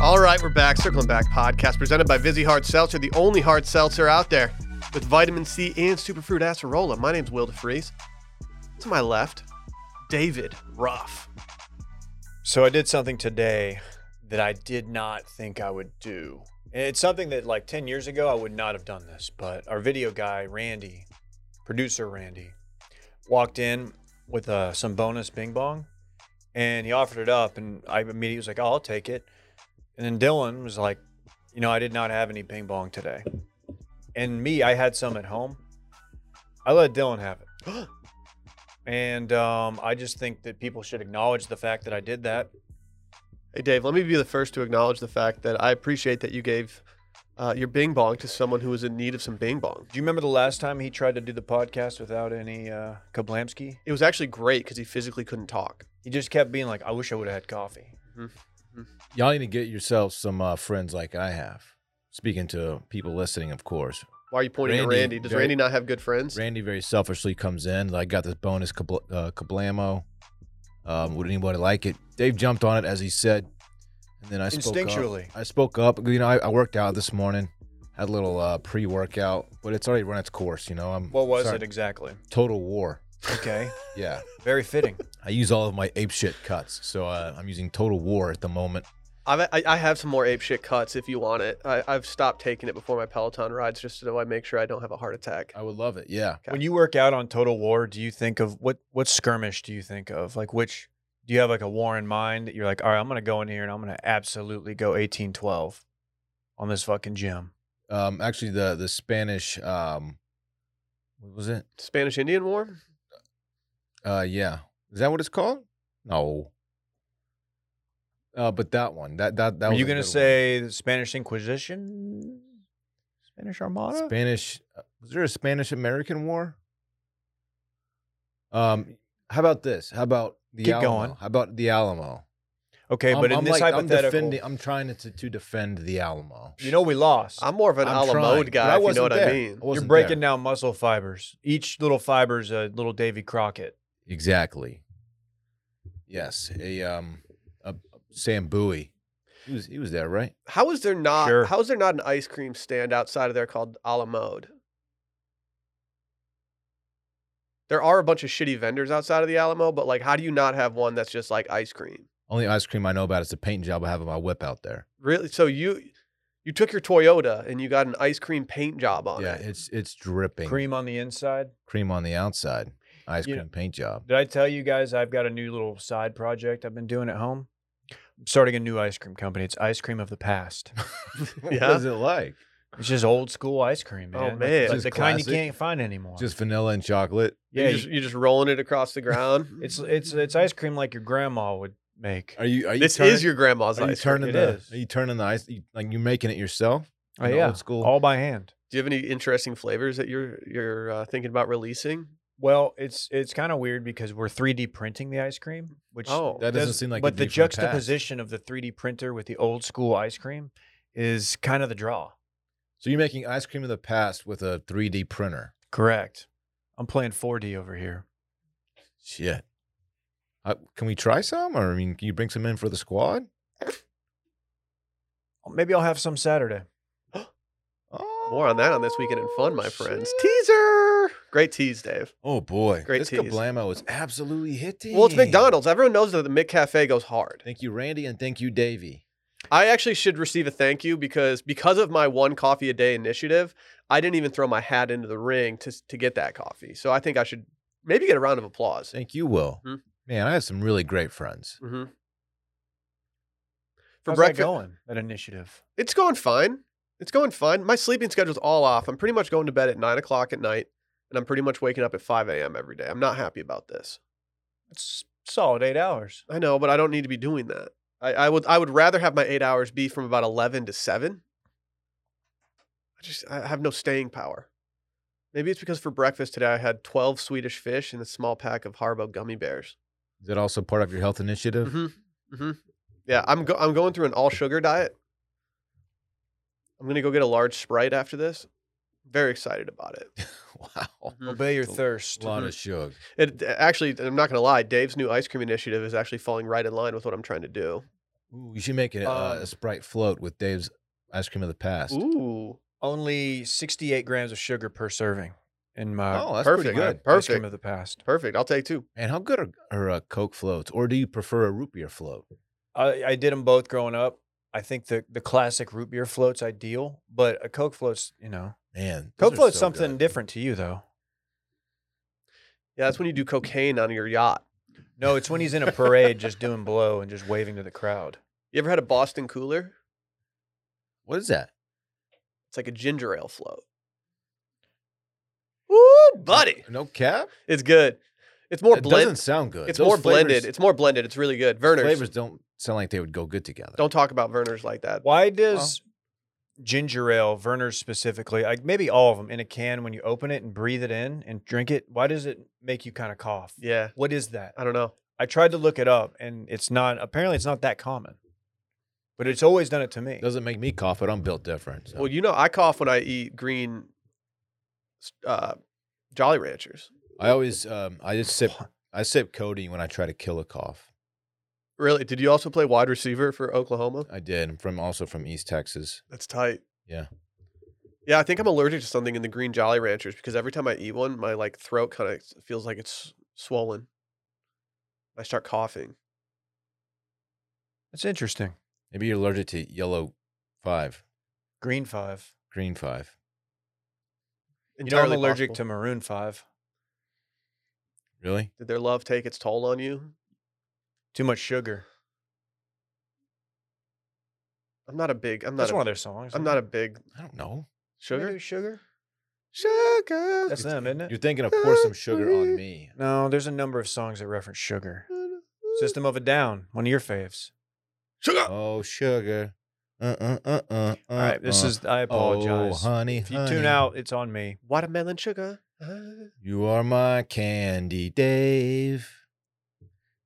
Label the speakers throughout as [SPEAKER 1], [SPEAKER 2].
[SPEAKER 1] right, we're back. Circling Back podcast presented by Vizzy Hard Seltzer, the only hard seltzer out there with vitamin C and superfruit acerola. My name's Will DeFries. To my left, David Ruff.
[SPEAKER 2] So I did something today that I did not think I would do. And it's something that like 10 years ago I would not have done this, but our video guy Randy, producer Randy, walked in with uh, some bonus Bing Bong, and he offered it up, and I immediately was like, "Oh, I'll take it." And then Dylan was like, "You know, I did not have any Bing Bong today," and me, I had some at home. I let Dylan have it. And um, I just think that people should acknowledge the fact that I did that.
[SPEAKER 1] Hey, Dave, let me be the first to acknowledge the fact that I appreciate that you gave uh, your bing bong to someone who was in need of some bing bong.
[SPEAKER 2] Do you remember the last time he tried to do the podcast without any uh, Kablamski?
[SPEAKER 1] It was actually great because he physically couldn't talk.
[SPEAKER 2] He just kept being like, "I wish I would have had coffee."
[SPEAKER 3] Y'all need to get yourselves some uh, friends like I have. Speaking to people listening, of course.
[SPEAKER 1] Why are you pointing
[SPEAKER 3] Randy,
[SPEAKER 1] at Randy? Does
[SPEAKER 3] very-
[SPEAKER 1] Randy not have good friends?
[SPEAKER 3] Randy very selfishly comes in. I got this bonus kabl- uh, kablamo. Um, would anybody like it? Dave jumped on it as he said, and then I spoke
[SPEAKER 2] Instinctually.
[SPEAKER 3] Up. I spoke up. You know, I, I worked out this morning. Had a little uh, pre-workout, but it's already run its course. You know, I'm.
[SPEAKER 2] What was
[SPEAKER 3] sorry,
[SPEAKER 2] it exactly?
[SPEAKER 3] Total war.
[SPEAKER 2] Okay,
[SPEAKER 3] Yeah,
[SPEAKER 2] very fitting.
[SPEAKER 3] I use all of my ape shit cuts, so uh, I'm using total war at the moment.
[SPEAKER 1] I've, I, I have some more ape shit cuts if you want it. I, I've stopped taking it before my Peloton rides just so I make sure I don't have a heart attack.
[SPEAKER 3] I would love it. Yeah.
[SPEAKER 1] Okay.
[SPEAKER 2] When you work out on Total War, do you think of what what skirmish do you think of? Like which do you have like a war in mind that you're like, "All right, I'm going to go in here and I'm going to absolutely go 18-12 on this fucking gym."
[SPEAKER 3] Um, actually, the the Spanish. Um, what was it?
[SPEAKER 1] Spanish Indian War?
[SPEAKER 3] Uh, yeah. Is that what it's called? No. Uh, but that one, that that that.
[SPEAKER 2] Are
[SPEAKER 3] was
[SPEAKER 2] you
[SPEAKER 3] a
[SPEAKER 2] going to
[SPEAKER 3] good one.
[SPEAKER 2] say the Spanish Inquisition? Spanish Armada?
[SPEAKER 3] Spanish? uh, Was there a Spanish American War? Um, how about this? How about the
[SPEAKER 2] Keep
[SPEAKER 3] Alamo?
[SPEAKER 2] going.
[SPEAKER 3] How about the Alamo?
[SPEAKER 2] okay, but
[SPEAKER 3] I'm,
[SPEAKER 2] in
[SPEAKER 3] I'm
[SPEAKER 2] this
[SPEAKER 3] like, I'm,
[SPEAKER 2] hypothetical,
[SPEAKER 3] defending, I'm trying to to defend the Alamo.
[SPEAKER 2] you know we lost.
[SPEAKER 1] I'm more of an
[SPEAKER 3] I'm
[SPEAKER 1] a la
[SPEAKER 3] trying,
[SPEAKER 1] mode
[SPEAKER 3] but
[SPEAKER 1] guy, if
[SPEAKER 3] I
[SPEAKER 1] you know
[SPEAKER 3] wasn't
[SPEAKER 1] what I
[SPEAKER 3] there.
[SPEAKER 1] mean.
[SPEAKER 3] I wasn't
[SPEAKER 2] You're breaking
[SPEAKER 3] there.
[SPEAKER 2] down muscle fibers. Each little fiber's a little Davy Crockett.
[SPEAKER 3] exactly. Yes, a um, a Sam Bowie. He was he was there, right?
[SPEAKER 1] How is there not
[SPEAKER 2] Sure.
[SPEAKER 1] how is there not an ice cream stand outside of there called a la mode? There are a bunch of shitty vendors outside of the Alamo, but like how do you not have one that's just like ice cream?
[SPEAKER 3] Only ice cream I know about is the paint job I have on my whip out there.
[SPEAKER 1] Really? So you you took your Toyota and you got an ice cream paint job on
[SPEAKER 3] yeah,
[SPEAKER 1] it.
[SPEAKER 3] it's it's dripping.
[SPEAKER 2] Cream on the inside.
[SPEAKER 3] cream on the outside, ice
[SPEAKER 2] You
[SPEAKER 3] cream paint job.
[SPEAKER 2] Did I tell you guys I've got a new little side project I've been doing at home? I'm starting a new ice cream company. It's ice cream of the past.
[SPEAKER 3] what
[SPEAKER 1] Yeah.
[SPEAKER 3] was it like?
[SPEAKER 2] It's just old school ice cream,
[SPEAKER 1] Oh,
[SPEAKER 2] man. Like-
[SPEAKER 1] man.
[SPEAKER 2] like
[SPEAKER 3] Just
[SPEAKER 2] the kind you
[SPEAKER 3] classic.
[SPEAKER 2] can't find anymore.
[SPEAKER 3] Just vanilla and chocolate.
[SPEAKER 2] yeah,
[SPEAKER 1] you're, just, you're just rolling it across the ground.
[SPEAKER 2] you- it's it's it's ice cream like your grandma would make.
[SPEAKER 3] Are you? Are you?
[SPEAKER 1] this
[SPEAKER 3] turning,
[SPEAKER 1] is your grandma's
[SPEAKER 3] Are you
[SPEAKER 1] ice cream.
[SPEAKER 3] turning
[SPEAKER 2] It
[SPEAKER 3] the?
[SPEAKER 2] is.
[SPEAKER 3] Are you turning the ice? You, like you making it yourself?
[SPEAKER 2] Oh
[SPEAKER 3] An
[SPEAKER 2] yeah,
[SPEAKER 3] Old school.
[SPEAKER 2] all by hand.
[SPEAKER 1] Do you have any interesting flavors that you're you're uh, thinking about releasing?
[SPEAKER 2] Well, it's it's kind of weird because we're 3D printing the ice cream, which
[SPEAKER 1] Oh.
[SPEAKER 3] that doesn't seem like.
[SPEAKER 2] but
[SPEAKER 3] it'd
[SPEAKER 2] the
[SPEAKER 3] be from past.
[SPEAKER 2] juxtaposition of the 3D printer with the old school ice cream is kind of the draw.
[SPEAKER 3] So you're making ice cream of the past with a 3D printer.
[SPEAKER 2] Correct. I'm playing 4D over here.
[SPEAKER 3] Shit. Uh, can we try some? Or I mean, can you bring some in for the squad?
[SPEAKER 2] Maybe I'll have some Saturday.
[SPEAKER 3] Oh,
[SPEAKER 1] More on that on this weekend in fun, my friends.
[SPEAKER 3] shit.
[SPEAKER 1] Teaser. Great tease, Dave.
[SPEAKER 3] Oh boy,
[SPEAKER 1] Great
[SPEAKER 3] this
[SPEAKER 1] tease.
[SPEAKER 3] kablamo is absolutely hitting.
[SPEAKER 1] Well, it's McDonald's. Everyone knows that the Mick Cafe goes hard.
[SPEAKER 3] Thank you, Randy, and thank you, Davey.
[SPEAKER 1] I actually should receive a thank you because because of my one coffee a day initiative, I didn't even throw my hat into the ring to to get that coffee. So I think I should maybe get a round of applause.
[SPEAKER 3] Thank you, Will.
[SPEAKER 1] Mhm.
[SPEAKER 3] Man, I have some really great friends.
[SPEAKER 1] hmm For
[SPEAKER 2] How's
[SPEAKER 1] breakfast,
[SPEAKER 2] that going? That initiative.
[SPEAKER 1] it's going fine. It's going fine. My sleeping schedule's all off. I'm pretty much going to bed at nine o'clock at night, and I'm pretty much waking up at five a.m. every day. I'm not happy about this.
[SPEAKER 2] It's solid eight hours.
[SPEAKER 1] I know, but I don't need to be doing that. I, I would I would rather have my eight hours be from about eleven to seven. I just I have no staying power. Maybe it's because for breakfast today I had twelve Swedish fish and a small pack of Haribo gummy bears.
[SPEAKER 3] Is that also part of your health initiative?
[SPEAKER 1] hmm hmm Yeah, I'm go- I'm going through an all sugar diet. I'm gonna go get a large Sprite after this. Very excited about it.
[SPEAKER 3] Wow.
[SPEAKER 1] Mhm.
[SPEAKER 2] Obey your
[SPEAKER 3] It's a
[SPEAKER 2] thirst.
[SPEAKER 3] A lot of sugar.
[SPEAKER 1] It actually, I'm not gonna lie. Dave's new ice cream initiative is actually falling right in line with what I'm trying to do.
[SPEAKER 3] Ooh, you should make it uh,
[SPEAKER 2] Um,
[SPEAKER 3] a Sprite float with Dave's ice cream of the past.
[SPEAKER 1] Ooh.
[SPEAKER 2] Only 68 grams of sugar per serving in my,
[SPEAKER 3] Oh, that's
[SPEAKER 1] Perfect.
[SPEAKER 3] pretty
[SPEAKER 2] my
[SPEAKER 3] good.
[SPEAKER 1] good.
[SPEAKER 2] ice cream
[SPEAKER 1] Perfect.
[SPEAKER 2] of the past.
[SPEAKER 1] Perfect. I'll take two.
[SPEAKER 3] And how good are, are uh, Coke floats? Or do you prefer a root beer float?
[SPEAKER 2] I, I did them both growing up. I think the, the classic root beer float's ideal, but a Coke float's, you know,
[SPEAKER 3] Man, those
[SPEAKER 2] Coke
[SPEAKER 3] are
[SPEAKER 2] float's
[SPEAKER 3] so
[SPEAKER 2] something
[SPEAKER 3] good.
[SPEAKER 2] different to you, though.
[SPEAKER 1] Yeah, that's when you do cocaine on your yacht.
[SPEAKER 2] No, it's when he's in a parade just doing blow and just waving to the crowd.
[SPEAKER 1] You ever had a Boston cooler?
[SPEAKER 3] What is that?
[SPEAKER 1] It's like a ginger ale float. Woo, buddy.
[SPEAKER 3] No cap?
[SPEAKER 1] It's good. It's more
[SPEAKER 3] it doesn't
[SPEAKER 1] blended.
[SPEAKER 3] sound good.
[SPEAKER 1] It's
[SPEAKER 3] Those
[SPEAKER 1] more
[SPEAKER 3] flavors-
[SPEAKER 1] blended. It's more blended. It's really good. Verner's.
[SPEAKER 3] Flavors don't sound like they would go good together.
[SPEAKER 1] Don't talk about Verner's like that.
[SPEAKER 2] Why does ginger ale, Verner's specifically, like maybe all of them in a can when you open it and breathe it in and drink it, why does it make you kind of cough?
[SPEAKER 1] Yeah,
[SPEAKER 2] What is that?
[SPEAKER 1] I don't know.
[SPEAKER 2] I tried to look it up and it's not, apparently, it's not that common, but it's always done it to me.
[SPEAKER 3] doesn't make me cough, but I'm built different. so.
[SPEAKER 1] Well, you know, I cough when I eat green uh, Jolly Ranchers.
[SPEAKER 3] I always, um, I just sip, I sip Cody when I try to kill a cough.
[SPEAKER 1] Really? Did you also play wide receiver for Oklahoma?
[SPEAKER 3] I did. I'm from also from East Texas.
[SPEAKER 1] That's tight.
[SPEAKER 3] Yeah.
[SPEAKER 1] Yeah, I think I'm allergic to something in the green Jolly Ranchers because every time I eat one, my like throat kind of feels like it's swollen. I start coughing.
[SPEAKER 2] That's interesting.
[SPEAKER 3] Maybe you're allergic to yellow five,
[SPEAKER 2] Green five.
[SPEAKER 3] green five.
[SPEAKER 2] You know, I'm
[SPEAKER 1] Entirely
[SPEAKER 2] allergic
[SPEAKER 1] possible.
[SPEAKER 2] to maroon five.
[SPEAKER 3] Really?
[SPEAKER 1] Did their love take its toll on you?
[SPEAKER 2] Too much sugar.
[SPEAKER 1] I'm not a big. I'm not.
[SPEAKER 2] That's
[SPEAKER 1] A,
[SPEAKER 2] one of their songs.
[SPEAKER 1] I'm not a big
[SPEAKER 3] I don't know.
[SPEAKER 1] sugar.
[SPEAKER 2] Sugar?
[SPEAKER 1] Sugar.
[SPEAKER 2] That's them, isn't it?
[SPEAKER 3] You're thinking of pour some sugar on me.
[SPEAKER 2] No, there's a number of songs that reference sugar. System of a Down, one of your faves.
[SPEAKER 1] Sugar.
[SPEAKER 3] Oh, sugar. Uh uh uh uh.
[SPEAKER 2] All right, this is
[SPEAKER 1] Uh-huh.
[SPEAKER 2] I
[SPEAKER 3] Oh,
[SPEAKER 2] apologize.
[SPEAKER 3] honey,
[SPEAKER 2] if you
[SPEAKER 3] honey,
[SPEAKER 2] tune out, it's on me.
[SPEAKER 1] Watermelon sugar. Uh,
[SPEAKER 3] you are my candy, Dave,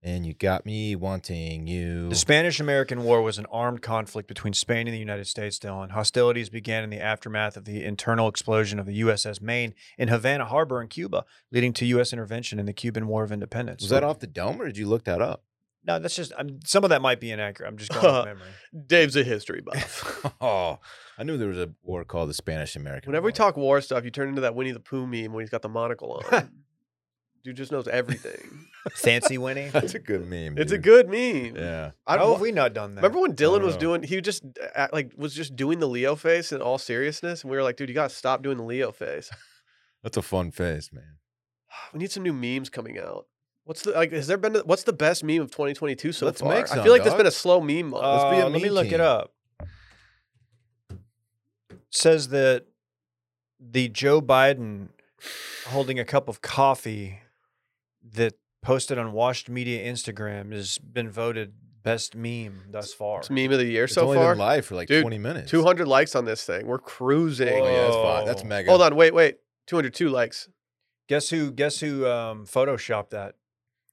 [SPEAKER 3] and you got me wanting you.
[SPEAKER 2] The Spanish American War was an armed conflict between Spain and the United States, Dylan. Hostilities began in the aftermath of the internal explosion of the USS Maine in Havana Harbor in Cuba, leading to U.S. intervention in the Cuban War of Independence.
[SPEAKER 3] was that off the dome, or did you look that up?
[SPEAKER 2] No, that's just, I'm, some of that might be inaccurate. I'm just going off memory.
[SPEAKER 1] Dave's a history buff.
[SPEAKER 3] oh, I knew there was a war called the Spanish American.
[SPEAKER 1] Whenever we
[SPEAKER 3] War.
[SPEAKER 1] talk war stuff, you turn into that Winnie the Pooh meme when he's got the monocle on. Dude just knows everything.
[SPEAKER 2] Fancy Winnie.
[SPEAKER 3] that's a good meme.
[SPEAKER 1] it's a
[SPEAKER 3] dude.
[SPEAKER 1] good meme.
[SPEAKER 3] Yeah.
[SPEAKER 1] I
[SPEAKER 2] How
[SPEAKER 1] don't,
[SPEAKER 2] have we not done that?
[SPEAKER 1] Oh, remember when Dylan
[SPEAKER 3] don't
[SPEAKER 1] was
[SPEAKER 3] know.
[SPEAKER 1] doing? He just uh, act- like was just doing the Leo face in all seriousness, and we were like, "Dude, you gotta stop doing the Leo face."
[SPEAKER 3] That's a fun face, man.
[SPEAKER 1] We need some new memes coming out. What's the like? Has there been? What's the best meme of 2022 so
[SPEAKER 3] Let's
[SPEAKER 1] far?
[SPEAKER 3] make
[SPEAKER 1] I
[SPEAKER 3] some,
[SPEAKER 1] feel like there's
[SPEAKER 3] dog.
[SPEAKER 1] been a slow meme month.
[SPEAKER 3] Let's be a
[SPEAKER 2] Uh, let me
[SPEAKER 3] meme
[SPEAKER 2] look it
[SPEAKER 3] team.
[SPEAKER 2] up. Says that the Joe Biden holding a cup of coffee that posted on Washed Media Instagram has been voted best meme thus far.
[SPEAKER 1] It's meme of the year
[SPEAKER 3] It's
[SPEAKER 1] so
[SPEAKER 3] only
[SPEAKER 1] far.
[SPEAKER 3] been live for like
[SPEAKER 1] Dude,
[SPEAKER 3] 20 minutes.
[SPEAKER 1] 200 likes on this thing. We're cruising.
[SPEAKER 3] Oh, yeah, that's fine.
[SPEAKER 2] Whoa.
[SPEAKER 3] That's mega.
[SPEAKER 1] Hold on, wait, wait. 202 likes.
[SPEAKER 2] Guess who? Guess who? Um, photoshopped that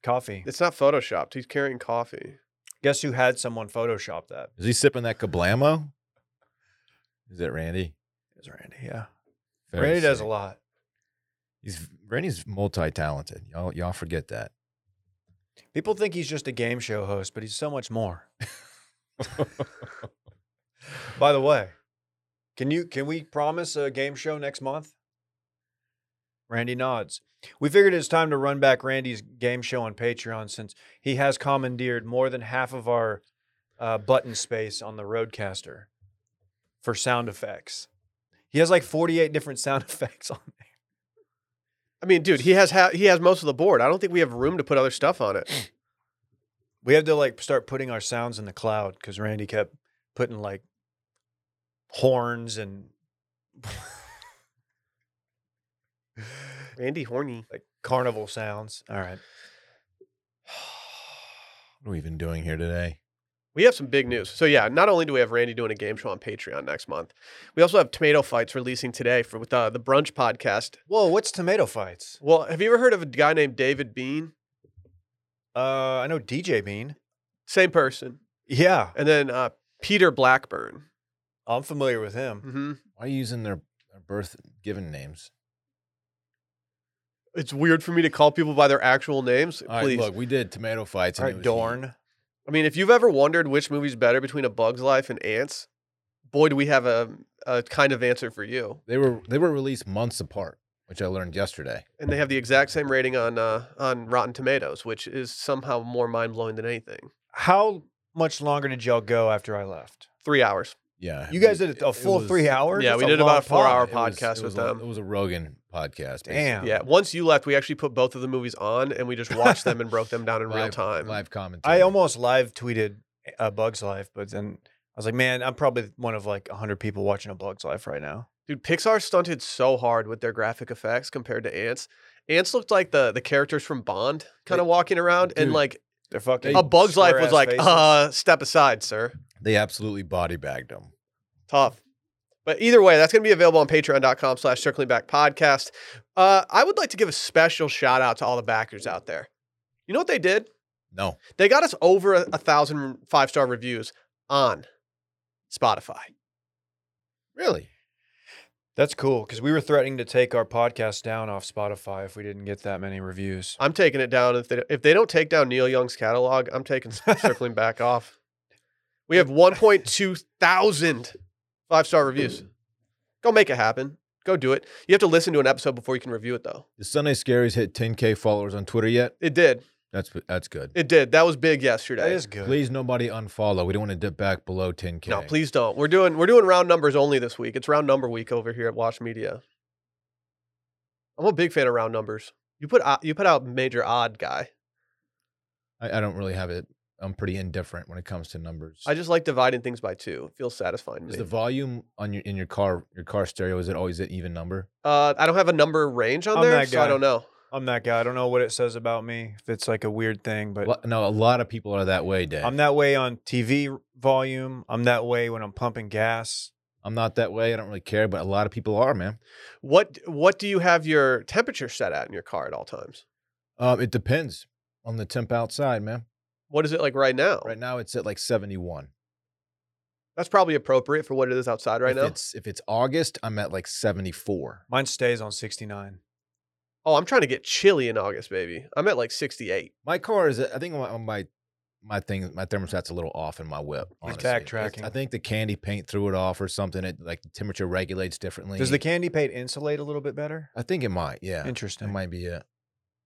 [SPEAKER 2] coffee.
[SPEAKER 1] It's not photoshopped. He's carrying coffee.
[SPEAKER 2] Guess who had someone Photoshop that?
[SPEAKER 3] Is he sipping that Cablamo? Is that Randy?
[SPEAKER 2] It's Randy. Yeah,
[SPEAKER 3] Very
[SPEAKER 2] Randy does a
[SPEAKER 3] sick.
[SPEAKER 2] lot.
[SPEAKER 3] He's Randy's multi-talented. Y'all, y'all forget that.
[SPEAKER 2] People think he's just a game show host, but he's so much more. By the way, can you can we promise a game show next month? Randy nods. We figured it's time to run back Randy's game show on Patreon since he has commandeered more than half of our uh, button space on the Roadcaster for sound effects. He has like 48 different sound effects on there.
[SPEAKER 1] I mean, dude, he has ha- he has most of the board. I don't think we have room to put other stuff on it.
[SPEAKER 2] We have to like start putting our sounds in the cloud because Randy kept putting like horns and
[SPEAKER 1] Randy Horny.
[SPEAKER 2] like carnival sounds. All right.
[SPEAKER 3] What are we even doing here today?
[SPEAKER 1] We have some big news. So yeah, not only do we have Randy doing a game show on Patreon next month, we also have Tomato Fights releasing today for with uh, the Brunch podcast.
[SPEAKER 2] Whoa, what's tomato fights?
[SPEAKER 1] Well, have you ever heard of a guy named David Bean?
[SPEAKER 2] Uh, I know DJ Bean.
[SPEAKER 1] Same person.
[SPEAKER 2] Yeah,
[SPEAKER 1] And then uh, Peter Blackburn.
[SPEAKER 2] I'm familiar with him.
[SPEAKER 1] hmm
[SPEAKER 3] Why are you using their, their birth given names?
[SPEAKER 1] It's weird for me to call people by their actual names.
[SPEAKER 3] All right,
[SPEAKER 1] Please.
[SPEAKER 3] look, we did tomato fights.
[SPEAKER 2] All
[SPEAKER 3] And
[SPEAKER 2] right,
[SPEAKER 3] it was heat.
[SPEAKER 2] Dorn.
[SPEAKER 1] I mean, if you've ever wondered which movie's better between A Bug's Life and Ants, boy, do we have a, a kind of answer for you.
[SPEAKER 3] They were they were released months apart, which I learned yesterday.
[SPEAKER 1] And they have the exact same rating on uh, on Rotten Tomatoes, which is somehow more mind blowing than anything.
[SPEAKER 2] How much longer did y'all go after I left?
[SPEAKER 1] Three hours.
[SPEAKER 3] Yeah,
[SPEAKER 2] You guys did a, a full
[SPEAKER 3] was-
[SPEAKER 2] three hours.
[SPEAKER 1] Yeah,
[SPEAKER 2] That's
[SPEAKER 1] we did about
[SPEAKER 2] long
[SPEAKER 1] a four-hour
[SPEAKER 2] pod.
[SPEAKER 3] it was-
[SPEAKER 1] podcast
[SPEAKER 3] it
[SPEAKER 1] with
[SPEAKER 3] was a-
[SPEAKER 1] them.
[SPEAKER 3] It was a Rogan podcast. basically.
[SPEAKER 2] Damn.
[SPEAKER 1] Yeah. Once you left, we actually put both of the movies on and we just watched them and broke them down in real
[SPEAKER 3] Live-
[SPEAKER 1] time.
[SPEAKER 3] live commentary.
[SPEAKER 2] I almost live tweeted a Bug's Life, but then I was like, man, I'm probably one of like 100 people watching a Bug's Life right now.
[SPEAKER 1] Dude, Pixar stunted so hard with their graphic effects compared to Ants. Ants looked like the the characters from Bond kind of
[SPEAKER 3] They-
[SPEAKER 1] walking around and
[SPEAKER 3] dude,
[SPEAKER 1] like
[SPEAKER 2] They're fucking.
[SPEAKER 3] they-
[SPEAKER 1] a Bug's Life was
[SPEAKER 2] square-ass
[SPEAKER 1] like,
[SPEAKER 2] faces.
[SPEAKER 1] uh, step aside, sir.
[SPEAKER 3] they absolutely body bagged them.
[SPEAKER 1] Tough. But either way, that's going to be available on patreon.com slash circling back podcast. Uh, I would like to give a special shout out to all the backers out there. You know what they did?
[SPEAKER 3] No,
[SPEAKER 1] They got us over a, a thousand five star reviews on Spotify.
[SPEAKER 3] really.
[SPEAKER 2] That's cool because we were threatening to take our podcast down off Spotify if we didn't get that many reviews.
[SPEAKER 1] I'm taking it down. If they if they don't take down Neil Young's catalog, I'm taking circling back off. We have 1.2 thousand five star reviews. Go make it happen. Go do it. You have to listen to an episode before you can review it, though.
[SPEAKER 3] Did Sunday Scaries hit 10k followers on Twitter yet?
[SPEAKER 1] It did.
[SPEAKER 3] That's that's good.
[SPEAKER 1] It did. That was big yesterday.
[SPEAKER 2] That is good.
[SPEAKER 3] Please, nobody unfollow. We don't want to dip back below 10k.
[SPEAKER 1] No, please don't. We're doing we're doing round numbers only this week. It's round number week over here at Watch Media. I'm a big fan of round numbers. You put o- you put out major odd guy.
[SPEAKER 3] I, I don't really have it. I'm pretty indifferent when it comes to numbers.
[SPEAKER 1] I just like dividing things by two. It feels satisfying.
[SPEAKER 3] is
[SPEAKER 1] to
[SPEAKER 3] the
[SPEAKER 1] me.
[SPEAKER 3] volume on your in your car your car stereo is it always an even number?
[SPEAKER 1] Uh, I don't have a number range on
[SPEAKER 2] I'm
[SPEAKER 1] there,
[SPEAKER 2] that
[SPEAKER 1] so I
[SPEAKER 2] guy.
[SPEAKER 1] don't know.
[SPEAKER 2] I'm that guy. I don't know what it says about me if it's like a weird thing, but
[SPEAKER 3] Lo- no, a lot of people are that way, Dave.
[SPEAKER 2] I'm that way on TV volume. I'm that way when I'm pumping gas.
[SPEAKER 3] I'm not that way. I don't really care, but a lot of people are, man.
[SPEAKER 1] What what do you have your temperature set at in your car at all times?
[SPEAKER 3] Um, it depends on the temp outside, man.
[SPEAKER 1] What is it like right
[SPEAKER 2] Oh.
[SPEAKER 1] now?
[SPEAKER 3] Right now, it's at like 71.
[SPEAKER 1] That's probably appropriate for what it is outside right
[SPEAKER 3] if
[SPEAKER 1] now.
[SPEAKER 3] It's, if it's August, I'm at like 74.
[SPEAKER 2] Mine stays on 69.
[SPEAKER 1] Oh, I'm trying to get chilly in August, baby. I'm at like 68.
[SPEAKER 3] My car is. I think my my, my thing my thermostat's a little off in my whip.
[SPEAKER 2] It's
[SPEAKER 3] honestly.
[SPEAKER 2] backtracking.
[SPEAKER 3] I think the candy paint threw it off or something. It like the temperature regulates differently.
[SPEAKER 2] Does the candy paint insulate a little bit better?
[SPEAKER 3] I think it might. Yeah, that
[SPEAKER 2] Interesting.
[SPEAKER 3] might be it.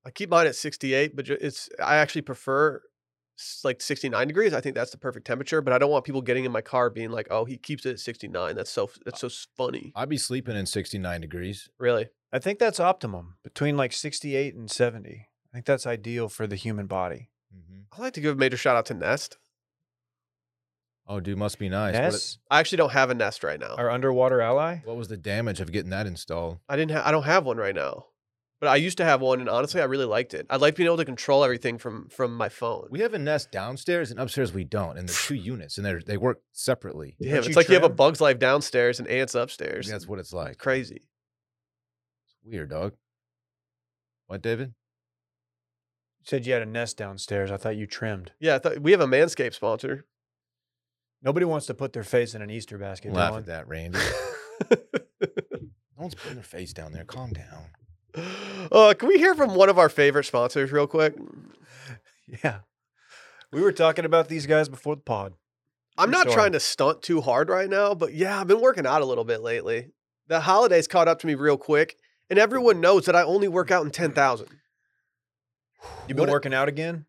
[SPEAKER 1] I keep mine at 68, but ju- it's I actually prefer s- like 69 degrees. I think that's the perfect temperature, but I don't want people getting in my car being like, "Oh, he keeps it at 69." That's so that's so s- funny.
[SPEAKER 3] I'd be sleeping in 69 degrees.
[SPEAKER 1] Really?
[SPEAKER 2] I think that's optimum between like 68 and 70. I think that's ideal for the human body.
[SPEAKER 3] Mm-hmm.
[SPEAKER 1] I'd like to give a major shout out to Nest.
[SPEAKER 3] Oh, dude, must be nice. What-
[SPEAKER 2] Yes,
[SPEAKER 1] I actually don't have a Nest right now.
[SPEAKER 2] our underwater ally.
[SPEAKER 3] What, was the damage of getting that installed?
[SPEAKER 1] I didn't. Ha- I don't have one right now, but I used to have one, and honestly, I really liked it. I like being able to control everything from from my phone.
[SPEAKER 3] We have a nest downstairs and upstairs we don't, and there's two units and they they work separately.
[SPEAKER 1] Damn,
[SPEAKER 2] Don't
[SPEAKER 1] it's
[SPEAKER 2] you
[SPEAKER 1] like you have a
[SPEAKER 2] trim?
[SPEAKER 1] Bugs Life downstairs and ants upstairs.
[SPEAKER 3] That's what it's
[SPEAKER 1] It's
[SPEAKER 3] like.
[SPEAKER 1] crazy.
[SPEAKER 3] It's weird, dog. What, David?
[SPEAKER 2] You said you had a nest downstairs. I thought you trimmed.
[SPEAKER 1] Yeah, I thought, we have a Manscaped sponsor.
[SPEAKER 2] Nobody wants to put their face in an Easter basket.
[SPEAKER 3] Laugh
[SPEAKER 2] Dylan.
[SPEAKER 3] at that, Randy. no one's putting their face down there. Calm down.
[SPEAKER 1] Uh, can we hear from one of our favorite sponsors real quick?
[SPEAKER 2] Yeah. We were talking about these guys before the pod.
[SPEAKER 1] I'm
[SPEAKER 2] True
[SPEAKER 1] not
[SPEAKER 2] story.
[SPEAKER 1] trying to stunt too hard right now, but yeah, I've been working out a little bit lately. The holidays caught up to me real quick, and everyone knows that I only work out in 10,000.
[SPEAKER 2] You
[SPEAKER 1] What
[SPEAKER 2] been
[SPEAKER 1] a-
[SPEAKER 2] working out again?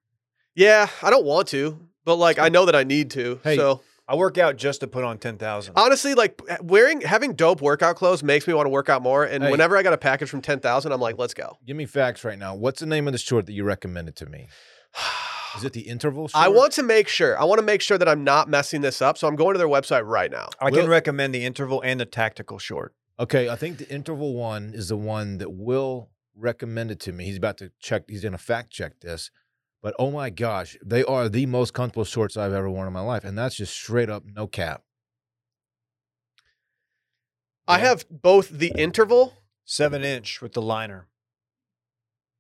[SPEAKER 1] Yeah, I don't want to, but like I know that I need to.
[SPEAKER 3] Hey,
[SPEAKER 1] so
[SPEAKER 2] I work out just to put on 10,000.
[SPEAKER 1] honestly, like eh, wearing having dope workout clothes makes me want to work out more. And
[SPEAKER 3] Hey.
[SPEAKER 1] whenever I got a package from ten thousand, I'm like, let's go.
[SPEAKER 3] Give me facts right now. What's the name of the short that you recommended to me? Is it the interval short?
[SPEAKER 1] I want to make sure. I want to make sure that I'm not messing this up. So I'm going to their website right now.
[SPEAKER 2] I
[SPEAKER 3] Will-
[SPEAKER 2] can recommend the interval and the tactical short.
[SPEAKER 3] Okay, I think the interval one is the one that Will recommended to me. He's about to check. He's going to fact check this. But oh my gosh, they are the most comfortable shorts I've ever worn in my life, and that's just straight up no cap.
[SPEAKER 1] I
[SPEAKER 3] Yeah.
[SPEAKER 1] have both the interval,
[SPEAKER 2] Seven inch with the liner.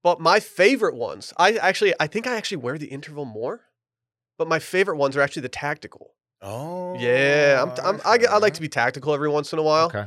[SPEAKER 1] but my favorite ones. I actually, I think I actually wear the interval more, but my favorite ones are actually the tactical.
[SPEAKER 3] Oh
[SPEAKER 1] yeah, I'm. T- I'm I, get- I like to be tactical every once in a while.
[SPEAKER 3] Okay.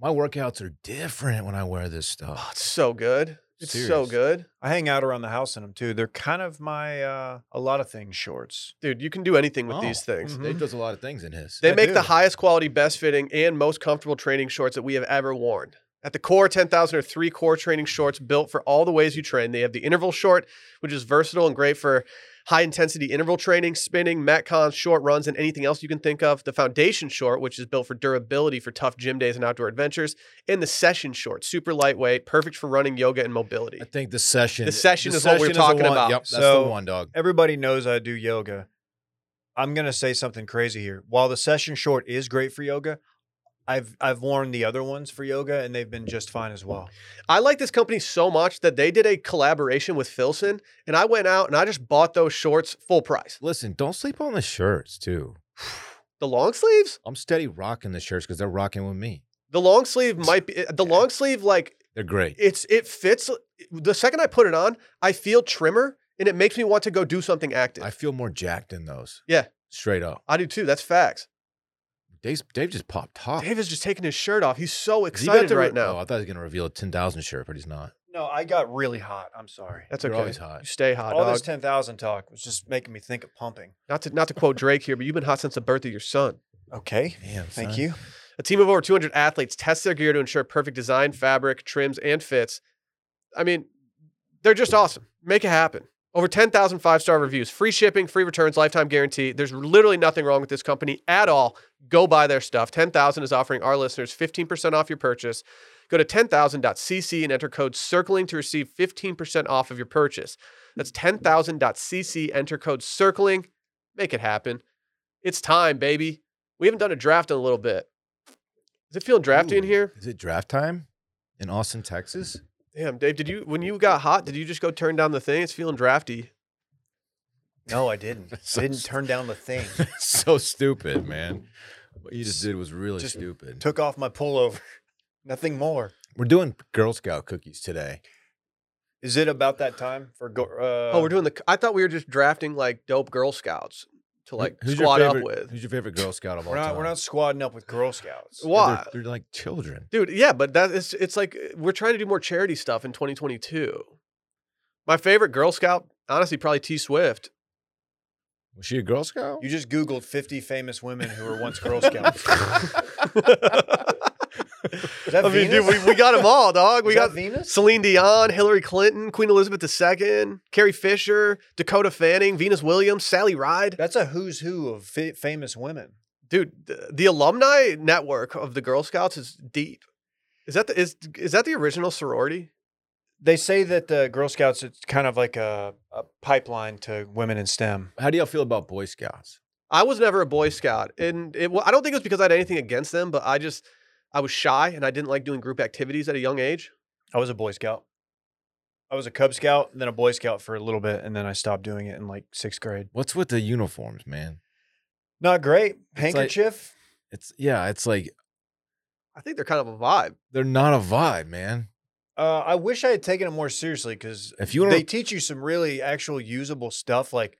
[SPEAKER 3] My workouts are different when I wear this
[SPEAKER 1] Oh,
[SPEAKER 3] stuff.
[SPEAKER 1] it's so good. It's so
[SPEAKER 3] Serious.
[SPEAKER 1] good.
[SPEAKER 2] I hang out around the house in them too. They're kind of my uh, a lot of things shorts.
[SPEAKER 1] Dude, you can do anything with
[SPEAKER 3] Oh.
[SPEAKER 1] these things.
[SPEAKER 2] Mhm.
[SPEAKER 3] Dave does a lot of things in his.
[SPEAKER 1] They
[SPEAKER 2] I
[SPEAKER 1] make
[SPEAKER 2] do.
[SPEAKER 1] the highest quality, best fitting, and most comfortable training shorts that we have ever worn. At the core, 10,000 are three core training shorts built for all the ways you train. They have the interval short, which is versatile and great for high intensity interval training, spinning, metcons, short runs, and anything else you can think of. The foundation short, which is built for durability for tough gym days and outdoor adventures. And the session short, super lightweight, perfect for running, yoga, and mobility.
[SPEAKER 3] I think the session.
[SPEAKER 1] The session is what we're talking
[SPEAKER 3] one.
[SPEAKER 1] about.
[SPEAKER 3] Yep, that's
[SPEAKER 2] So-
[SPEAKER 3] the one, dog.
[SPEAKER 2] Everybody knows I do yoga. I'm gonna say something crazy here. While the session short is great for yoga, I've I've worn the other ones for yoga and they've been just fine as well.
[SPEAKER 1] I like this company so much that they did a collaboration with Filson, and I went out and I just bought those shorts full price.
[SPEAKER 3] Listen, don't sleep on the shirts too.
[SPEAKER 1] The long sleeves?
[SPEAKER 3] I'm steady rocking the shirts because they're rocking with me.
[SPEAKER 1] The long sleeve might be eh, the long sleeve. Like
[SPEAKER 3] They're great.
[SPEAKER 1] it's it fits. The second I put it on, I feel trimmer, and it makes me want to go do something active.
[SPEAKER 3] I
[SPEAKER 1] I,
[SPEAKER 3] feel more jacked in those.
[SPEAKER 1] Yeah.
[SPEAKER 3] Straight up.
[SPEAKER 1] do too. That's facts.
[SPEAKER 3] Dave's, Dave just popped top.
[SPEAKER 1] Dave is just taking his shirt off. He's so
[SPEAKER 3] Oh. Is he about
[SPEAKER 1] excited
[SPEAKER 3] to re-
[SPEAKER 1] right now.
[SPEAKER 3] Oh, I thought he was going to reveal a 10,000 shirt, but he's not.
[SPEAKER 2] No, I got really hot. I'm sorry.
[SPEAKER 1] That's
[SPEAKER 3] You're
[SPEAKER 1] okay.
[SPEAKER 3] always hot.
[SPEAKER 1] You stay hot,
[SPEAKER 2] All
[SPEAKER 1] dog.
[SPEAKER 2] this ten thousand talk was just making me think of pumping.
[SPEAKER 1] not to not to quote Drake here, but you've been hot since the birth of your son.
[SPEAKER 2] Okay.
[SPEAKER 3] Damn,
[SPEAKER 2] Thank
[SPEAKER 3] son.
[SPEAKER 2] you.
[SPEAKER 1] A team of over 200 athletes test their gear to ensure perfect design, fabric, trims, and fits. I mean, they're just awesome. Make it happen. Over 10,000 five star reviews, free shipping, free returns, lifetime guarantee. There's literally nothing wrong with this company at all. Go buy their stuff. 10,000 is offering our listeners 15% off your purchase. Go to 10,000.cc and enter code CIRCLING to receive 15% off of your purchase. That's 10,000.cc, enter code CIRCLING. Make it happen. It's time, baby. We haven't done a draft in a little bit. Is it feeling drafty in
[SPEAKER 3] Ooh,
[SPEAKER 1] here?
[SPEAKER 3] Is it draft time in Austin, Texas?
[SPEAKER 1] Damn, Dave, did you when you got hot, did you just go turn down the thing? It's feeling drafty.
[SPEAKER 2] No, I didn't. I
[SPEAKER 3] So
[SPEAKER 2] didn't
[SPEAKER 3] st-
[SPEAKER 2] turn down the thing.
[SPEAKER 3] so stupid, man. What you just did was really
[SPEAKER 2] Just
[SPEAKER 3] stupid.
[SPEAKER 2] Took off my pullover. Nothing more.
[SPEAKER 3] We're doing Girl Scout cookies today.
[SPEAKER 2] Is it about that time for? Go- uh,
[SPEAKER 1] oh, we're doing the. I thought we were just drafting like dope Girl Scouts to like
[SPEAKER 3] Who- who's your
[SPEAKER 1] squad up
[SPEAKER 3] favorite-
[SPEAKER 1] with.
[SPEAKER 3] Who's your favorite Girl Scout of all
[SPEAKER 2] We're not.
[SPEAKER 3] time?
[SPEAKER 2] We're not squadding up with Girl Scouts.
[SPEAKER 1] Wha-
[SPEAKER 3] Yeah, they're-
[SPEAKER 1] Why?
[SPEAKER 3] They're, like children.
[SPEAKER 1] Dude, yeah, but that is it's like uh, we're trying to do more charity stuff in 2022. My favorite Girl Scout, honestly, probably T Swift.
[SPEAKER 3] Was she a Girl Scout?
[SPEAKER 2] You just Googled 50 famous women who were once Girl Scouts. Is that
[SPEAKER 1] I mean, dude,
[SPEAKER 2] Venus?
[SPEAKER 1] we, we got them all, dog. We
[SPEAKER 2] Is that
[SPEAKER 1] got
[SPEAKER 2] Venus.
[SPEAKER 1] Celine Dion, Hillary Clinton, Queen Elizabeth II, Carrie Fisher, Dakota Fanning, Venus Williams, Sally Ride.
[SPEAKER 2] That's a who's who of fa- famous women.
[SPEAKER 1] dude the, the alumni network of the girl scouts is deep is that the is, is that the original sorority
[SPEAKER 2] They say that the Girl Scouts it's kind of like a, a pipeline to women in STEM.
[SPEAKER 3] How do y'all feel about Boy Scouts?
[SPEAKER 1] i was never a boy scout and it, wa- i don't think it was because i had anything against them but i just i was shy and i didn't like doing group activities at a young age
[SPEAKER 2] I was a Boy Scout. I was a Cub Scout, then a Boy Scout for a little bit, and then I stopped doing it in like sixth grade.
[SPEAKER 3] What's with the uniforms, man?
[SPEAKER 2] Not great.
[SPEAKER 3] like-
[SPEAKER 2] Handkerchief.
[SPEAKER 3] It's yeah, it's like
[SPEAKER 1] i think they're kind of a vibe
[SPEAKER 3] they're not a vibe, man.
[SPEAKER 2] uh, I wish I had taken it more seriously because
[SPEAKER 3] If you wanna-
[SPEAKER 2] they teach you some really actual usable stuff like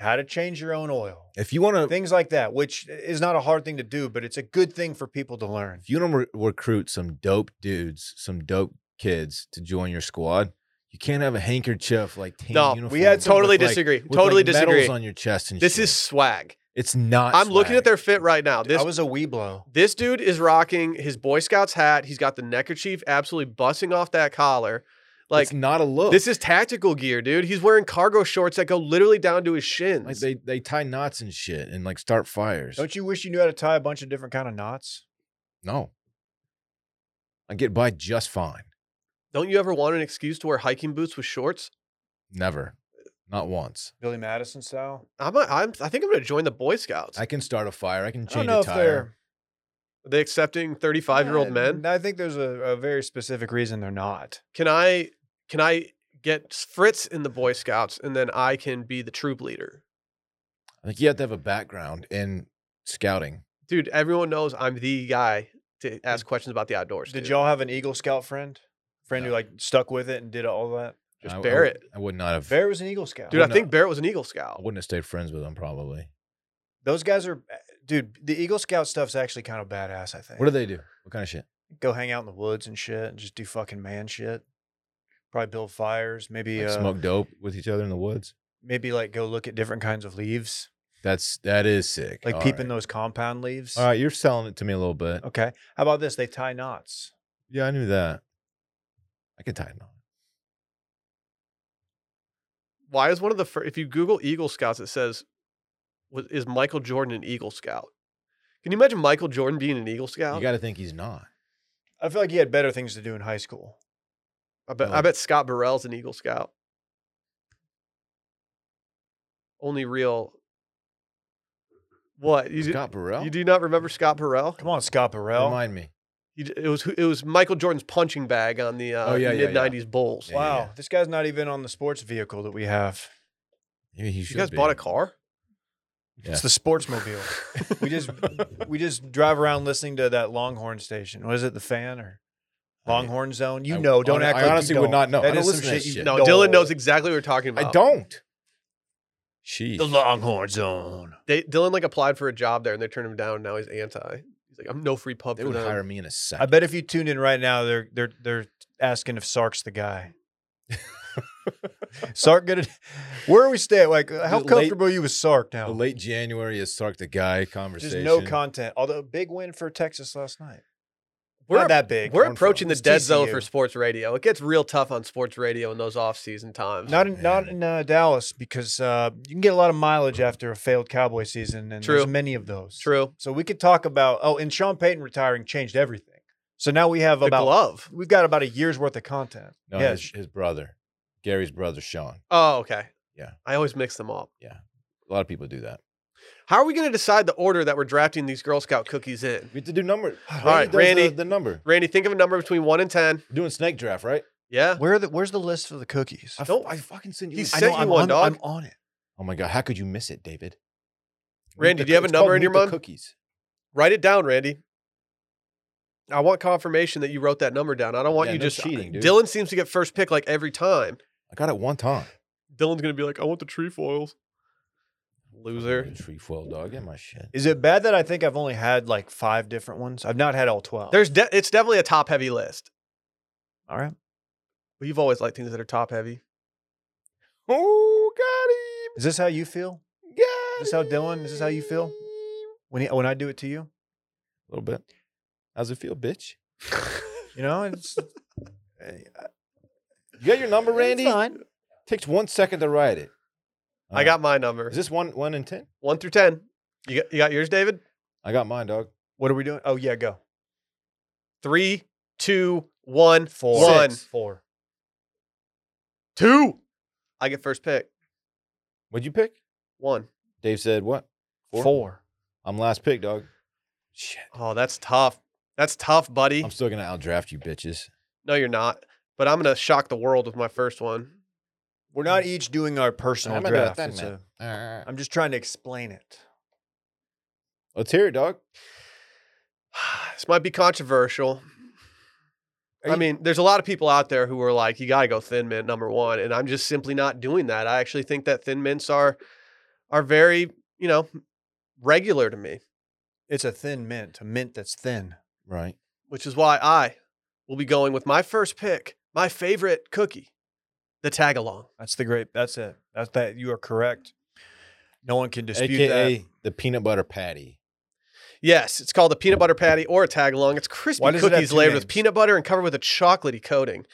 [SPEAKER 2] how to change your own oil,
[SPEAKER 3] If you want to,
[SPEAKER 2] things like that, which is not a hard thing to do, but it's a good thing for people to learn.
[SPEAKER 3] if you want to recruit some dope dudes, some dope kids to join your squad, you can't have a handkerchief like tan
[SPEAKER 1] No,
[SPEAKER 3] uniform.
[SPEAKER 2] we had
[SPEAKER 3] with,
[SPEAKER 1] totally
[SPEAKER 3] like-
[SPEAKER 1] disagree
[SPEAKER 3] with,
[SPEAKER 1] totally
[SPEAKER 3] like,
[SPEAKER 1] disagree
[SPEAKER 3] Medals on your chest and
[SPEAKER 1] this
[SPEAKER 3] shit.
[SPEAKER 1] is swag
[SPEAKER 3] it's not.
[SPEAKER 1] i'm looking at
[SPEAKER 3] swag.
[SPEAKER 1] their fit right now this
[SPEAKER 2] I was a weeblo.
[SPEAKER 1] This dude is rocking his Boy Scouts hat. He's got the neckerchief absolutely busting off that collar. Like
[SPEAKER 3] it's not a look.
[SPEAKER 1] this is tactical gear, dude. He's wearing cargo shorts that go literally down to his shins.
[SPEAKER 3] like they they tie knots and shit and like start fires.
[SPEAKER 2] Don't you wish you knew how to tie a bunch of different kind of knots?
[SPEAKER 3] no, I get by just fine.
[SPEAKER 1] Don't you ever want an excuse to wear hiking boots with shorts?
[SPEAKER 3] Never, not once.
[SPEAKER 2] Billy Madison style.
[SPEAKER 1] I'm, a, I'm I think I'm going to join the Boy Scouts.
[SPEAKER 3] I can start a fire. I can
[SPEAKER 2] I don't
[SPEAKER 3] change
[SPEAKER 2] know
[SPEAKER 3] a
[SPEAKER 2] if
[SPEAKER 3] tire.
[SPEAKER 2] they're
[SPEAKER 1] Are they accepting 35 year old
[SPEAKER 2] Yeah,
[SPEAKER 1] men?
[SPEAKER 2] I think there's a, a very specific reason they're not.
[SPEAKER 1] Can I can I get Fritz in the Boy Scouts and then I can be the troop leader?
[SPEAKER 3] I think you have to have a background in scouting.
[SPEAKER 1] Dude, everyone knows I'm the guy to ask questions about the outdoors.
[SPEAKER 2] Did
[SPEAKER 1] dude.
[SPEAKER 2] y'all have an Eagle Scout friend? Friend who
[SPEAKER 3] No.
[SPEAKER 2] like stuck with it and did all that?
[SPEAKER 1] Just
[SPEAKER 3] I- I
[SPEAKER 1] bear
[SPEAKER 3] would-
[SPEAKER 1] it.
[SPEAKER 3] I would not have.
[SPEAKER 2] Bear was an Eagle Scout.
[SPEAKER 1] Dude, I
[SPEAKER 3] no.
[SPEAKER 1] think Barrett was an Eagle
[SPEAKER 3] I
[SPEAKER 1] Scout.
[SPEAKER 3] wouldn't have stayed friends with them probably.
[SPEAKER 2] Those guys are, eh, dude. The Eagle Scout stuff's actually kind of badass. I think.
[SPEAKER 3] What do they do? What kind of shit?
[SPEAKER 2] Go hang out in the woods and shit, and just do fucking man shit. Probably build fires. Maybe
[SPEAKER 3] Like
[SPEAKER 2] uh,
[SPEAKER 3] smoke dope with each other in the woods.
[SPEAKER 2] Maybe like go look at different kinds of leaves,
[SPEAKER 3] That's that is sick.
[SPEAKER 2] like
[SPEAKER 3] All
[SPEAKER 2] peeping Oh.
[SPEAKER 3] right.
[SPEAKER 2] those compound leaves.
[SPEAKER 3] All right, you're selling it to me a little bit.
[SPEAKER 2] Okay. How about this? They tie knots.
[SPEAKER 3] Yeah, I knew that. I can tie it on.
[SPEAKER 1] Why is one of the first, if you Google Eagle Scouts, it says, was, is Michael Jordan an Eagle Scout? Can you imagine Michael Jordan being an Eagle Scout?
[SPEAKER 3] You got to think he's not.
[SPEAKER 2] I feel like he had better things to do in high school.
[SPEAKER 1] I bet, I
[SPEAKER 3] No.
[SPEAKER 1] bet Scott Burrell's an Eagle Scout. Only real. What you do,
[SPEAKER 3] Scott Burrell.
[SPEAKER 1] you do not remember Scott Burrell?
[SPEAKER 2] Come on, Scott Burrell.
[SPEAKER 3] Remind me.
[SPEAKER 1] He, d- it was who- it was Michael Jordan's punching bag on the uh,
[SPEAKER 3] Oh, yeah, yeah, yeah.
[SPEAKER 1] mid '90s Bulls.
[SPEAKER 3] Yeah, yeah,
[SPEAKER 2] wow,
[SPEAKER 3] yeah.
[SPEAKER 2] this guy's not even on the sports vehicle that we have.
[SPEAKER 3] Maybe he
[SPEAKER 1] You
[SPEAKER 3] should
[SPEAKER 1] guys
[SPEAKER 3] be.
[SPEAKER 1] bought a car?
[SPEAKER 3] Yeah.
[SPEAKER 2] It's the sportsmobile. we just we just drive around listening to that Longhorn stion. What is it, the fan or
[SPEAKER 3] I mean,
[SPEAKER 2] Longhorn Zone? You
[SPEAKER 3] I-
[SPEAKER 2] know, don't
[SPEAKER 3] hon-
[SPEAKER 2] act.
[SPEAKER 3] I
[SPEAKER 2] like you
[SPEAKER 3] honestly would
[SPEAKER 2] don't.
[SPEAKER 3] not know. I
[SPEAKER 2] That
[SPEAKER 3] don't
[SPEAKER 2] is some
[SPEAKER 3] listen to that
[SPEAKER 2] shit. you
[SPEAKER 3] shit.
[SPEAKER 1] No, Dylan knows
[SPEAKER 2] know.
[SPEAKER 1] exactly what we're talking about.
[SPEAKER 3] I don't.
[SPEAKER 2] The
[SPEAKER 3] Sheesh.
[SPEAKER 2] Longhorn Zone.
[SPEAKER 1] They, Dylan like applied for a job there and they turned him down. And now he's anti. He's like, I'm no free pub
[SPEAKER 3] They
[SPEAKER 1] for
[SPEAKER 3] would
[SPEAKER 1] them.
[SPEAKER 3] hire me in a second.
[SPEAKER 2] I bet if you tuned in right now, they're they're they're asking if Sark's the guy. Sark, good. At, where are we staying? Like, uh, how
[SPEAKER 3] The late-
[SPEAKER 2] comfortable are you with Sark
[SPEAKER 3] A
[SPEAKER 2] now?
[SPEAKER 3] late January is Sark the guy
[SPEAKER 2] Just
[SPEAKER 3] conversation.
[SPEAKER 2] no content. Although big win for Texas last night.
[SPEAKER 1] We're-
[SPEAKER 2] Not that big.
[SPEAKER 1] We're
[SPEAKER 2] Cornfield.
[SPEAKER 1] approaching the
[SPEAKER 2] It's
[SPEAKER 1] dead zone
[SPEAKER 2] TCU.
[SPEAKER 1] for sports radio. It gets real tough on sports radio in those off season times.
[SPEAKER 2] Not in, not
[SPEAKER 3] Man.
[SPEAKER 2] in uh, Dallas because uh, you can get a lot of mileage after a failed Cowboy season, and
[SPEAKER 1] True.
[SPEAKER 2] there's many of those.
[SPEAKER 1] True.
[SPEAKER 2] So we could talk about oh, and Sean Payton retiring changed everything. So now we have
[SPEAKER 1] The
[SPEAKER 2] about
[SPEAKER 1] glove.
[SPEAKER 2] we've got about a year's worth of content.
[SPEAKER 3] No,
[SPEAKER 2] yeah,
[SPEAKER 3] his, his brother, Gary's brother, Sean.
[SPEAKER 1] Oh, okay.
[SPEAKER 3] Yeah.
[SPEAKER 1] I always mix them up.
[SPEAKER 3] A lot of people do that.
[SPEAKER 1] How are we going to decide the order that we're drafting these Girl Scout cookies in?
[SPEAKER 3] We have to do number.
[SPEAKER 2] All
[SPEAKER 1] right,
[SPEAKER 3] does the-
[SPEAKER 1] Randy.
[SPEAKER 3] The, number.
[SPEAKER 1] Randy, think of a number between one and ten.
[SPEAKER 3] We're doing snake draft, right?
[SPEAKER 1] Yeah.
[SPEAKER 2] where are the where's the list for the cookies?
[SPEAKER 3] I f-
[SPEAKER 1] Don't-
[SPEAKER 3] I fucking sent you.
[SPEAKER 1] he
[SPEAKER 3] a-
[SPEAKER 1] sent you
[SPEAKER 2] I'm
[SPEAKER 1] one,
[SPEAKER 2] on,
[SPEAKER 1] dog.
[SPEAKER 2] I'm on it.
[SPEAKER 3] oh my god, how could you miss it, David? Meet
[SPEAKER 1] Randy,
[SPEAKER 3] the
[SPEAKER 1] do you have
[SPEAKER 3] coo-
[SPEAKER 1] a
[SPEAKER 3] it's called
[SPEAKER 1] number in
[SPEAKER 3] Meet
[SPEAKER 1] your
[SPEAKER 3] the
[SPEAKER 1] mind?
[SPEAKER 3] Cookies.
[SPEAKER 1] Write it down, Randy. I want confirmation that you wrote that number down. I don't want
[SPEAKER 3] Yeah,
[SPEAKER 1] you
[SPEAKER 3] no
[SPEAKER 1] just uh,
[SPEAKER 3] cheating, dude.
[SPEAKER 1] Dylan seems to get first pick like every time.
[SPEAKER 3] I got it one time.
[SPEAKER 1] Dylan's gonna be like, I want the trefoils. Loser.
[SPEAKER 3] Trefoil dog in my shit.
[SPEAKER 2] Is it bad that I think I've only had like five different ones? I've not had all twelve.
[SPEAKER 1] There's de- it's definitely a top heavy list.
[SPEAKER 2] all right.
[SPEAKER 1] We've always liked things that are top heavy.
[SPEAKER 3] Oh, got
[SPEAKER 2] Is this how you feel
[SPEAKER 3] him. Got
[SPEAKER 2] Is this how Dylan- is this how you feel?
[SPEAKER 3] him.
[SPEAKER 2] when he, when I do it to you?
[SPEAKER 3] A little bit. How's it feel, bitch?
[SPEAKER 2] You know, it's eh,
[SPEAKER 3] You got your number, Randy?
[SPEAKER 2] It's fine.
[SPEAKER 3] Takes one second to write it.
[SPEAKER 1] I
[SPEAKER 3] Alright.
[SPEAKER 1] got my number.
[SPEAKER 3] Is this one one in ten?
[SPEAKER 1] One through ten. You got, you got yours, David?
[SPEAKER 3] I got mine, dog.
[SPEAKER 2] What are we doing? Oh yeah, go.
[SPEAKER 1] Three, two, one,
[SPEAKER 2] Four.
[SPEAKER 1] One.
[SPEAKER 2] Six. Four.
[SPEAKER 1] two. I get first pick.
[SPEAKER 3] What'd you pick?
[SPEAKER 1] One.
[SPEAKER 3] Dave said what? Four?
[SPEAKER 2] Four.
[SPEAKER 3] I'm last pick, dog. Shit.
[SPEAKER 1] Oh, that's tough. That's tough, buddy.
[SPEAKER 3] I'm still gonna outdraft you bitches.
[SPEAKER 1] No, you're not. But I'm gonna shock the world with my first one.
[SPEAKER 2] We're not each doing our personal
[SPEAKER 3] I'm gonna do
[SPEAKER 2] draft.
[SPEAKER 3] that,
[SPEAKER 2] It's
[SPEAKER 3] man.
[SPEAKER 2] a-
[SPEAKER 3] Alright.
[SPEAKER 2] I'm just trying to explain it.
[SPEAKER 3] Let's hear it, dog.
[SPEAKER 1] This might be controversial.
[SPEAKER 2] Are
[SPEAKER 1] I
[SPEAKER 2] you-
[SPEAKER 1] mean, there's a lot of people out there who are like, you got to go thin mint number one, and I'm just simply not doing that. I actually think that thin mints are are very, you know, regular to me,
[SPEAKER 2] It's a thin mint, a mint that's thin.
[SPEAKER 3] Right.
[SPEAKER 1] which is why I will be going with my first pick, my favorite cookie, the tagalong.
[SPEAKER 2] That's the great. That's it. That's that. You are correct. No one can dispute
[SPEAKER 3] AKA
[SPEAKER 2] that.
[SPEAKER 3] the peanut butter patty.
[SPEAKER 1] Yes, it's called a peanut butter patty or a tagalong. It's crispy
[SPEAKER 2] Why does it have
[SPEAKER 1] cookies
[SPEAKER 2] two
[SPEAKER 1] layered with
[SPEAKER 2] names?
[SPEAKER 1] peanut butter and covered with a chocolatey coating.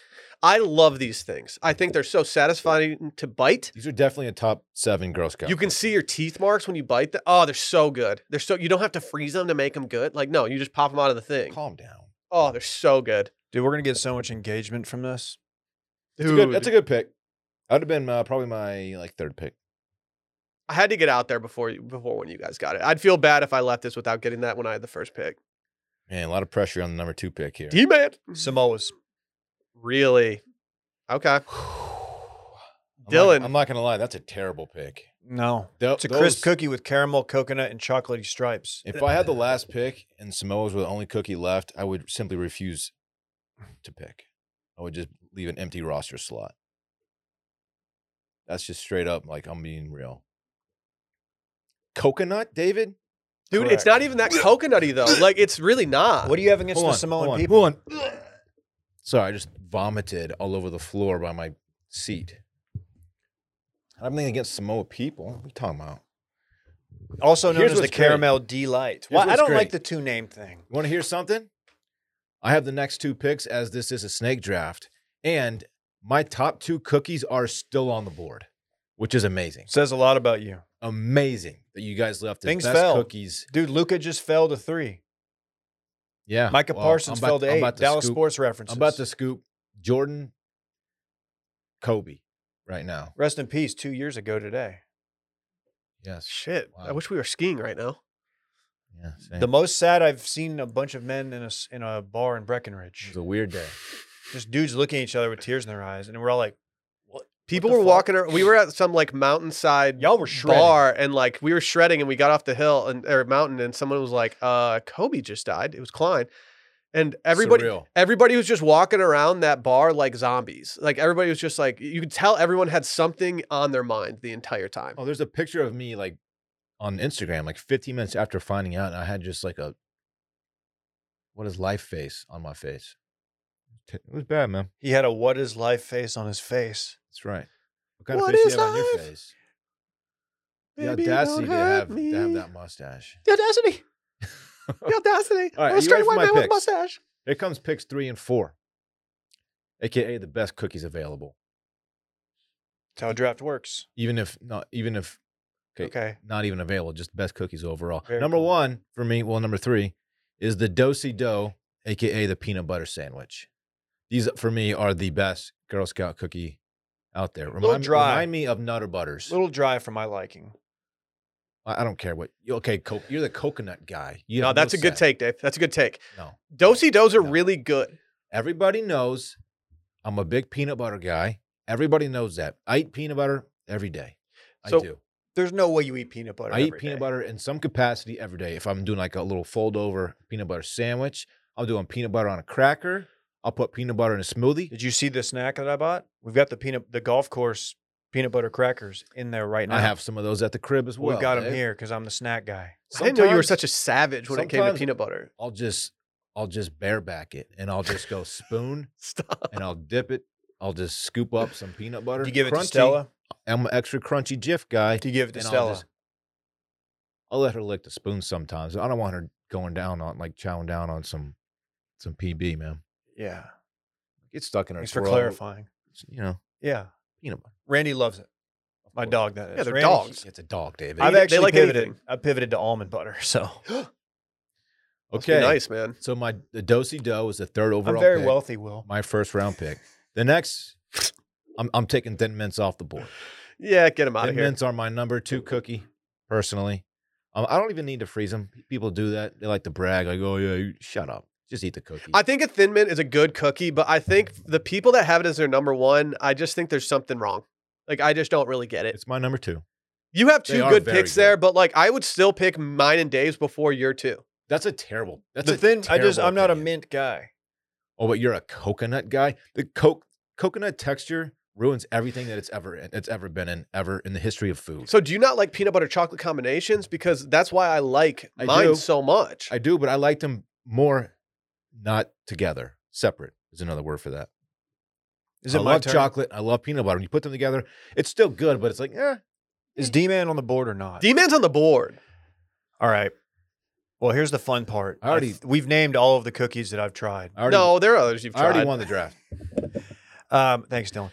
[SPEAKER 1] I love these things. I think they're so satisfying to bite.
[SPEAKER 3] These are definitely a top seven Girl Scout.
[SPEAKER 1] You can see your teeth marks when you bite them. Oh, they're so good. They're so you don't have to freeze them to make them good. Like no, you just pop them out of the thing.
[SPEAKER 3] calm down.
[SPEAKER 1] Oh, they're so good.
[SPEAKER 2] Dude, we're gonna get so much engagement from this.
[SPEAKER 3] That's a, good, that's a good pick. That would have been uh, probably my like third pick.
[SPEAKER 1] I had to get out there before you, before when you guys got it. I'd feel bad if I left this without getting that when I had the first pick.
[SPEAKER 3] Man, a lot of pressure on the number two pick here.
[SPEAKER 1] D man,
[SPEAKER 2] Samoa's.
[SPEAKER 1] really? Okay,
[SPEAKER 3] I'm not-
[SPEAKER 1] Dylan.
[SPEAKER 3] I'm not gonna lie, that's a terrible pick.
[SPEAKER 2] No,
[SPEAKER 3] Tho-
[SPEAKER 2] it's a crisp
[SPEAKER 3] those-
[SPEAKER 2] cookie with caramel, coconut, and chocolatey stripes.
[SPEAKER 3] If I had the last pick and Samoa's were the only cookie left, I would simply refuse to pick. I would just leave an empty roster slot. That's just straight up like I'm being real. Coconut, David?
[SPEAKER 1] dude, it's not
[SPEAKER 2] Correct.
[SPEAKER 1] even that coconutty though. Like it's really not.
[SPEAKER 2] what are you have against
[SPEAKER 3] Hold
[SPEAKER 2] the
[SPEAKER 3] on,
[SPEAKER 2] Samoan
[SPEAKER 3] hold on,
[SPEAKER 2] people?
[SPEAKER 3] hold on. Sorry, I just vomited all over the floor by my seat. I have nothing against Samoa people. What are you talking about?
[SPEAKER 2] Also known
[SPEAKER 3] Here's
[SPEAKER 2] as the
[SPEAKER 3] what's great.
[SPEAKER 2] Caramel Delight.
[SPEAKER 3] Here's
[SPEAKER 2] Well, I
[SPEAKER 3] what's
[SPEAKER 2] don't
[SPEAKER 3] great.
[SPEAKER 2] like the two name thing.
[SPEAKER 3] You want to hear something? I have the next two picks as this is a snake draft, and my top two cookies are still on the board, which is amazing.
[SPEAKER 2] Says a lot about you.
[SPEAKER 3] Amazing that you guys left the
[SPEAKER 2] Things
[SPEAKER 3] best
[SPEAKER 2] fell.
[SPEAKER 3] cookies.
[SPEAKER 2] Dude, Luca just fell to three.
[SPEAKER 3] Yeah,
[SPEAKER 2] Micah
[SPEAKER 3] well,
[SPEAKER 2] Parsons
[SPEAKER 3] I'm about-
[SPEAKER 2] fell to
[SPEAKER 3] I'm
[SPEAKER 2] eight.
[SPEAKER 3] about
[SPEAKER 2] Dallas
[SPEAKER 3] scoop,
[SPEAKER 2] sports references.
[SPEAKER 3] I'm about to scoop Jordan, Kobe, right now.
[SPEAKER 2] rest in peace two years ago today.
[SPEAKER 3] Yes.
[SPEAKER 1] Shit. I
[SPEAKER 3] Wow.
[SPEAKER 1] wish we were skiing right now.
[SPEAKER 3] Yeah. Same.
[SPEAKER 2] The most sad I've seen a bunch of men in a s- in a bar in Breckenridge.
[SPEAKER 3] it was a weird day.
[SPEAKER 2] Just dudes looking at each other with tears in their eyes, and we're all like,
[SPEAKER 1] People
[SPEAKER 2] the
[SPEAKER 1] were
[SPEAKER 2] fuck?
[SPEAKER 1] walking around. We were at some like mountainside
[SPEAKER 2] "Y'all were shredding."
[SPEAKER 1] bar and like we were shredding and we got off the hill and or mountain and someone was like, uh, Kobe just died. It was Klein. And everybody
[SPEAKER 3] Surreal.
[SPEAKER 1] everybody was just walking around that bar like zombies. Like everybody was just like you could tell everyone had something on their mind the entire time.
[SPEAKER 3] Oh, there's a picture of me like on Instagram, like 15 minutes after finding out, and I had just like a what is life face on my face. It was bad, man.
[SPEAKER 2] He had a "What is life?" face on his face.
[SPEAKER 3] That's right. What kind
[SPEAKER 1] What
[SPEAKER 3] of face do
[SPEAKER 1] is
[SPEAKER 3] you have on your
[SPEAKER 1] life?
[SPEAKER 3] face? The
[SPEAKER 1] Baby,
[SPEAKER 3] audacity
[SPEAKER 1] don't
[SPEAKER 3] to
[SPEAKER 1] hurt
[SPEAKER 3] have, to have
[SPEAKER 1] me.
[SPEAKER 3] that mustache.
[SPEAKER 1] The audacity. the audacity.
[SPEAKER 3] All right,
[SPEAKER 1] I'm
[SPEAKER 3] are
[SPEAKER 1] a
[SPEAKER 3] you ready
[SPEAKER 1] straight
[SPEAKER 3] for
[SPEAKER 1] white
[SPEAKER 3] my
[SPEAKER 1] man with a
[SPEAKER 3] picks?
[SPEAKER 1] mustache.
[SPEAKER 3] Here comes picks three and four, aka the best cookies available.
[SPEAKER 2] That's how a draft works.
[SPEAKER 3] Even if not, even if
[SPEAKER 2] Okay.
[SPEAKER 3] Mm-hmm. Okay. not even available, just best cookies overall.
[SPEAKER 2] Very
[SPEAKER 3] number
[SPEAKER 2] cool.
[SPEAKER 3] one for me, well, number three is the Dosi Dough, aka the peanut butter sandwich. These uh, for me are the best Girl Scout cookie out there.
[SPEAKER 2] Little
[SPEAKER 3] Remind,
[SPEAKER 2] dry.
[SPEAKER 3] remind me of Nutter Butters.
[SPEAKER 2] little dry for my liking.
[SPEAKER 3] I I don't care what. you- Okay, co- you're the coconut guy. You
[SPEAKER 1] No,
[SPEAKER 3] have no
[SPEAKER 1] that's a good
[SPEAKER 3] say.
[SPEAKER 1] take, Dave. That's a good take.
[SPEAKER 3] No,
[SPEAKER 1] Dosey does are
[SPEAKER 3] No.
[SPEAKER 1] really good.
[SPEAKER 3] everybody knows I'm a big peanut butter guy. Everybody knows that. I eat peanut butter every day. I
[SPEAKER 1] So,
[SPEAKER 3] do.
[SPEAKER 2] There's no way you eat peanut butter.
[SPEAKER 3] I eat
[SPEAKER 2] every
[SPEAKER 3] peanut
[SPEAKER 2] day.
[SPEAKER 3] butter in some capacity every day. If I'm doing like a little fold over peanut butter sandwich, I'm doing peanut butter on a cracker. I'll put peanut butter in a smoothie.
[SPEAKER 2] Did you see the snack that I bought? We've got the peanut, the golf course peanut butter crackers in there right
[SPEAKER 3] And
[SPEAKER 2] now.
[SPEAKER 3] I have some of those at the crib as
[SPEAKER 2] We've
[SPEAKER 3] well. eh?
[SPEAKER 2] got them
[SPEAKER 3] Dave.
[SPEAKER 2] here because I'm the snack guy.
[SPEAKER 1] I didn't know you were
[SPEAKER 3] Sometimes
[SPEAKER 1] such a savage when it came to
[SPEAKER 3] sometimes-
[SPEAKER 1] peanut butter.
[SPEAKER 3] I'll just I'll just bareback it and I'll just go spoon
[SPEAKER 1] Stop.
[SPEAKER 3] and I'll dip it. I'll just scoop up some peanut butter.
[SPEAKER 2] Do you give it
[SPEAKER 3] crunchy.
[SPEAKER 2] to Stella?
[SPEAKER 3] I'm an extra crunchy Jif guy.
[SPEAKER 2] Do you give it to
[SPEAKER 3] and I'll
[SPEAKER 2] Stella?
[SPEAKER 3] just- I'll let her lick the spoon sometimes. I don't want her going down on like chowing down on some some PB, man.
[SPEAKER 2] yeah.
[SPEAKER 3] It's stuck in her
[SPEAKER 2] Thanks for
[SPEAKER 3] throat.
[SPEAKER 2] clarifying.
[SPEAKER 3] It's, You know,
[SPEAKER 2] Yeah.
[SPEAKER 3] peanut butter.
[SPEAKER 2] Randy loves it. My
[SPEAKER 3] course.
[SPEAKER 2] dog, that is.
[SPEAKER 1] Yeah, they're
[SPEAKER 2] Randy-
[SPEAKER 1] dogs.
[SPEAKER 3] It's a dog, David.
[SPEAKER 1] I-
[SPEAKER 2] I've
[SPEAKER 1] They- they
[SPEAKER 2] actually
[SPEAKER 1] like
[SPEAKER 2] pivoted.
[SPEAKER 1] anything.
[SPEAKER 2] I pivoted to almond butter. So
[SPEAKER 1] Must be
[SPEAKER 3] okay.
[SPEAKER 1] Nice, man.
[SPEAKER 3] So my the Dosey Doe is the third overall.
[SPEAKER 2] I'm very
[SPEAKER 3] pick,
[SPEAKER 2] wealthy, Will.
[SPEAKER 3] My first round pick. The next, I'm I'm taking Thin Mints off the board.
[SPEAKER 1] Yeah, get him out of
[SPEAKER 3] Thin
[SPEAKER 1] here.
[SPEAKER 3] Mints are my number two cookie, personally. Um, I don't even need to freeze them. People do that. They like to brag. Like, oh yeah, you, shut up. Just eat the cookie.
[SPEAKER 1] I think a thin mint is a good cookie, but I think the people that have it as their number one, I just think there's something wrong. Like I just don't really get it.
[SPEAKER 3] it's my number two.
[SPEAKER 1] You have
[SPEAKER 3] They
[SPEAKER 1] two
[SPEAKER 3] are
[SPEAKER 1] good
[SPEAKER 3] very
[SPEAKER 1] picks
[SPEAKER 3] good.
[SPEAKER 1] there, but like I would still pick mine and Dave's before your two.
[SPEAKER 3] That's a terrible. That's
[SPEAKER 2] the
[SPEAKER 3] a
[SPEAKER 2] thin, I just,
[SPEAKER 3] terrible
[SPEAKER 2] I'm not a
[SPEAKER 3] opinion.
[SPEAKER 2] mint guy.
[SPEAKER 3] Oh, but you're a coconut guy. The coke coconut texture ruins everything that it's ever in, it's ever been in ever in the history of food.
[SPEAKER 1] So do you not like peanut butter chocolate combinations? Because that's why I like
[SPEAKER 3] I
[SPEAKER 1] mine
[SPEAKER 3] do.
[SPEAKER 1] so much.
[SPEAKER 3] I do, but I liked them more not together. Separate is another word for that.
[SPEAKER 2] Is it
[SPEAKER 3] I
[SPEAKER 2] my
[SPEAKER 3] love
[SPEAKER 2] turn?
[SPEAKER 3] chocolate. I love peanut butter. When you put them together, it's still good, but it's like, eh.
[SPEAKER 2] Is D Man on the board or not?
[SPEAKER 1] D-Man's on the board.
[SPEAKER 2] All right. Well, here's the fun part.
[SPEAKER 3] I already-
[SPEAKER 2] th- we've named all of the cookies that I've tried.
[SPEAKER 3] I already,
[SPEAKER 1] no, there are others you've
[SPEAKER 3] I already
[SPEAKER 1] tried.
[SPEAKER 3] won the draft.
[SPEAKER 2] Um, thanks, Dylan.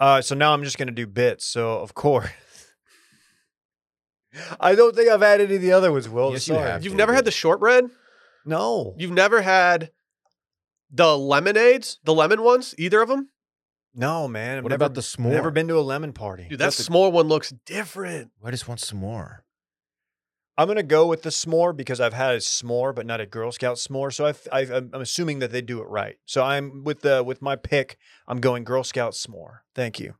[SPEAKER 2] Uh, so now I'm just gonna do bits. So of course, I don't think I've had any of the other ones. Will,
[SPEAKER 3] Yes, you
[SPEAKER 2] sorry.
[SPEAKER 3] have.
[SPEAKER 1] You've never had the shortbread?
[SPEAKER 2] No,
[SPEAKER 1] You've never had the lemonades, the lemon ones, either of them?
[SPEAKER 2] no, man. I've
[SPEAKER 3] what
[SPEAKER 2] never,
[SPEAKER 3] about the s'more?
[SPEAKER 2] Never been to a lemon party.
[SPEAKER 1] Dude, that
[SPEAKER 2] That's a-
[SPEAKER 1] s'more one looks different.
[SPEAKER 3] I just want s'more.
[SPEAKER 2] I'm gonna go with the s'more because I've had a s'more, but not a Girl Scout s'more. So I've, I've, I'm I'm assuming that they do it right. So I'm with the with my pick. I'm going Girl Scout s'more. Thank you.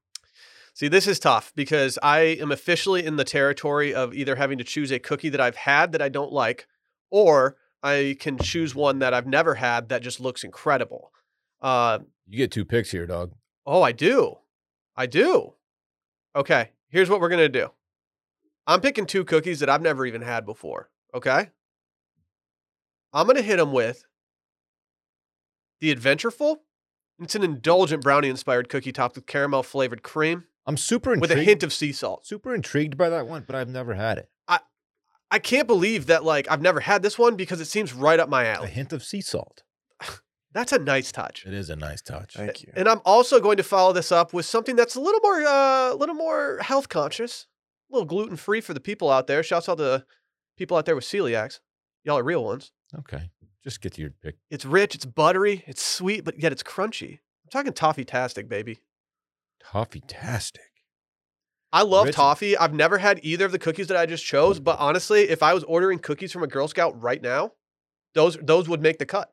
[SPEAKER 1] See, this is tough because I am officially in the territory of either having to choose a cookie that I've had that I don't like, or I can choose one that I've never had that just looks incredible. Uh,
[SPEAKER 3] You get two picks here, dog.
[SPEAKER 1] oh, I do. I do. Okay, here's what we're going to do I'm picking two cookies that I've never even had before. Okay. I'm going to hit them with The Adventureful. It's an indulgent brownie inspired cookie topped with caramel flavored cream
[SPEAKER 3] I'm super
[SPEAKER 1] with
[SPEAKER 3] intrigued,
[SPEAKER 1] a hint of sea salt.
[SPEAKER 3] super intrigued by that one, but I've never had it.
[SPEAKER 1] I can't believe that like I've never had this one because it seems right up my
[SPEAKER 3] A
[SPEAKER 1] alley.
[SPEAKER 3] hint of sea salt.
[SPEAKER 1] That's a nice touch.
[SPEAKER 3] It is a nice touch.
[SPEAKER 2] Thank you.
[SPEAKER 1] And I'm also going to follow this up with something that's a little more uh, a little more health conscious, a little gluten free for the people out there. Shouts out to people out there with celiacs. Y'all are real ones.
[SPEAKER 3] Okay, just get to your pick.
[SPEAKER 1] It's rich, it's buttery, it's sweet, but yet it's crunchy. I'm talking toffee tastic, baby.
[SPEAKER 3] Toffee tastic.
[SPEAKER 1] I love
[SPEAKER 3] Rich-
[SPEAKER 1] toffee. I've never had either of the cookies that I just chose, but honestly, if I was ordering cookies from a Girl Scout right now, those those would make the cut.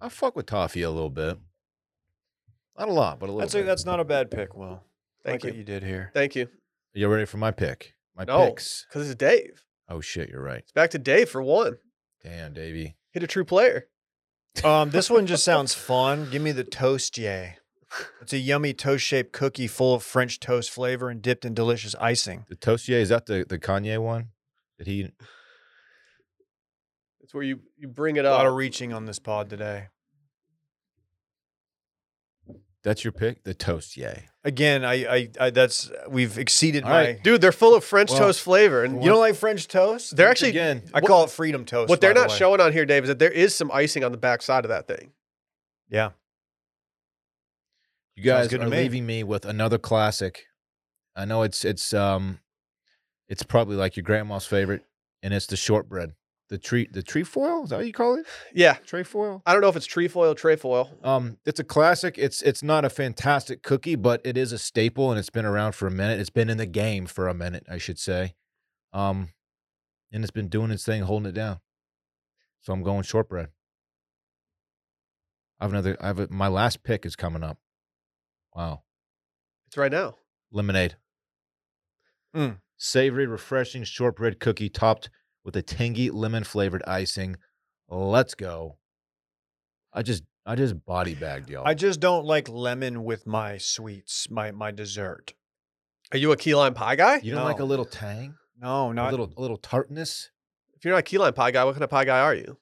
[SPEAKER 3] I fuck with toffee a little bit. Not a lot, but a little.
[SPEAKER 2] That's
[SPEAKER 3] bit.
[SPEAKER 2] a, that's not a bad pick. Will.
[SPEAKER 1] Thank
[SPEAKER 2] like what
[SPEAKER 1] you.
[SPEAKER 2] you did here.
[SPEAKER 1] Thank you.
[SPEAKER 3] Are you ready for my pick? My
[SPEAKER 1] No.
[SPEAKER 3] picks.
[SPEAKER 1] Because it's Dave.
[SPEAKER 3] Oh shit, you're right.
[SPEAKER 1] It's back to Dave for one.
[SPEAKER 3] Damn, Davey.
[SPEAKER 1] Hit a true player.
[SPEAKER 2] Um, this one just sounds fun. Give me the toast, yay. It's a yummy toast shaped cookie full of French toast flavor and dipped in delicious icing.
[SPEAKER 3] The Toastier is that the the Kanye one? Did he?
[SPEAKER 1] It's where you, you bring it
[SPEAKER 2] A lot
[SPEAKER 1] up.
[SPEAKER 2] of reaching on this pod today.
[SPEAKER 3] That's your pick. The Toastier.
[SPEAKER 2] Again, I, I, I that's we've exceeded
[SPEAKER 3] All
[SPEAKER 2] my.
[SPEAKER 3] right,
[SPEAKER 1] Dude, they're full of French
[SPEAKER 2] Well,
[SPEAKER 1] toast flavor. And
[SPEAKER 2] You don't like French toast?
[SPEAKER 1] they're actually,
[SPEAKER 3] Again,
[SPEAKER 2] I call it freedom toast.
[SPEAKER 1] what they're
[SPEAKER 2] by the
[SPEAKER 1] not
[SPEAKER 2] way.
[SPEAKER 1] showing on here, Dave, is that there is some icing on the back side of that thing.
[SPEAKER 2] Yeah,
[SPEAKER 3] you
[SPEAKER 2] Sounds
[SPEAKER 3] guys
[SPEAKER 2] good to
[SPEAKER 3] are
[SPEAKER 2] me.
[SPEAKER 3] leaving me with another classic. I know it's it's um, it's probably like your grandma's favorite, and it's the shortbread. The tree the trefoil is that what you call it?
[SPEAKER 1] Yeah.
[SPEAKER 3] Trefoil.
[SPEAKER 1] I don't know if it's trefoil, trefoil.
[SPEAKER 3] Um, it's a classic. It's it's not a fantastic cookie, but it is a staple, and it's been around for a minute. It's been in the game for a minute, I should say. Um, and it's been doing its thing, holding it down. So I'm going shortbread. I have another. I have a, my last pick is coming up. Wow,
[SPEAKER 1] It's right now.
[SPEAKER 3] lemonade.
[SPEAKER 2] Mm.
[SPEAKER 3] Savory, refreshing shortbread cookie topped with a tangy lemon flavored icing. Let's go. I just I just body bagged y'all.
[SPEAKER 2] I just don't like lemon with my sweets, my my dessert.
[SPEAKER 1] Are you a key lime pie guy?
[SPEAKER 3] You don't like
[SPEAKER 2] No.
[SPEAKER 3] a little tang,
[SPEAKER 2] No,
[SPEAKER 3] a
[SPEAKER 2] not
[SPEAKER 3] little a little tartness.
[SPEAKER 1] If you're not a key lime pie guy, what kind of pie guy are you?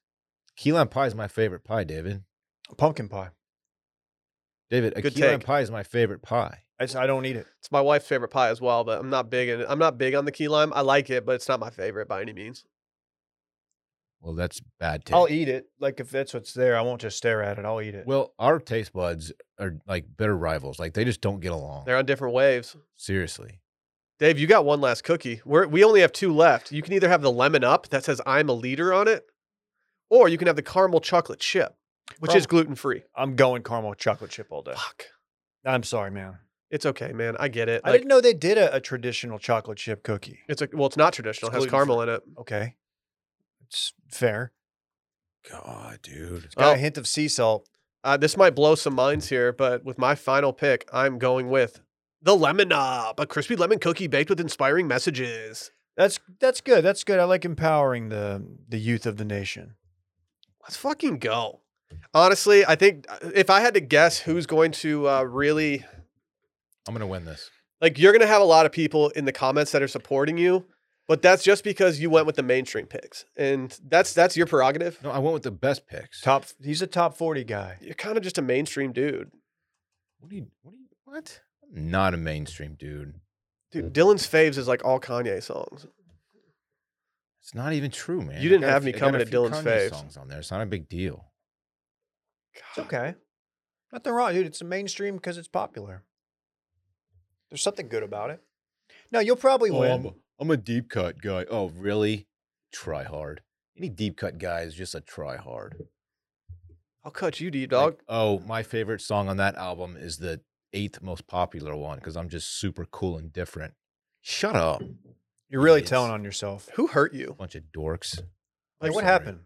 [SPEAKER 3] Key lime pie is my favorite pie, David.
[SPEAKER 2] pumpkin pie.
[SPEAKER 3] David, a
[SPEAKER 1] Good
[SPEAKER 3] key lime
[SPEAKER 1] take.
[SPEAKER 3] pie is my favorite pie.
[SPEAKER 2] I, just- I don't eat it.
[SPEAKER 1] It's my wife's favorite pie as well, but I'm not big in I'm not big on the key lime. I like it, but it's not my favorite by any means.
[SPEAKER 3] Well, that's bad taste.
[SPEAKER 2] I'll eat it. Like if that's what's there, I won't just stare at it. I'll eat it.
[SPEAKER 3] Well, our taste buds are like bitter rivals. Like they just don't get along.
[SPEAKER 1] They're on different waves.
[SPEAKER 3] Seriously.
[SPEAKER 1] Dave, you got one last cookie. We're, we only have two left. You can either have the lemon up that says I'm a leader on it, or you can have the caramel chocolate chip, which is
[SPEAKER 2] Prob-
[SPEAKER 1] gluten free.
[SPEAKER 2] I'm going caramel chocolate chip all day.
[SPEAKER 1] Fuck.
[SPEAKER 2] I'm sorry, man.
[SPEAKER 1] It's okay, man. I get it.
[SPEAKER 2] I
[SPEAKER 1] Like,
[SPEAKER 2] didn't know they did a, a traditional chocolate chip cookie.
[SPEAKER 1] it's a, well, it's not traditional.
[SPEAKER 2] It's
[SPEAKER 1] it has caramel in it.
[SPEAKER 2] Okay. It's fair.
[SPEAKER 3] God, dude.
[SPEAKER 2] Got a
[SPEAKER 1] Oh.
[SPEAKER 2] hint of sea salt.
[SPEAKER 1] Uh, this might blow some minds here, but with my final pick, I'm going with the lemon up, a crispy lemon cookie baked with inspiring messages.
[SPEAKER 2] That's that's good. That's good. I like empowering the the youth of the nation.
[SPEAKER 1] Let's fucking go. Honestly, I think uh, if I had to guess who's going to uh, really
[SPEAKER 3] I'm gonna win this.
[SPEAKER 1] like you're gonna have a lot of people in the comments that are supporting you, but that's just because you went with the mainstream picks, and that's that's your prerogative.
[SPEAKER 3] No, I went with the best picks.
[SPEAKER 2] Top he's a top 40 guy.
[SPEAKER 1] You're kind of just a mainstream dude,
[SPEAKER 3] What do you what do you what? I'm not a mainstream dude.
[SPEAKER 1] dude. Dylan's faves is like all Kanye songs.
[SPEAKER 3] It's not even true, man.
[SPEAKER 1] You
[SPEAKER 3] I
[SPEAKER 1] didn't
[SPEAKER 3] got a
[SPEAKER 1] have me
[SPEAKER 3] few- I got
[SPEAKER 1] coming
[SPEAKER 3] a
[SPEAKER 1] to
[SPEAKER 3] few
[SPEAKER 1] Dylan's
[SPEAKER 3] Kanye
[SPEAKER 1] faves.
[SPEAKER 3] songs on there. It's not a big deal.
[SPEAKER 2] It's okay. Nothing wrong, dude. It's a mainstream because it's popular. There's something good about it. No, you'll probably
[SPEAKER 3] Oh, I'm,
[SPEAKER 2] win.
[SPEAKER 3] a, I'm a deep cut guy. Oh, really? Try hard. Any deep cut guy is just a try hard.
[SPEAKER 1] I'll cut you deep,
[SPEAKER 3] Like,
[SPEAKER 1] dog.
[SPEAKER 3] oh, my favorite song on that album is the eighth most popular one because I'm just super cool and different. Shut up,
[SPEAKER 2] You're really
[SPEAKER 3] Idiots.
[SPEAKER 2] telling on yourself.
[SPEAKER 1] Who hurt you?
[SPEAKER 3] bunch of dorks.
[SPEAKER 2] Like,
[SPEAKER 3] I'm
[SPEAKER 2] what
[SPEAKER 3] sorry.
[SPEAKER 2] happened?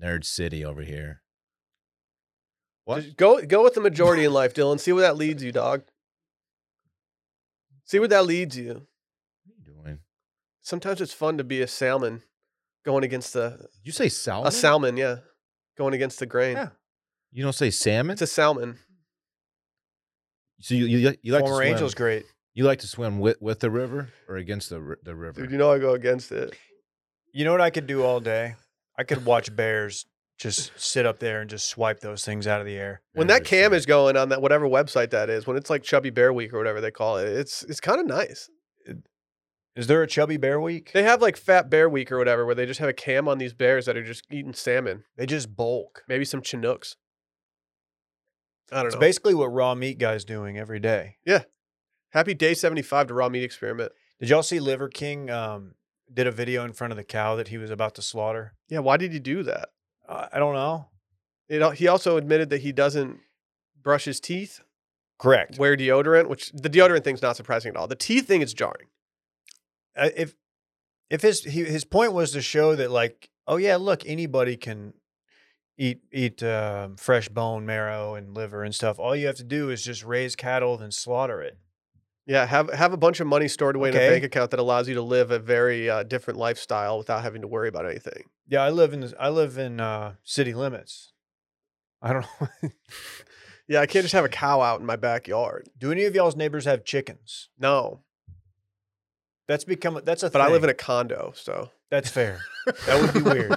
[SPEAKER 3] Nerd City over here. What?
[SPEAKER 1] Just go go with the majority in life, Dylan. See where that leads you, dog. See where that leads you.
[SPEAKER 3] What are you doing?
[SPEAKER 1] Sometimes it's fun to be a salmon going against the
[SPEAKER 3] You say salmon?
[SPEAKER 1] a salmon, yeah, going against the grain.
[SPEAKER 2] Yeah.
[SPEAKER 3] You don't say salmon?
[SPEAKER 1] It's a salmon.
[SPEAKER 3] so you, you, you like to
[SPEAKER 2] Former
[SPEAKER 3] swim.
[SPEAKER 2] Angel's great.
[SPEAKER 3] You like to swim with, with the river or against the ri- the river?
[SPEAKER 1] Dude, you know I go against it.
[SPEAKER 2] You know what I could do all day? I could watch bears just sit up there and just swipe those things out of the air.
[SPEAKER 1] When that cam is going on that whatever website that is, when it's like Chubby Bear Week or whatever they call it, it's it's kind of nice.
[SPEAKER 2] Is there a chubby bear week?
[SPEAKER 1] They have like Fat Bear Week or whatever, where they just have a cam on these bears that are just eating salmon,
[SPEAKER 2] They just bulk.
[SPEAKER 1] maybe some Chinooks. I don't
[SPEAKER 2] It's
[SPEAKER 1] know.
[SPEAKER 2] basically what raw meat guys doing every day.
[SPEAKER 1] Happy day seventy five to raw meat experiment.
[SPEAKER 2] Did y'all see Liver King um, did a video in front of the cow that he was about to slaughter?
[SPEAKER 1] Yeah, why did he do that?
[SPEAKER 2] Uh, I don't know.
[SPEAKER 1] It, al- he also admitted that he doesn't brush his teeth,
[SPEAKER 2] Correct.
[SPEAKER 1] wear deodorant, which the deodorant thing's not surprising at all. The teeth thing is jarring.
[SPEAKER 2] Uh, if if his he, his point was to show that like, oh yeah, look, anybody can eat eat um fresh bone marrow and liver and stuff. All you have to do is just raise cattle then slaughter it.
[SPEAKER 1] Yeah, have have a bunch of money stored away in
[SPEAKER 2] Okay.
[SPEAKER 1] a bank account that allows you to live a very uh, different lifestyle without having to worry about anything.
[SPEAKER 2] Yeah, I live in this, I live in uh, city limits. I don't know.
[SPEAKER 1] Yeah, I can't just have a cow out in my backyard.
[SPEAKER 2] do any of y'all's neighbors have chickens?
[SPEAKER 1] No,
[SPEAKER 2] That's become that's a.
[SPEAKER 1] but I live in
[SPEAKER 2] thing.
[SPEAKER 1] a condo, so
[SPEAKER 2] That's fair. That would be weird.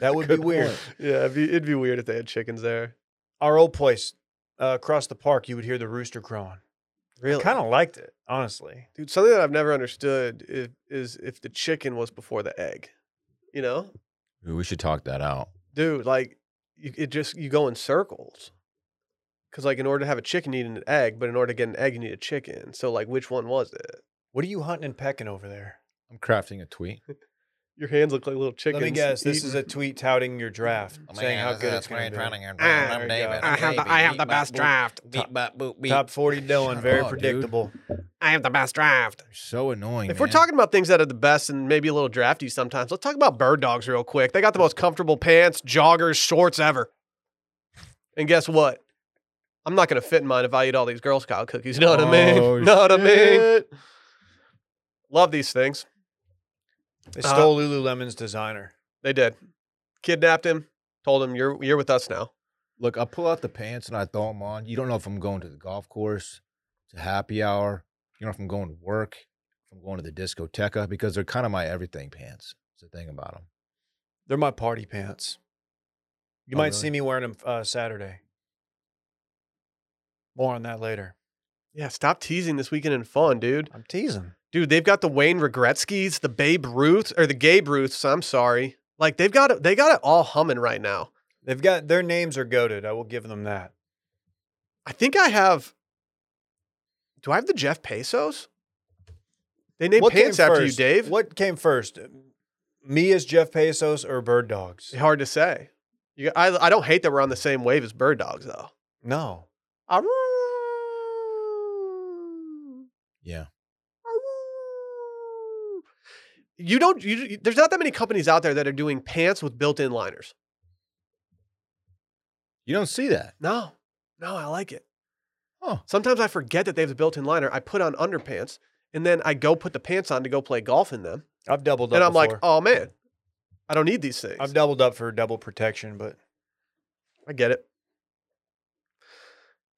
[SPEAKER 2] That would be
[SPEAKER 1] Good
[SPEAKER 2] weird.
[SPEAKER 1] yeah, it'd be, it'd be weird if they had chickens there.
[SPEAKER 2] Our old place uh, across the park, you would hear the rooster crowing.
[SPEAKER 1] Really,
[SPEAKER 2] Kind of liked it, honestly.
[SPEAKER 1] dude. Something that I've never understood is, is if the chicken was before the egg. You know,
[SPEAKER 3] Ooh, we should talk that out.
[SPEAKER 1] dude, like you, it just you go in circles. Because like in order to have a chicken, you need an egg, but in order to get an egg, you need a chicken. So like, which one was it?
[SPEAKER 2] What are you hunting and pecking over there?
[SPEAKER 3] I'm crafting a tweet.
[SPEAKER 1] Your hands look like little chickens. Oh,
[SPEAKER 2] Let me guess. This is a tweet touting your draft,
[SPEAKER 3] Oh,
[SPEAKER 2] saying how good it's going to be. Ah, I'm David.
[SPEAKER 4] I have the, I have the best draft.
[SPEAKER 2] Top-
[SPEAKER 4] bop, boop, beep.
[SPEAKER 2] Top 40 Dylan,
[SPEAKER 3] Shut
[SPEAKER 2] very
[SPEAKER 1] Oh,
[SPEAKER 3] up, dude.
[SPEAKER 2] predictable.
[SPEAKER 4] I have the best draft.
[SPEAKER 3] You're so annoying.
[SPEAKER 1] If we're
[SPEAKER 3] man.
[SPEAKER 1] talking about things that are the best and maybe a little drafty sometimes, let's talk about bird dogs real quick. They got the most comfortable pants, joggers, shorts ever. And guess what? I'm not gonna fit in mine if I eat all these Girl Scout cookies. Know what I mean?
[SPEAKER 3] Oh,
[SPEAKER 1] know what I mean? Love these things.
[SPEAKER 2] They
[SPEAKER 1] Uh,
[SPEAKER 2] stole Lululemon's designer.
[SPEAKER 1] They did. Kidnapped him. Told him you're you're with us now.
[SPEAKER 3] Look, I pull out the pants and I throw them on. You don't know if I'm going to the golf course, to happy hour. You don't know if I'm going to work, if I'm going to the discoteca, because they're kind of my everything pants. It's the thing about them.
[SPEAKER 2] They're my party pants. You
[SPEAKER 3] Oh,
[SPEAKER 2] might
[SPEAKER 3] really?
[SPEAKER 2] see me wearing them uh, Saturday. More on that later.
[SPEAKER 1] Yeah, stop teasing this weekend in fun, dude.
[SPEAKER 2] I'm teasing.
[SPEAKER 1] Dude, they've got the Wayne Regretskis, the Babe Ruth, or the Gabe Ruths. I'm sorry. Like they've got it, they got it all humming right now.
[SPEAKER 2] They've got their names are goaded. I will give them that.
[SPEAKER 1] I think I have. Do I have the Jeff Pesos? They named pants after
[SPEAKER 2] first?
[SPEAKER 1] you, Dave.
[SPEAKER 2] What came first? Me as Jeff Pesos or Bird Dogs?
[SPEAKER 1] Hard to say. You, I, I don't hate that we're on the same wave as Bird Dogs though.
[SPEAKER 2] No.
[SPEAKER 1] Aroo.
[SPEAKER 3] Yeah.
[SPEAKER 1] Aroo. You don't. You, you- there's not that many companies out there that are doing pants with built-in liners.
[SPEAKER 3] You don't see that.
[SPEAKER 1] No, no, I like it.
[SPEAKER 3] Huh.
[SPEAKER 1] Sometimes I forget that they have the built-in liner. I put on underpants and then I go put the pants on to go play golf in them.
[SPEAKER 2] I've doubled up.
[SPEAKER 1] and I'm like,
[SPEAKER 2] before.
[SPEAKER 1] oh man, I don't need these things.
[SPEAKER 2] I've doubled up for double protection, but
[SPEAKER 1] I get it.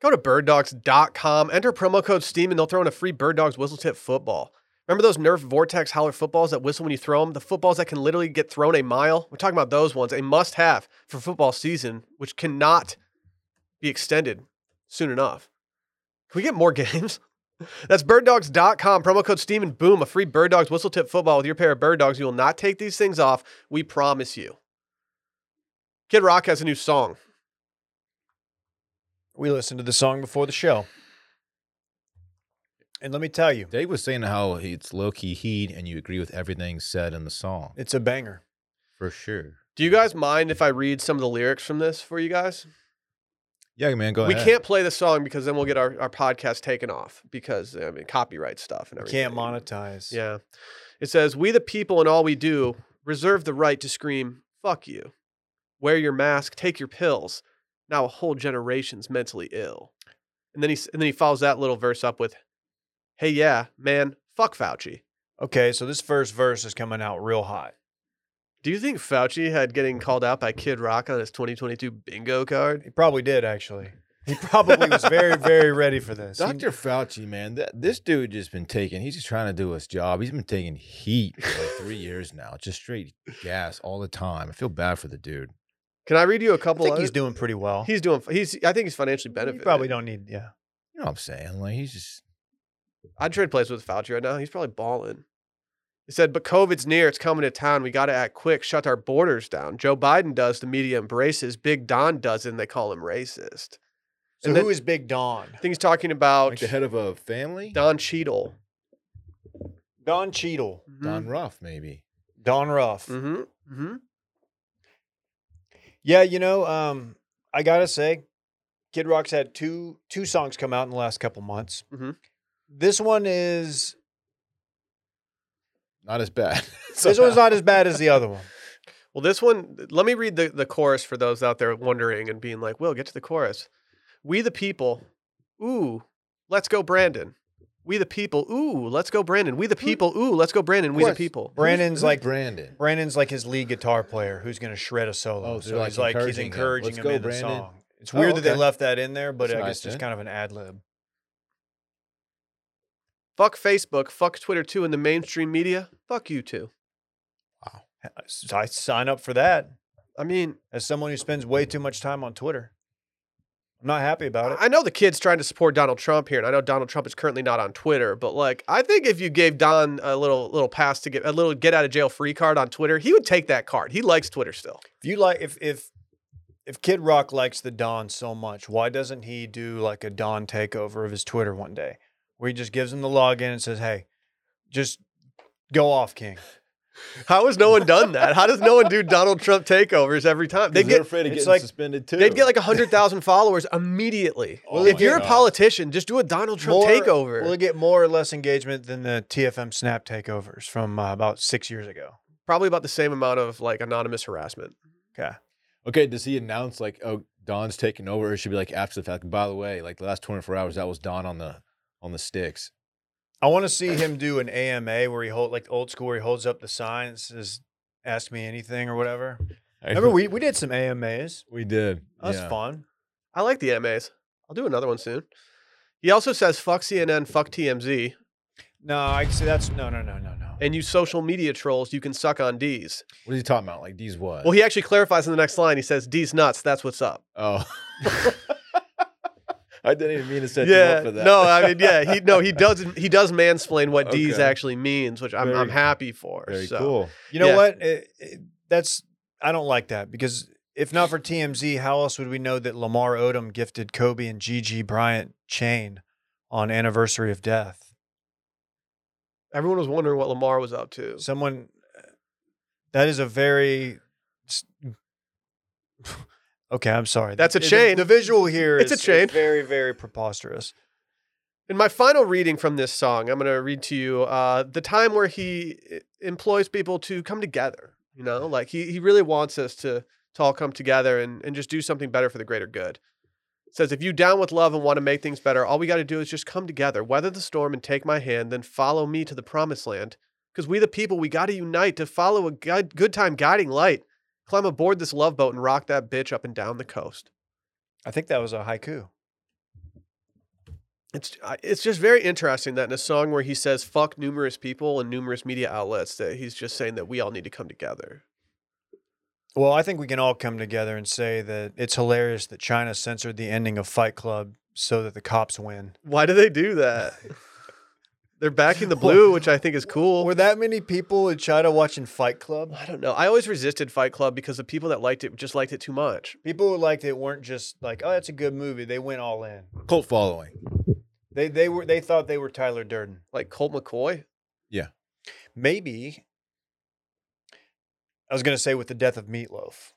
[SPEAKER 1] Go to birddogs.com, enter promo code STEAM, and they'll throw in a free Bird Dogs whistle tip football. Remember those Nerf Vortex Howler footballs that whistle when you throw them? The footballs that can literally get thrown a mile? We're talking about those ones, a must have for football season, which cannot be extended soon enough. Can we get more games? That's birddogs.com, promo code STEAM, and boom, a free Bird Dogs whistle tip football with your pair of Bird Dogs. You will not take these things off. We promise you. Kid Rock has a new song.
[SPEAKER 2] we listened to the song before the show. And let me tell you,
[SPEAKER 3] Dave was saying how he- it's low key heat and you agree with everything said in the song.
[SPEAKER 2] it's a banger.
[SPEAKER 3] For sure.
[SPEAKER 1] Do you guys mind if I read some of the lyrics from this for you guys?
[SPEAKER 3] Yeah, man, go
[SPEAKER 1] we
[SPEAKER 3] ahead.
[SPEAKER 1] can't play the song because then we'll get our, our podcast taken off because I mean copyright stuff and
[SPEAKER 2] You
[SPEAKER 1] everything.
[SPEAKER 2] can't monetize.
[SPEAKER 1] Yeah. It says, We the people and all we do reserve the right to scream, fuck you. Wear your mask, take your pills. Now a whole generation's mentally ill. And then he s- and then he follows that little verse up with, Hey yeah, man, fuck Fauci.
[SPEAKER 2] Okay, so this first verse is coming out real hot.
[SPEAKER 1] Do you think Fauci had getting called out by Kid Rock on his 2022 bingo card?
[SPEAKER 2] He probably did actually. He probably was very, very ready for this. He-
[SPEAKER 3] Dr. Fauci, man, that, this dude just been taking, he's just trying to do his job. He's been taking heat for like three years now, just straight gas all the time. I feel bad for the dude.
[SPEAKER 1] Can I read you a
[SPEAKER 2] I
[SPEAKER 1] couple?
[SPEAKER 2] think
[SPEAKER 1] of
[SPEAKER 2] he's doing pretty well.
[SPEAKER 1] He's doing. He's. I think he's financially
[SPEAKER 2] You
[SPEAKER 1] benefited.
[SPEAKER 2] probably don't need. Yeah.
[SPEAKER 3] You know what I'm saying? Like he's just
[SPEAKER 1] I'd trade plays with Fauci right now. He's probably balling. He said, but COVID's near. It's coming to town. We got to act quick. Shut our borders down. Joe Biden does. The media embraces. Big Don does, and they call him racist.
[SPEAKER 2] So
[SPEAKER 1] And
[SPEAKER 2] who is
[SPEAKER 1] then-
[SPEAKER 2] Big Don?
[SPEAKER 1] I think he's talking about
[SPEAKER 3] like the head of a family.
[SPEAKER 1] Don Cheadle.
[SPEAKER 2] Don Cheadle.
[SPEAKER 1] Mm.
[SPEAKER 3] Don Ruff, maybe.
[SPEAKER 2] Don Ruff.
[SPEAKER 1] Mm-hmm. Mm-hmm.
[SPEAKER 2] Yeah, you know, um, I gotta say, Kid Rock's had two two songs come out in the last couple months.
[SPEAKER 1] Mhm.
[SPEAKER 2] This one is
[SPEAKER 3] Not as bad.
[SPEAKER 2] this one's not as bad as the other one.
[SPEAKER 1] Well, this one, let me read the, the chorus for those out there wondering and being like, Will, get to the chorus. We the people, ooh, let's go, Brandon. We the people, ooh, let's go, Brandon. We the people, ooh, let's go, Brandon. We the
[SPEAKER 3] course.
[SPEAKER 1] people.
[SPEAKER 2] Brandon's
[SPEAKER 3] Who's
[SPEAKER 2] like
[SPEAKER 3] Brandon.
[SPEAKER 2] Brandon's like his lead guitar player who's gonna shred a solo.
[SPEAKER 3] Oh, so
[SPEAKER 2] so
[SPEAKER 3] like
[SPEAKER 2] he's like he's
[SPEAKER 3] encouraging him.
[SPEAKER 2] encouraging
[SPEAKER 3] Let's
[SPEAKER 2] him
[SPEAKER 3] go,
[SPEAKER 2] in
[SPEAKER 3] Brandon.
[SPEAKER 2] the song. It's
[SPEAKER 3] Oh,
[SPEAKER 2] weird that they
[SPEAKER 3] okay.
[SPEAKER 2] left that in there, but
[SPEAKER 3] That's
[SPEAKER 2] I
[SPEAKER 3] nice,
[SPEAKER 2] guess it's
[SPEAKER 3] dude.
[SPEAKER 2] kind of an ad lib.
[SPEAKER 1] Fuck Facebook, fuck Twitter too, and the mainstream media. Fuck you too.
[SPEAKER 2] So I sign up for that
[SPEAKER 1] I mean,
[SPEAKER 2] as someone who spends way too much time on Twitter. I'm not happy about it.
[SPEAKER 1] I know the kid's trying to support Donald Trump here, and I know Donald Trump is currently not on Twitter, but like, I think if you gave Don a little little pass to get a little get out of jail free card on Twitter, he would take that card. He likes Twitter still.
[SPEAKER 2] If you like, if if if Kid Rock likes the Don so much, why doesn't he do like a Don takeover of his Twitter one day, where he just gives him the login and says, "Hey, just go off, King."
[SPEAKER 1] How has no one done that? How does no one do Donald Trump takeovers every time? They
[SPEAKER 3] They are
[SPEAKER 1] get
[SPEAKER 3] afraid of
[SPEAKER 2] it's
[SPEAKER 3] getting
[SPEAKER 2] like-
[SPEAKER 3] suspended too.
[SPEAKER 1] they'd get like hundred thousand followers immediately.
[SPEAKER 3] Oh
[SPEAKER 1] if
[SPEAKER 3] my
[SPEAKER 1] you're a
[SPEAKER 3] God.
[SPEAKER 1] politician, just do a Donald Trump
[SPEAKER 2] More-
[SPEAKER 1] takeover.
[SPEAKER 2] Will it get more or less engagement than the TFM Snap takeovers from uh, about six years ago?
[SPEAKER 1] Probably about the same amount of like anonymous harassment.
[SPEAKER 2] Okay.
[SPEAKER 3] okay, does he announce like oh Don's taking over? Or it should be like after the fact. By the way, like the last 24 hours, that was Don on the on the sticks.
[SPEAKER 2] I want to see him do an AMA where he hold like old school, where he holds up the sign and says, "Ask me anything" or whatever. Remember, we we did some AMAs.
[SPEAKER 3] we did.
[SPEAKER 2] That's
[SPEAKER 3] yeah.
[SPEAKER 2] fun.
[SPEAKER 1] I like the MAs. I'll do another one soon. He also says fuck CNN, fuck TMZ,
[SPEAKER 2] No, I see. That's no, no, no, no, no.
[SPEAKER 1] and you social media trolls, you can suck on D's.
[SPEAKER 3] What are you talking about? Like these what?
[SPEAKER 1] Well, he actually clarifies in the next line. He says D's nuts. That's what's up.
[SPEAKER 3] oh. I didn't even mean to set you
[SPEAKER 1] yeah,
[SPEAKER 3] up for that.
[SPEAKER 1] no, I mean, yeah, he no, he does he does mansplain what D's
[SPEAKER 3] Okay.
[SPEAKER 1] actually means, which I'm
[SPEAKER 3] Very-
[SPEAKER 1] I'm happy for.
[SPEAKER 3] Very
[SPEAKER 1] so.
[SPEAKER 3] cool.
[SPEAKER 2] You know
[SPEAKER 1] Yeah.
[SPEAKER 2] what? It, it- that's I don't like that because if not for TMZ, how else would we know that Lamar Odom gifted Kobe and Gigi Bryant chain on anniversary of death?
[SPEAKER 1] Everyone was wondering what Lamar was up to.
[SPEAKER 2] Someone that is a very s- okay. I'm sorry.
[SPEAKER 1] That's a
[SPEAKER 2] The- the-
[SPEAKER 1] chain.
[SPEAKER 2] The, visual here
[SPEAKER 1] It's a
[SPEAKER 2] is- is
[SPEAKER 1] chain.
[SPEAKER 2] very very preposterous.
[SPEAKER 1] In my final reading from this song, I'm going to read to you uh, the time where he eh, employs people to come together. You know, like he, he really wants us to, to all come together and, and just do something better for the greater good. It says, if you down with love and want to make things better, all we got to do is just come together, weather the storm and take my hand, then follow me to the promised land. Because we, the people, we got to unite to follow a good, good time guiding light. Climb aboard this love boat and rock that bitch up and down the coast.
[SPEAKER 2] I think that was a haiku.
[SPEAKER 1] It's I- it's just very interesting that in a song where he says "fuck" numerous people and numerous media outlets, that he's just saying that we all need to come together.
[SPEAKER 2] Well, I think we can all come together and say that it's hilarious that China censored the ending of Fight Club so that the cops win.
[SPEAKER 1] Why do they do that? They're backing the blue, which I think is cool.
[SPEAKER 2] Were that many people in China watching Fight Club?
[SPEAKER 1] I don't know. I always resisted Fight Club because the people that liked it just liked it too much.
[SPEAKER 2] People who liked it weren't just like, "Oh, that's a good movie." They went all in.
[SPEAKER 3] Cult following.
[SPEAKER 2] They they were they thought they were Tyler Durden.
[SPEAKER 1] Like Colt McCoy.
[SPEAKER 2] Maybe I was going to say with the death of Meatloaf.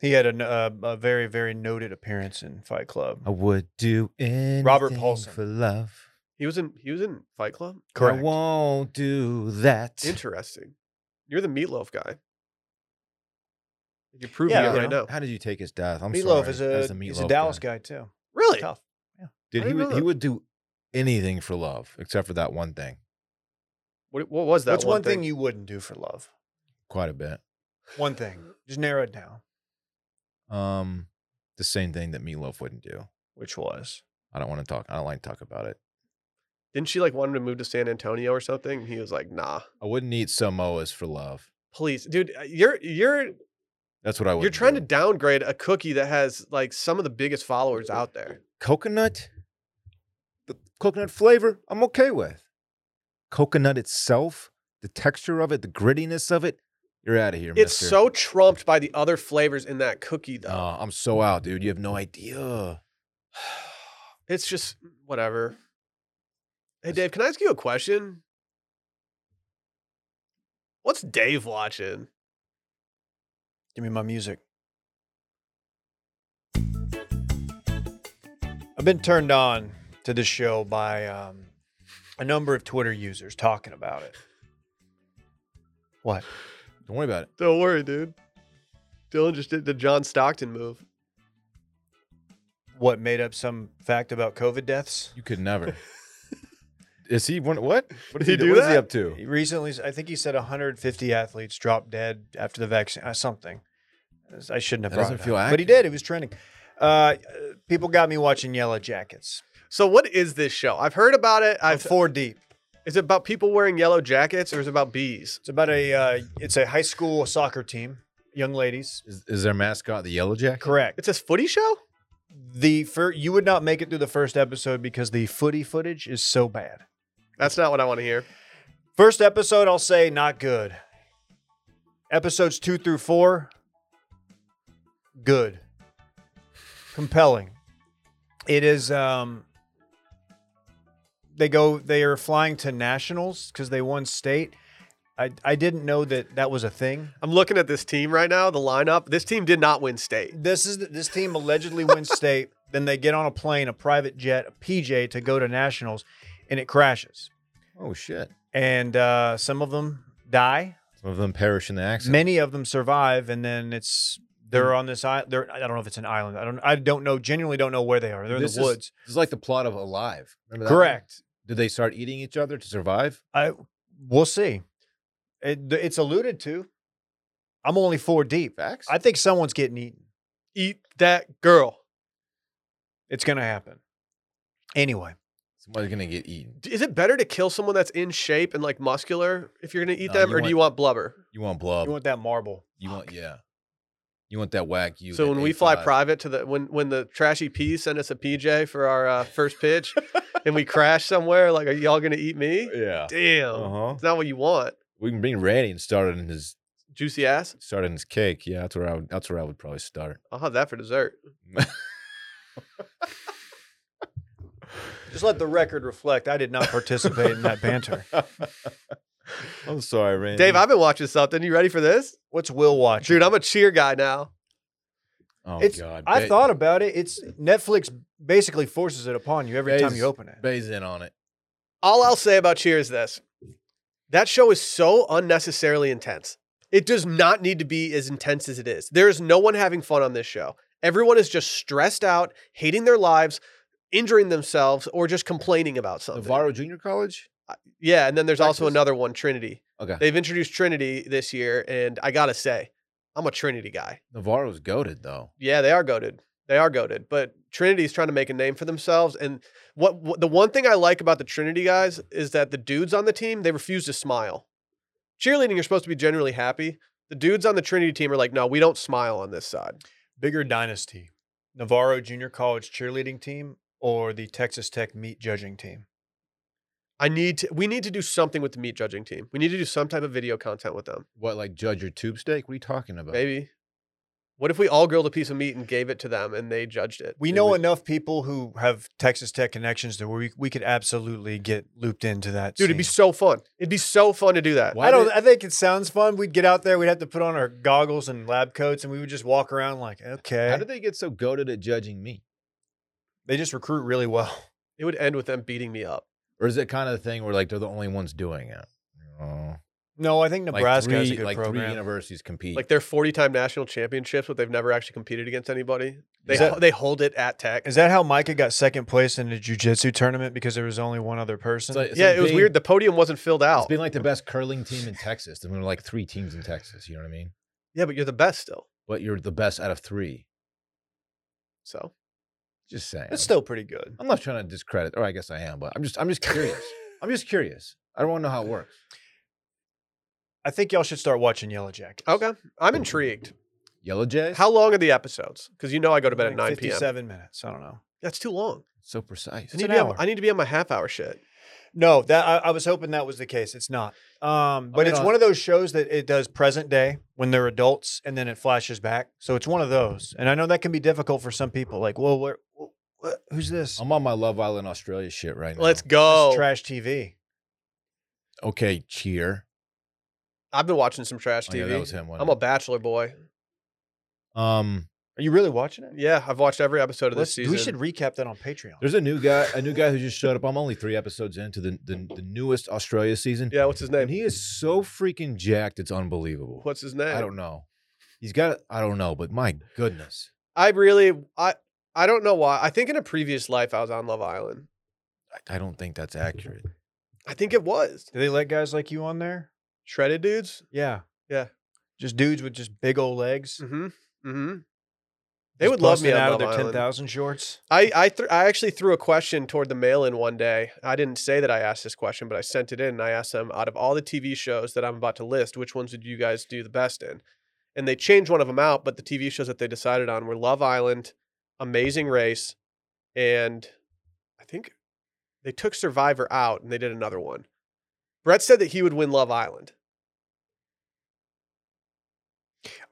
[SPEAKER 2] He had a, uh, a very very noted appearance in Fight Club.
[SPEAKER 3] I would do anything
[SPEAKER 2] Paulson.
[SPEAKER 3] for love.
[SPEAKER 1] He was in he was in Fight Club.
[SPEAKER 3] I won't do that.
[SPEAKER 1] Interesting. You're the meatloaf guy. You're proving
[SPEAKER 2] Yeah,
[SPEAKER 1] it
[SPEAKER 2] you
[SPEAKER 1] right now.
[SPEAKER 3] How did you take his death? I'm
[SPEAKER 2] Meatloaf
[SPEAKER 3] sorry.
[SPEAKER 2] is
[SPEAKER 3] As
[SPEAKER 2] a,
[SPEAKER 3] the
[SPEAKER 2] he's a
[SPEAKER 3] Meatloaf
[SPEAKER 2] Dallas
[SPEAKER 3] guy.
[SPEAKER 2] guy too.
[SPEAKER 1] Really?
[SPEAKER 2] Tough.
[SPEAKER 3] Dude,
[SPEAKER 1] I
[SPEAKER 3] he
[SPEAKER 1] didn't
[SPEAKER 3] would,
[SPEAKER 1] know
[SPEAKER 3] he
[SPEAKER 1] that.
[SPEAKER 3] would do anything for love except for that one thing.
[SPEAKER 1] What, what was that?
[SPEAKER 2] What's one thing you wouldn't do for love?
[SPEAKER 3] Quite a bit.
[SPEAKER 2] One thing. Just narrow it down.
[SPEAKER 3] Um, the same thing that Meatloaf wouldn't do.
[SPEAKER 2] Which was
[SPEAKER 3] I don't want to talk. I don't like to talk about it.
[SPEAKER 1] Didn't she like want him to move to San Antonio or something? And he was like, nah.
[SPEAKER 3] I wouldn't eat Samoas for love.
[SPEAKER 1] Please, dude, uh, you're you're
[SPEAKER 3] That's what I would.
[SPEAKER 1] You're trying to downgrade a cookie that has like some of the biggest followers out there.
[SPEAKER 3] coconut. The coconut flavor, I'm okay with. Coconut itself, the texture of it, the grittiness of it, you're out of here.
[SPEAKER 1] It's
[SPEAKER 3] mister.
[SPEAKER 1] so trumped by the other flavors in that cookie, though.
[SPEAKER 3] Oh, I'm so out, dude. You have no idea.
[SPEAKER 1] It's just whatever. Hey, Dave, can I ask you a question? What's Dave watching?
[SPEAKER 2] Give me my music. I've been turned on to this show by um, a number of Twitter users talking about it. What?
[SPEAKER 3] Don't worry about it.
[SPEAKER 1] Don't worry, dude. Dylan just did the John Stockton move.
[SPEAKER 2] What made up some fact about COVID deaths?
[SPEAKER 3] You could never. is he one? What? What
[SPEAKER 1] Did he do
[SPEAKER 3] What is he
[SPEAKER 1] that?
[SPEAKER 3] up to?
[SPEAKER 2] He recently, I think he said 150 athletes dropped dead after the vaccine, uh, something. I shouldn't have
[SPEAKER 3] That
[SPEAKER 2] brought
[SPEAKER 3] doesn't
[SPEAKER 2] it
[SPEAKER 3] feel
[SPEAKER 2] up, but he
[SPEAKER 3] accurate.
[SPEAKER 2] did. It was trending. Uh, people got me watching Yellow Jackets.
[SPEAKER 1] So, what is this show? I've heard about it.
[SPEAKER 2] I'm
[SPEAKER 1] I've
[SPEAKER 2] four deep.
[SPEAKER 1] Is it about people wearing yellow jackets or is it about bees?
[SPEAKER 2] It's about a uh, it's a high school soccer team, young ladies.
[SPEAKER 3] Is, is their mascot the yellow jacket?
[SPEAKER 2] Correct.
[SPEAKER 1] It's this footy show?
[SPEAKER 2] The fir- you would not make it through the first episode because the footy footage is so bad.
[SPEAKER 1] That's not what I want to hear.
[SPEAKER 2] First episode, I'll say not good. Episodes two through four, good, compelling. It is. Um, they go. They are flying to nationals because they won state. I I didn't know that that was a thing.
[SPEAKER 1] I'm looking at this team right now, the lineup. This team did not win state.
[SPEAKER 2] This is this team allegedly wins state. Then they get on a plane, a private jet, a PJ to go to nationals, and it crashes.
[SPEAKER 3] Oh shit!
[SPEAKER 2] And uh, some of them die.
[SPEAKER 3] Some of them perish in the accident.
[SPEAKER 2] Many of them survive, and then it's they're
[SPEAKER 3] Hmm.
[SPEAKER 2] on this island. They're I don't know if it's an island. I don't I don't know. Genuinely don't know where they are. They're
[SPEAKER 3] This
[SPEAKER 2] in
[SPEAKER 3] is-
[SPEAKER 2] the woods.
[SPEAKER 3] This is like the plot of Alive. Remember that one?
[SPEAKER 2] Correct.
[SPEAKER 3] Did they start eating each other to survive?
[SPEAKER 2] I we'll see. It, th- it's alluded to. I'm only four deep.
[SPEAKER 3] Facts.
[SPEAKER 2] I think someone's getting eaten.
[SPEAKER 1] Eat that girl.
[SPEAKER 2] It's gonna happen. Anyway,
[SPEAKER 3] Somebody's gonna get eaten.
[SPEAKER 1] D- Is it better to kill someone that's in shape and like muscular if you're going to eat
[SPEAKER 3] No,
[SPEAKER 1] them
[SPEAKER 3] you
[SPEAKER 1] or do you want blubber?
[SPEAKER 3] You want blood?
[SPEAKER 2] you want that marble?
[SPEAKER 3] You want yeah. You want that whack you.
[SPEAKER 1] so
[SPEAKER 3] that
[SPEAKER 1] when we fly
[SPEAKER 3] A5.
[SPEAKER 1] private to the when when the trashy peas send us a PJ for our uh, first pitch and we crash somewhere like are y'all going to eat me?
[SPEAKER 3] yeah.
[SPEAKER 1] Damn.
[SPEAKER 3] Uh-huh.
[SPEAKER 1] It's not what you want.
[SPEAKER 3] We can bring Randy and start it in his
[SPEAKER 1] Juicy ass.
[SPEAKER 3] start it in his cake. Yeah, that's where I would, that's where I would probably start.
[SPEAKER 1] I'll have that for dessert.
[SPEAKER 2] Just let the record reflect. I did not participate in that banter.
[SPEAKER 3] I'm sorry, Randy.
[SPEAKER 1] Dave, I've been watching something. You ready for this?
[SPEAKER 2] What's Will watch?
[SPEAKER 1] Dude, I'm a cheer guy now.
[SPEAKER 3] oh
[SPEAKER 2] it's-
[SPEAKER 3] god,
[SPEAKER 2] I
[SPEAKER 3] Ba-
[SPEAKER 2] thought about it. It's Netflix basically forces it upon you every time
[SPEAKER 3] Base-
[SPEAKER 2] you open it.
[SPEAKER 3] Bay's in on it.
[SPEAKER 1] all I'll say about Cheer is this that show is so unnecessarily intense. It does not need to be as intense as it is. There is no one having fun on this show. Everyone is just stressed out, hating their lives, injuring themselves, or just complaining about something.
[SPEAKER 3] Navarro Junior College.
[SPEAKER 1] yeah, and then there's also
[SPEAKER 3] Texas.
[SPEAKER 1] another one, Trinity.
[SPEAKER 3] Okay,
[SPEAKER 1] They've introduced Trinity this year, and I gotta say, I'm a Trinity guy.
[SPEAKER 3] Navarro's goaded though.
[SPEAKER 1] Yeah, they are goaded. They are goaded. But Trinity's trying to make a name for themselves. And what, what the one thing I like about the Trinity guys is that the dudes on the team they refuse to smile. Cheerleading, you're supposed to be generally happy. The dudes on the Trinity team are like, no, we don't smile on this side.
[SPEAKER 2] Bigger dynasty, Navarro Junior College cheerleading team or the Texas Tech meat judging team?
[SPEAKER 1] I need to. We need to do something with the meat judging team. We need to do some type of video content with them.
[SPEAKER 3] What like judge your tube steak? What are you talking about?
[SPEAKER 1] Maybe. What if we all grilled a piece of meat and gave it to them and they judged it?
[SPEAKER 2] We
[SPEAKER 3] It
[SPEAKER 2] know
[SPEAKER 3] would-
[SPEAKER 2] enough people who have Texas Tech connections that we we could absolutely get looped into that.
[SPEAKER 1] Dude, it'd be
[SPEAKER 2] scene.
[SPEAKER 1] so fun. It'd be so fun to do that.
[SPEAKER 3] Why
[SPEAKER 2] I don't.
[SPEAKER 3] did-
[SPEAKER 2] I think it sounds fun. We'd get out there. We'd have to put on our goggles and lab coats, and we would just walk around like, okay.
[SPEAKER 3] How did they get so goaded at judging me?
[SPEAKER 2] they just recruit really well.
[SPEAKER 1] It would end with them beating me up.
[SPEAKER 3] Or is it kind of the thing where like they're the only ones doing it? Oh.
[SPEAKER 2] No, I think
[SPEAKER 3] Like
[SPEAKER 2] Nebraska has a
[SPEAKER 3] three-
[SPEAKER 2] good
[SPEAKER 3] like three
[SPEAKER 2] program.
[SPEAKER 3] universities compete.
[SPEAKER 1] Like they're 40 time national championships, but they've never actually competed against anybody. They,
[SPEAKER 2] Is that-
[SPEAKER 1] they hold it at Tech.
[SPEAKER 2] Is that how Micah got second place in the jujitsu tournament because there was only one other person?
[SPEAKER 3] It's like- it's
[SPEAKER 1] yeah,
[SPEAKER 3] like
[SPEAKER 1] it was
[SPEAKER 3] being-
[SPEAKER 1] weird. The podium wasn't filled
[SPEAKER 3] It's
[SPEAKER 1] out.
[SPEAKER 3] been like the best curling team in Texas. There were like three teams in Texas. You know what I mean?
[SPEAKER 1] yeah, but you're the best still.
[SPEAKER 3] But you're the best out of three.
[SPEAKER 1] So
[SPEAKER 3] Just saying.
[SPEAKER 2] That's still pretty good.
[SPEAKER 3] I'm not trying to discredit, or I guess I am, but I'm just I'm just curious. I'm just curious. I don't want to know how it works.
[SPEAKER 2] I think y'all should start watching Yellow Jackets.
[SPEAKER 1] okay, I'm intrigued.
[SPEAKER 3] Yellow Jays.
[SPEAKER 1] How long are the episodes? Because you know I go to bed at
[SPEAKER 2] Like
[SPEAKER 1] 9 p.m.
[SPEAKER 2] 57 minutes. I don't know.
[SPEAKER 1] That's too long.
[SPEAKER 3] so precise.
[SPEAKER 1] I
[SPEAKER 2] It's
[SPEAKER 1] need,
[SPEAKER 2] an
[SPEAKER 1] to be on,
[SPEAKER 2] hour.
[SPEAKER 1] I need to be on my half hour shit.
[SPEAKER 2] No, that I, I was hoping that was the case. It's not. Um, but
[SPEAKER 3] mean,
[SPEAKER 2] it's
[SPEAKER 3] on-
[SPEAKER 2] one of those shows that it does present day when they're adults, and then it flashes back. So it's one of those. And I know that can be difficult for some people. Like, well, where, wh- wh- who's this?
[SPEAKER 1] Um,
[SPEAKER 3] I'm on my Love Island Australia shit right now.
[SPEAKER 1] Let's
[SPEAKER 2] This
[SPEAKER 1] go.
[SPEAKER 2] is trash TV.
[SPEAKER 3] Okay, cheer.
[SPEAKER 1] I've been watching some trash
[SPEAKER 3] Oh,
[SPEAKER 1] TV.
[SPEAKER 3] yeah, that was him. wasn't
[SPEAKER 1] I'm a bachelor boy.
[SPEAKER 3] it? um.
[SPEAKER 2] Are you really watching it?
[SPEAKER 1] Yeah, I've watched every episode of
[SPEAKER 2] Let's,
[SPEAKER 1] this season.
[SPEAKER 2] we should recap that on Patreon.
[SPEAKER 3] There's a new guy. A new guy who just showed up. I'm only three episodes into the the, the newest Australia season.
[SPEAKER 1] yeah, what's his name?
[SPEAKER 3] And he is so freaking jacked. It's unbelievable.
[SPEAKER 1] what's his name?
[SPEAKER 3] I don't know. He's got. I don't know, but my goodness.
[SPEAKER 1] I really I I don't know why. I think in a previous life I was on Love Island.
[SPEAKER 3] I- I don't think that's accurate.
[SPEAKER 1] I think it was.
[SPEAKER 2] Do they let guys like you on there?
[SPEAKER 1] Shredded dudes?
[SPEAKER 2] Yeah.
[SPEAKER 1] Yeah.
[SPEAKER 2] Just dudes with just big old legs.
[SPEAKER 1] Mm-hmm. Mm-hmm. They
[SPEAKER 2] just
[SPEAKER 1] would love me
[SPEAKER 2] busting
[SPEAKER 1] on
[SPEAKER 2] out of
[SPEAKER 1] Love
[SPEAKER 2] their ten
[SPEAKER 1] Island.
[SPEAKER 2] thousand shorts.
[SPEAKER 1] I I, th- I actually threw a question toward the mail in one day. I didn't say that I asked this question, but I sent it in and I asked them out of all the TV shows that I'm about to list, which ones would you guys do the best in? And they changed one of them out, but the TV shows that they decided on were Love Island, Amazing Race, and I think they took Survivor out and they did another one. Brett said that he would win Love Island.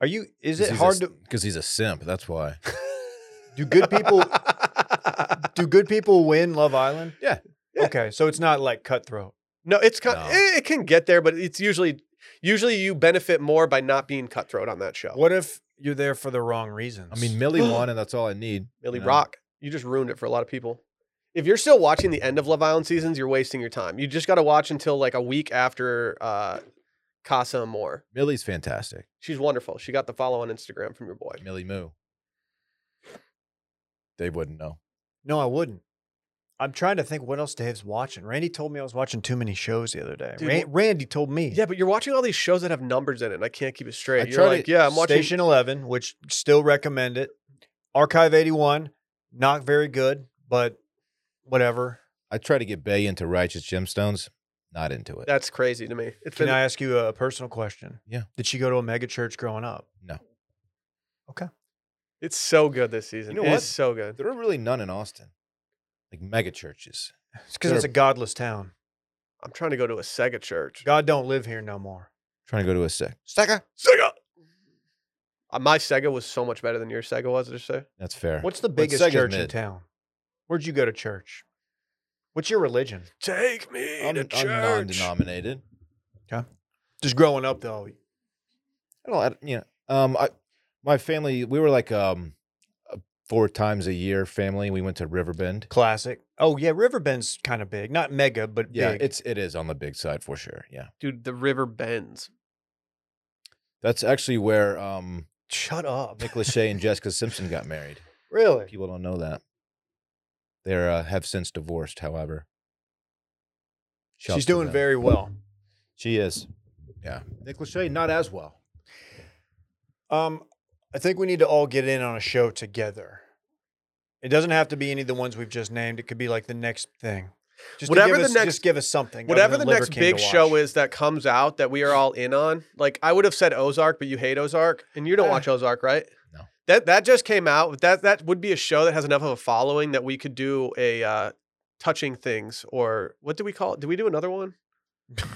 [SPEAKER 2] Are you? Is it hard to?
[SPEAKER 3] Because he's a simp. That's why.
[SPEAKER 2] Do good people? do good people win Love Island?
[SPEAKER 3] Yeah.
[SPEAKER 1] Yeah.
[SPEAKER 2] Okay, so it's not like cutthroat.
[SPEAKER 1] No, it's kind
[SPEAKER 3] No.
[SPEAKER 1] eh, it can get there, but it's usually usually you benefit more by not being cutthroat on that show.
[SPEAKER 2] What if you're there for the wrong reasons?
[SPEAKER 3] I mean, Millie won, and that's all I need.
[SPEAKER 1] Millie
[SPEAKER 3] you know?
[SPEAKER 1] Rock, you just ruined it for a lot of people. If you're still watching the end of Love Island seasons, you're wasting your time. You just got to watch until like a week after uh, Casa Amor.
[SPEAKER 3] Millie's fantastic.
[SPEAKER 1] She's wonderful. She got the follow on Instagram from your boy.
[SPEAKER 3] Millie Moo. They wouldn't know.
[SPEAKER 2] no, I wouldn't. I'm trying to think what else Dave's watching. Randy told me I was watching too many shows the other day.
[SPEAKER 1] Dude,
[SPEAKER 2] Ran- Randy told me.
[SPEAKER 1] Yeah, but you're watching all these shows that have numbers in it. And I can't keep it straight.
[SPEAKER 3] I
[SPEAKER 1] you're
[SPEAKER 3] try to-
[SPEAKER 1] like, yeah, I'm watching.
[SPEAKER 2] Station 11, which still recommend it. Archive 81, not very good, but whatever.
[SPEAKER 3] I try to get Bay into Righteous Gemstones. Not into it.
[SPEAKER 1] That's crazy to me. It's
[SPEAKER 2] Can
[SPEAKER 1] been
[SPEAKER 2] I ask you a personal question?
[SPEAKER 3] Yeah.
[SPEAKER 2] Did she go to a mega church growing up?
[SPEAKER 1] it's so good this season.
[SPEAKER 3] You know
[SPEAKER 1] It is
[SPEAKER 3] what?
[SPEAKER 1] so good.
[SPEAKER 3] there are really none in Austin, like mega churches.
[SPEAKER 2] because it's a godless town.
[SPEAKER 1] I'm trying to go to a Sega church.
[SPEAKER 2] God don't live here no more.
[SPEAKER 3] trying to go to a sec.
[SPEAKER 2] Sega.
[SPEAKER 1] Sega. Uh, My Sega was so much better than your Sega was. I just say
[SPEAKER 3] That's fair.
[SPEAKER 2] What's the
[SPEAKER 3] But
[SPEAKER 2] biggest
[SPEAKER 3] Sega's
[SPEAKER 2] church in
[SPEAKER 3] mid.
[SPEAKER 2] town? Where'd you go to church? What's your religion?
[SPEAKER 1] take me
[SPEAKER 3] I'm,
[SPEAKER 1] to
[SPEAKER 3] I'm
[SPEAKER 1] church.
[SPEAKER 3] non-denominated.
[SPEAKER 2] Just growing up though.
[SPEAKER 3] I don't. I, don't- you know, um, I, my family. We were like um, a four times a year family. We went to Riverbend.
[SPEAKER 2] Classic. Oh yeah, Riverbend's kind of big. Not mega, but
[SPEAKER 3] Yeah,
[SPEAKER 2] big.
[SPEAKER 3] it's it is on the big side for sure. Yeah,
[SPEAKER 1] Dude, the river bends.
[SPEAKER 3] that's actually where um,
[SPEAKER 2] Shut up.
[SPEAKER 3] Nick Lachey and Jessica Simpson got married.
[SPEAKER 2] Really?
[SPEAKER 3] People don't know that. They uh, have since divorced, however. Shouts
[SPEAKER 2] She's
[SPEAKER 3] to
[SPEAKER 2] doing
[SPEAKER 3] them.
[SPEAKER 2] very well.
[SPEAKER 3] She is. Yeah. Nick Lachey, not as well.
[SPEAKER 2] Um, I think we need to all get in on a show together. It doesn't have to be any of the ones we've just named. It could be like the next thing. Just to
[SPEAKER 1] Whatever
[SPEAKER 2] give
[SPEAKER 1] the
[SPEAKER 2] us,
[SPEAKER 1] next-
[SPEAKER 2] just give us something. other
[SPEAKER 1] Whatever
[SPEAKER 2] than
[SPEAKER 1] the
[SPEAKER 2] Liver
[SPEAKER 1] next
[SPEAKER 2] King to
[SPEAKER 1] big show
[SPEAKER 2] watch.
[SPEAKER 1] is that comes out that we are all in on, like I would have said Ozark, but you hate Ozark, and you don't
[SPEAKER 2] Eh.
[SPEAKER 1] watch Ozark, right?
[SPEAKER 3] No.
[SPEAKER 1] That that just came out. That that would be a show that has enough of a following that we could do a uh, touching things or what do we call it? Did we do another one?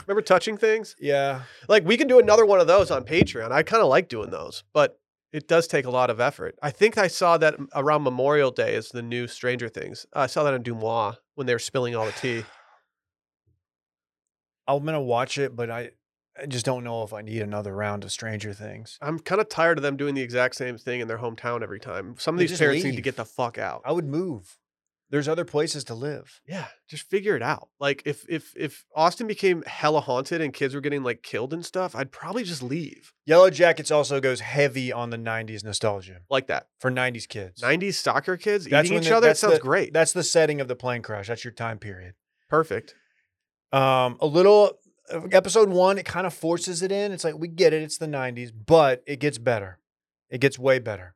[SPEAKER 1] Remember touching things?
[SPEAKER 2] Yeah.
[SPEAKER 1] Like we can do another one of those on Patreon. I kind of like doing those, but it does take a lot of effort. I think I saw that around Memorial Day is the new Stranger Things. I saw that on Dumois when they were spilling all the tea.
[SPEAKER 2] I'm gonna watch it, but I, I just don't know if I need another round of Stranger Things.
[SPEAKER 1] I'm kind of tired of them doing the exact same thing in their hometown every time. Some of
[SPEAKER 2] They
[SPEAKER 1] these
[SPEAKER 2] just
[SPEAKER 1] parents need to
[SPEAKER 2] leave. Oh.
[SPEAKER 1] get the fuck out.
[SPEAKER 2] I would move. There's other places to live.
[SPEAKER 1] Yeah, just figure it out. Like if if if Austin became hella haunted and kids were getting like killed and stuff, I'd probably just leave
[SPEAKER 2] Yellow Jackets also goes heavy on the '90s nostalgia
[SPEAKER 1] like that.
[SPEAKER 2] for '90s kids.
[SPEAKER 1] 90s soccer kids
[SPEAKER 2] That's
[SPEAKER 1] eating
[SPEAKER 2] when
[SPEAKER 1] each
[SPEAKER 2] the-
[SPEAKER 1] other. That
[SPEAKER 2] that's
[SPEAKER 1] sounds
[SPEAKER 2] the-
[SPEAKER 1] great.
[SPEAKER 2] That's the setting of the plane crash. That's your time period.
[SPEAKER 1] Perfect.
[SPEAKER 2] Um, a little uh, episode one, it kind of forces it in. It's like we get it. It's the '90s, but it gets better. It gets way better.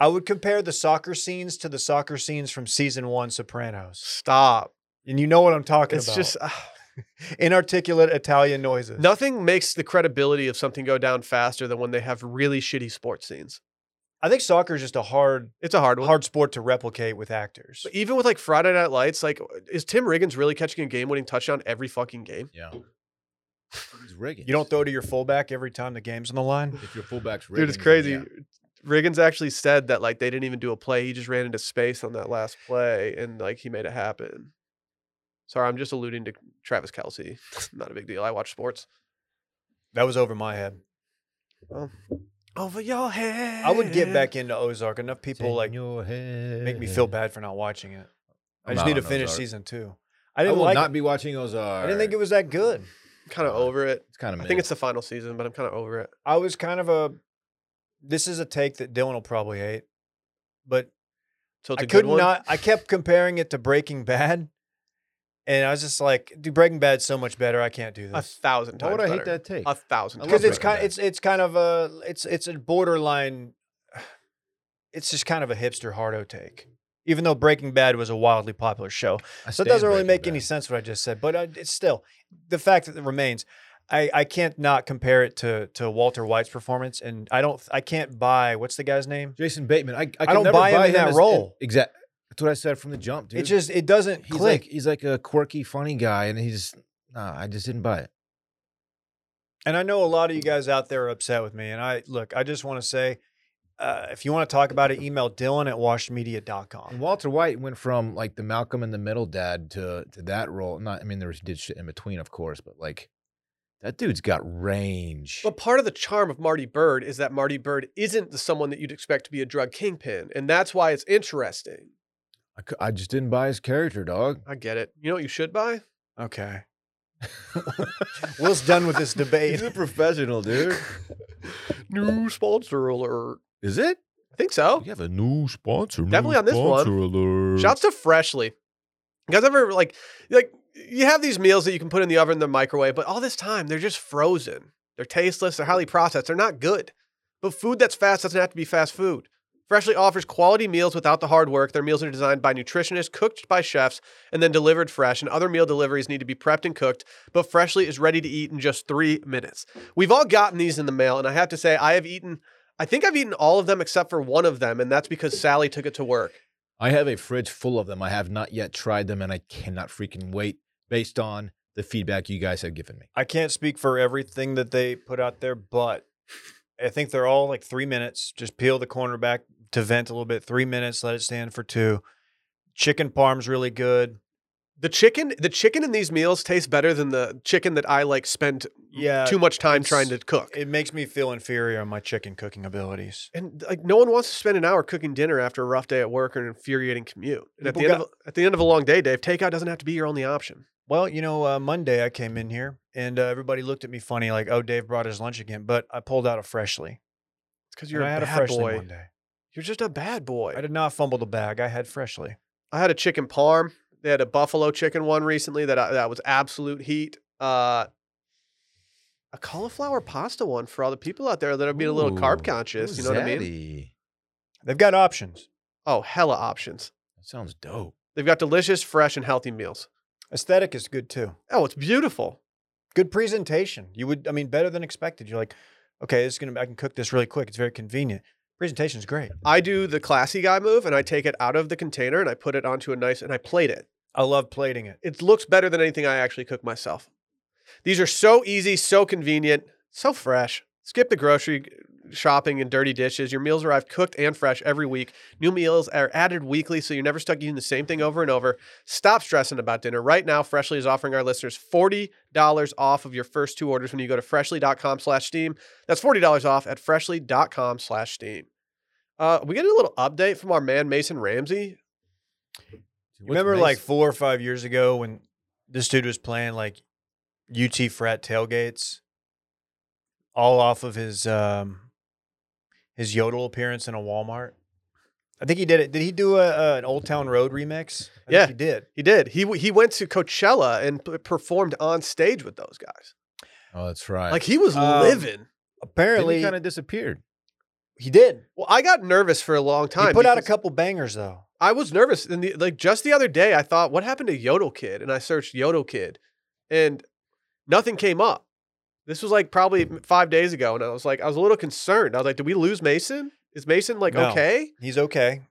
[SPEAKER 2] I would compare the soccer scenes to the soccer scenes from season one Sopranos,
[SPEAKER 1] Stop.
[SPEAKER 2] and you know what I'm talking
[SPEAKER 1] It's
[SPEAKER 2] about.
[SPEAKER 1] just ah.
[SPEAKER 2] inarticulate Italian noises.
[SPEAKER 1] Nothing makes the credibility of something go down faster than when they have really shitty sports scenes.
[SPEAKER 2] I think soccer is just a hard,
[SPEAKER 1] It's a hard one.
[SPEAKER 2] hard sport to replicate with actors.
[SPEAKER 1] But even with like Friday Night Lights, like uh, is Tim Riggins really catching a game-winning touchdown every fucking game?
[SPEAKER 3] Yeah. He's rigging.
[SPEAKER 2] You don't throw to your fullback every time the game's on the line.
[SPEAKER 3] If your fullback's rigging.
[SPEAKER 1] Dude, it's crazy. Riggins actually said that like they didn't even do a play; he just ran into space on that last play, and like he made it happen. Sorry, I'm just alluding to Travis Kelsey. Not a big deal. I watch sports.
[SPEAKER 2] That was over my head.
[SPEAKER 1] Over your head.
[SPEAKER 2] I would
[SPEAKER 3] Eh.
[SPEAKER 2] get back into Ozark. Enough people like
[SPEAKER 3] your head.
[SPEAKER 2] make me feel bad for not watching it. I
[SPEAKER 3] I'm
[SPEAKER 2] just
[SPEAKER 3] out
[SPEAKER 2] need to
[SPEAKER 3] on
[SPEAKER 2] finish
[SPEAKER 3] Ozark.
[SPEAKER 2] season two. I
[SPEAKER 3] I,
[SPEAKER 2] didn't
[SPEAKER 3] will
[SPEAKER 2] like.
[SPEAKER 3] not
[SPEAKER 2] it.
[SPEAKER 3] be watching uh, Ozark.
[SPEAKER 2] I didn't think it was that good.
[SPEAKER 1] kind of over it.
[SPEAKER 3] It's kind of.
[SPEAKER 1] I think it's the final season, but I'm kind of over it.
[SPEAKER 2] I was kind of a. This is a take that Dylan will probably hate, but
[SPEAKER 1] So it's
[SPEAKER 2] I
[SPEAKER 1] a
[SPEAKER 2] could
[SPEAKER 1] good one.
[SPEAKER 2] not. I kept comparing it to Breaking Bad, and I was just like, "Dude, Breaking Bad's so much better. I can't do
[SPEAKER 1] a
[SPEAKER 2] this."
[SPEAKER 1] thousand
[SPEAKER 3] Why
[SPEAKER 1] times.
[SPEAKER 3] would I hate
[SPEAKER 1] better.
[SPEAKER 3] that take?
[SPEAKER 2] Uh,
[SPEAKER 1] A thousand
[SPEAKER 3] I
[SPEAKER 1] times.
[SPEAKER 2] Because it's
[SPEAKER 3] Breaking
[SPEAKER 2] kind.
[SPEAKER 3] Bad.
[SPEAKER 2] It's it's kind of a. It's it's a borderline. It's just kind of a hipster hardo take, even though Breaking Bad was a wildly popular show. So
[SPEAKER 3] I
[SPEAKER 2] it
[SPEAKER 3] stand
[SPEAKER 2] doesn't really
[SPEAKER 3] Breaking
[SPEAKER 2] make any
[SPEAKER 3] Bad.
[SPEAKER 2] sense what I just said, but uh, it's still the fact that it remains. I, I can't not compare it to to Walter White's performance, and I don't I can't buy what's the guy's name.
[SPEAKER 3] Jason Bateman. I, I, can
[SPEAKER 2] don't
[SPEAKER 3] never
[SPEAKER 2] buy him in that
[SPEAKER 3] as-
[SPEAKER 2] role.
[SPEAKER 3] Exact. That's what I said from the jump, dude.
[SPEAKER 2] It just it doesn't
[SPEAKER 3] he's
[SPEAKER 2] click.
[SPEAKER 3] like he's like a quirky, funny guy, and he's nah. I just didn't buy it.
[SPEAKER 2] and I know a lot of you guys out there are upset with me. And I look, I just want to say, uh, if you want to talk about it, email Dylan at
[SPEAKER 3] And
[SPEAKER 2] washedmedia.com.
[SPEAKER 3] Walter White went from like the Malcolm in the Middle dad to to that role. Not, I mean, there was did shit in between, of course, but like that dude's got range.
[SPEAKER 1] But part of the charm of Marty Bird is that Marty Bird isn't the someone that you'd expect to be a drug kingpin, and that's why it's interesting.
[SPEAKER 3] I, cou- I just didn't buy his character, dog.
[SPEAKER 1] I get it. You know what you should buy?
[SPEAKER 2] Okay. Will's done with this debate.
[SPEAKER 3] professional, dude.
[SPEAKER 1] New sponsor alert.
[SPEAKER 3] Is it?
[SPEAKER 1] I think so.
[SPEAKER 3] We have a new sponsor.
[SPEAKER 1] Definitely on this one.
[SPEAKER 3] one.
[SPEAKER 1] Shouts to Freshly. You guys ever like like you have these meals that you can put in the oven, the microwave, but all this time they're just frozen. They're tasteless, they're highly processed, they're not good. But food that's fast doesn't have to be fast food. Freshly offers quality meals without the hard work. Their meals are designed by nutritionists, cooked by chefs, and then delivered fresh. And other meal deliveries need to be prepped and cooked, but Freshly is ready to eat in just three minutes. We've all gotten these in the mail, and I have to say, I have eaten, I think I've eaten all of them except for one of them, and that's because Sally took it to work.
[SPEAKER 3] I have a fridge full of them. I have not yet tried them, and I cannot freaking wait based on the feedback you guys have given me.
[SPEAKER 2] I can't speak for everything that they put out there, but I think they're all like three minutes. Just peel the corner back to vent a little bit. Three minutes, let it stand for two. Chicken parm's really good.
[SPEAKER 1] The chicken, the chicken in these meals tastes better than the chicken that I like spend
[SPEAKER 2] Yeah,
[SPEAKER 1] too much time
[SPEAKER 2] it's-
[SPEAKER 1] trying to cook.
[SPEAKER 2] It makes me feel inferior on my chicken cooking abilities.
[SPEAKER 1] and like no one wants to spend an hour cooking dinner after a rough day at work or an infuriating commute. And at the
[SPEAKER 2] People
[SPEAKER 1] end of at the end of a long day, Dave, takeout doesn't have to be your only option.
[SPEAKER 2] Well, you know, uh, Monday I came in here and uh, everybody looked at me funny, like, "Oh, Dave brought his lunch again." But I pulled out a freshly.
[SPEAKER 1] It's because
[SPEAKER 2] and
[SPEAKER 1] you're
[SPEAKER 2] I
[SPEAKER 1] a
[SPEAKER 2] had a
[SPEAKER 1] bad
[SPEAKER 2] freshly
[SPEAKER 1] boy.
[SPEAKER 2] Monday.
[SPEAKER 1] You're just a bad boy.
[SPEAKER 2] I did not fumble the bag. I had freshly.
[SPEAKER 1] I had a chicken parm. They had a buffalo chicken one recently that I, that was absolute heat. Uh, a cauliflower pasta one for all the people out there that are being a little carb conscious. You know what I mean?
[SPEAKER 2] They've got options.
[SPEAKER 1] Oh, hella options.
[SPEAKER 3] That sounds dope.
[SPEAKER 1] They've got delicious, fresh, and healthy meals.
[SPEAKER 2] Aesthetic is good too.
[SPEAKER 1] Oh, it's beautiful.
[SPEAKER 2] good presentation. You would, I mean, better than expected. You're like, okay, this is gonna, I can cook this really quick. It's very convenient. Presentation's great.
[SPEAKER 1] I do the classy guy move and I take it out of the container and I put it onto a nice and I plate it.
[SPEAKER 2] I love plating it.
[SPEAKER 1] It looks better than anything I actually cook myself. These are so easy, so convenient, so fresh. Skip the grocery uh, shopping and dirty dishes. Your meals arrive cooked and fresh every week. New meals are added weekly so you're never stuck eating the same thing over and over. Stop stressing about dinner. Right now, Freshly is offering our listeners $40 off of your first two orders when you go to freshly.com slash steam. That's $40 off at freshly.com slash steam. Uh, we get a little update from our man Mason Ramsey.
[SPEAKER 3] Dude,
[SPEAKER 2] You
[SPEAKER 3] what's
[SPEAKER 2] remember
[SPEAKER 3] Mason-
[SPEAKER 2] like four or five years ago when this dude was playing like UT frat tailgates, all off of his um his yodel appearance in a Walmart. I think he did it. Did he do a, a an Old Town Road remix? I
[SPEAKER 1] Yeah.
[SPEAKER 2] think he did.
[SPEAKER 1] He did. He w- he went to Coachella and p- performed on stage with those guys.
[SPEAKER 3] Oh, that's right.
[SPEAKER 1] Like he was
[SPEAKER 2] Um,
[SPEAKER 1] living.
[SPEAKER 3] Then he
[SPEAKER 2] Apparently,
[SPEAKER 3] kind of disappeared.
[SPEAKER 2] he did.
[SPEAKER 1] Well, I got nervous for a long time.
[SPEAKER 2] He put out a
[SPEAKER 1] because
[SPEAKER 2] couple bangers though.
[SPEAKER 1] I was nervous, and the, like just the other day, I thought, "What happened to Yodel Kid?" And I searched Yodel Kid, and nothing came up. This was like probably five days ago, and I was like, I was a little concerned. I was like, "Did we lose Mason? Is Is Mason like
[SPEAKER 2] No.
[SPEAKER 1] okay?
[SPEAKER 2] He's okay.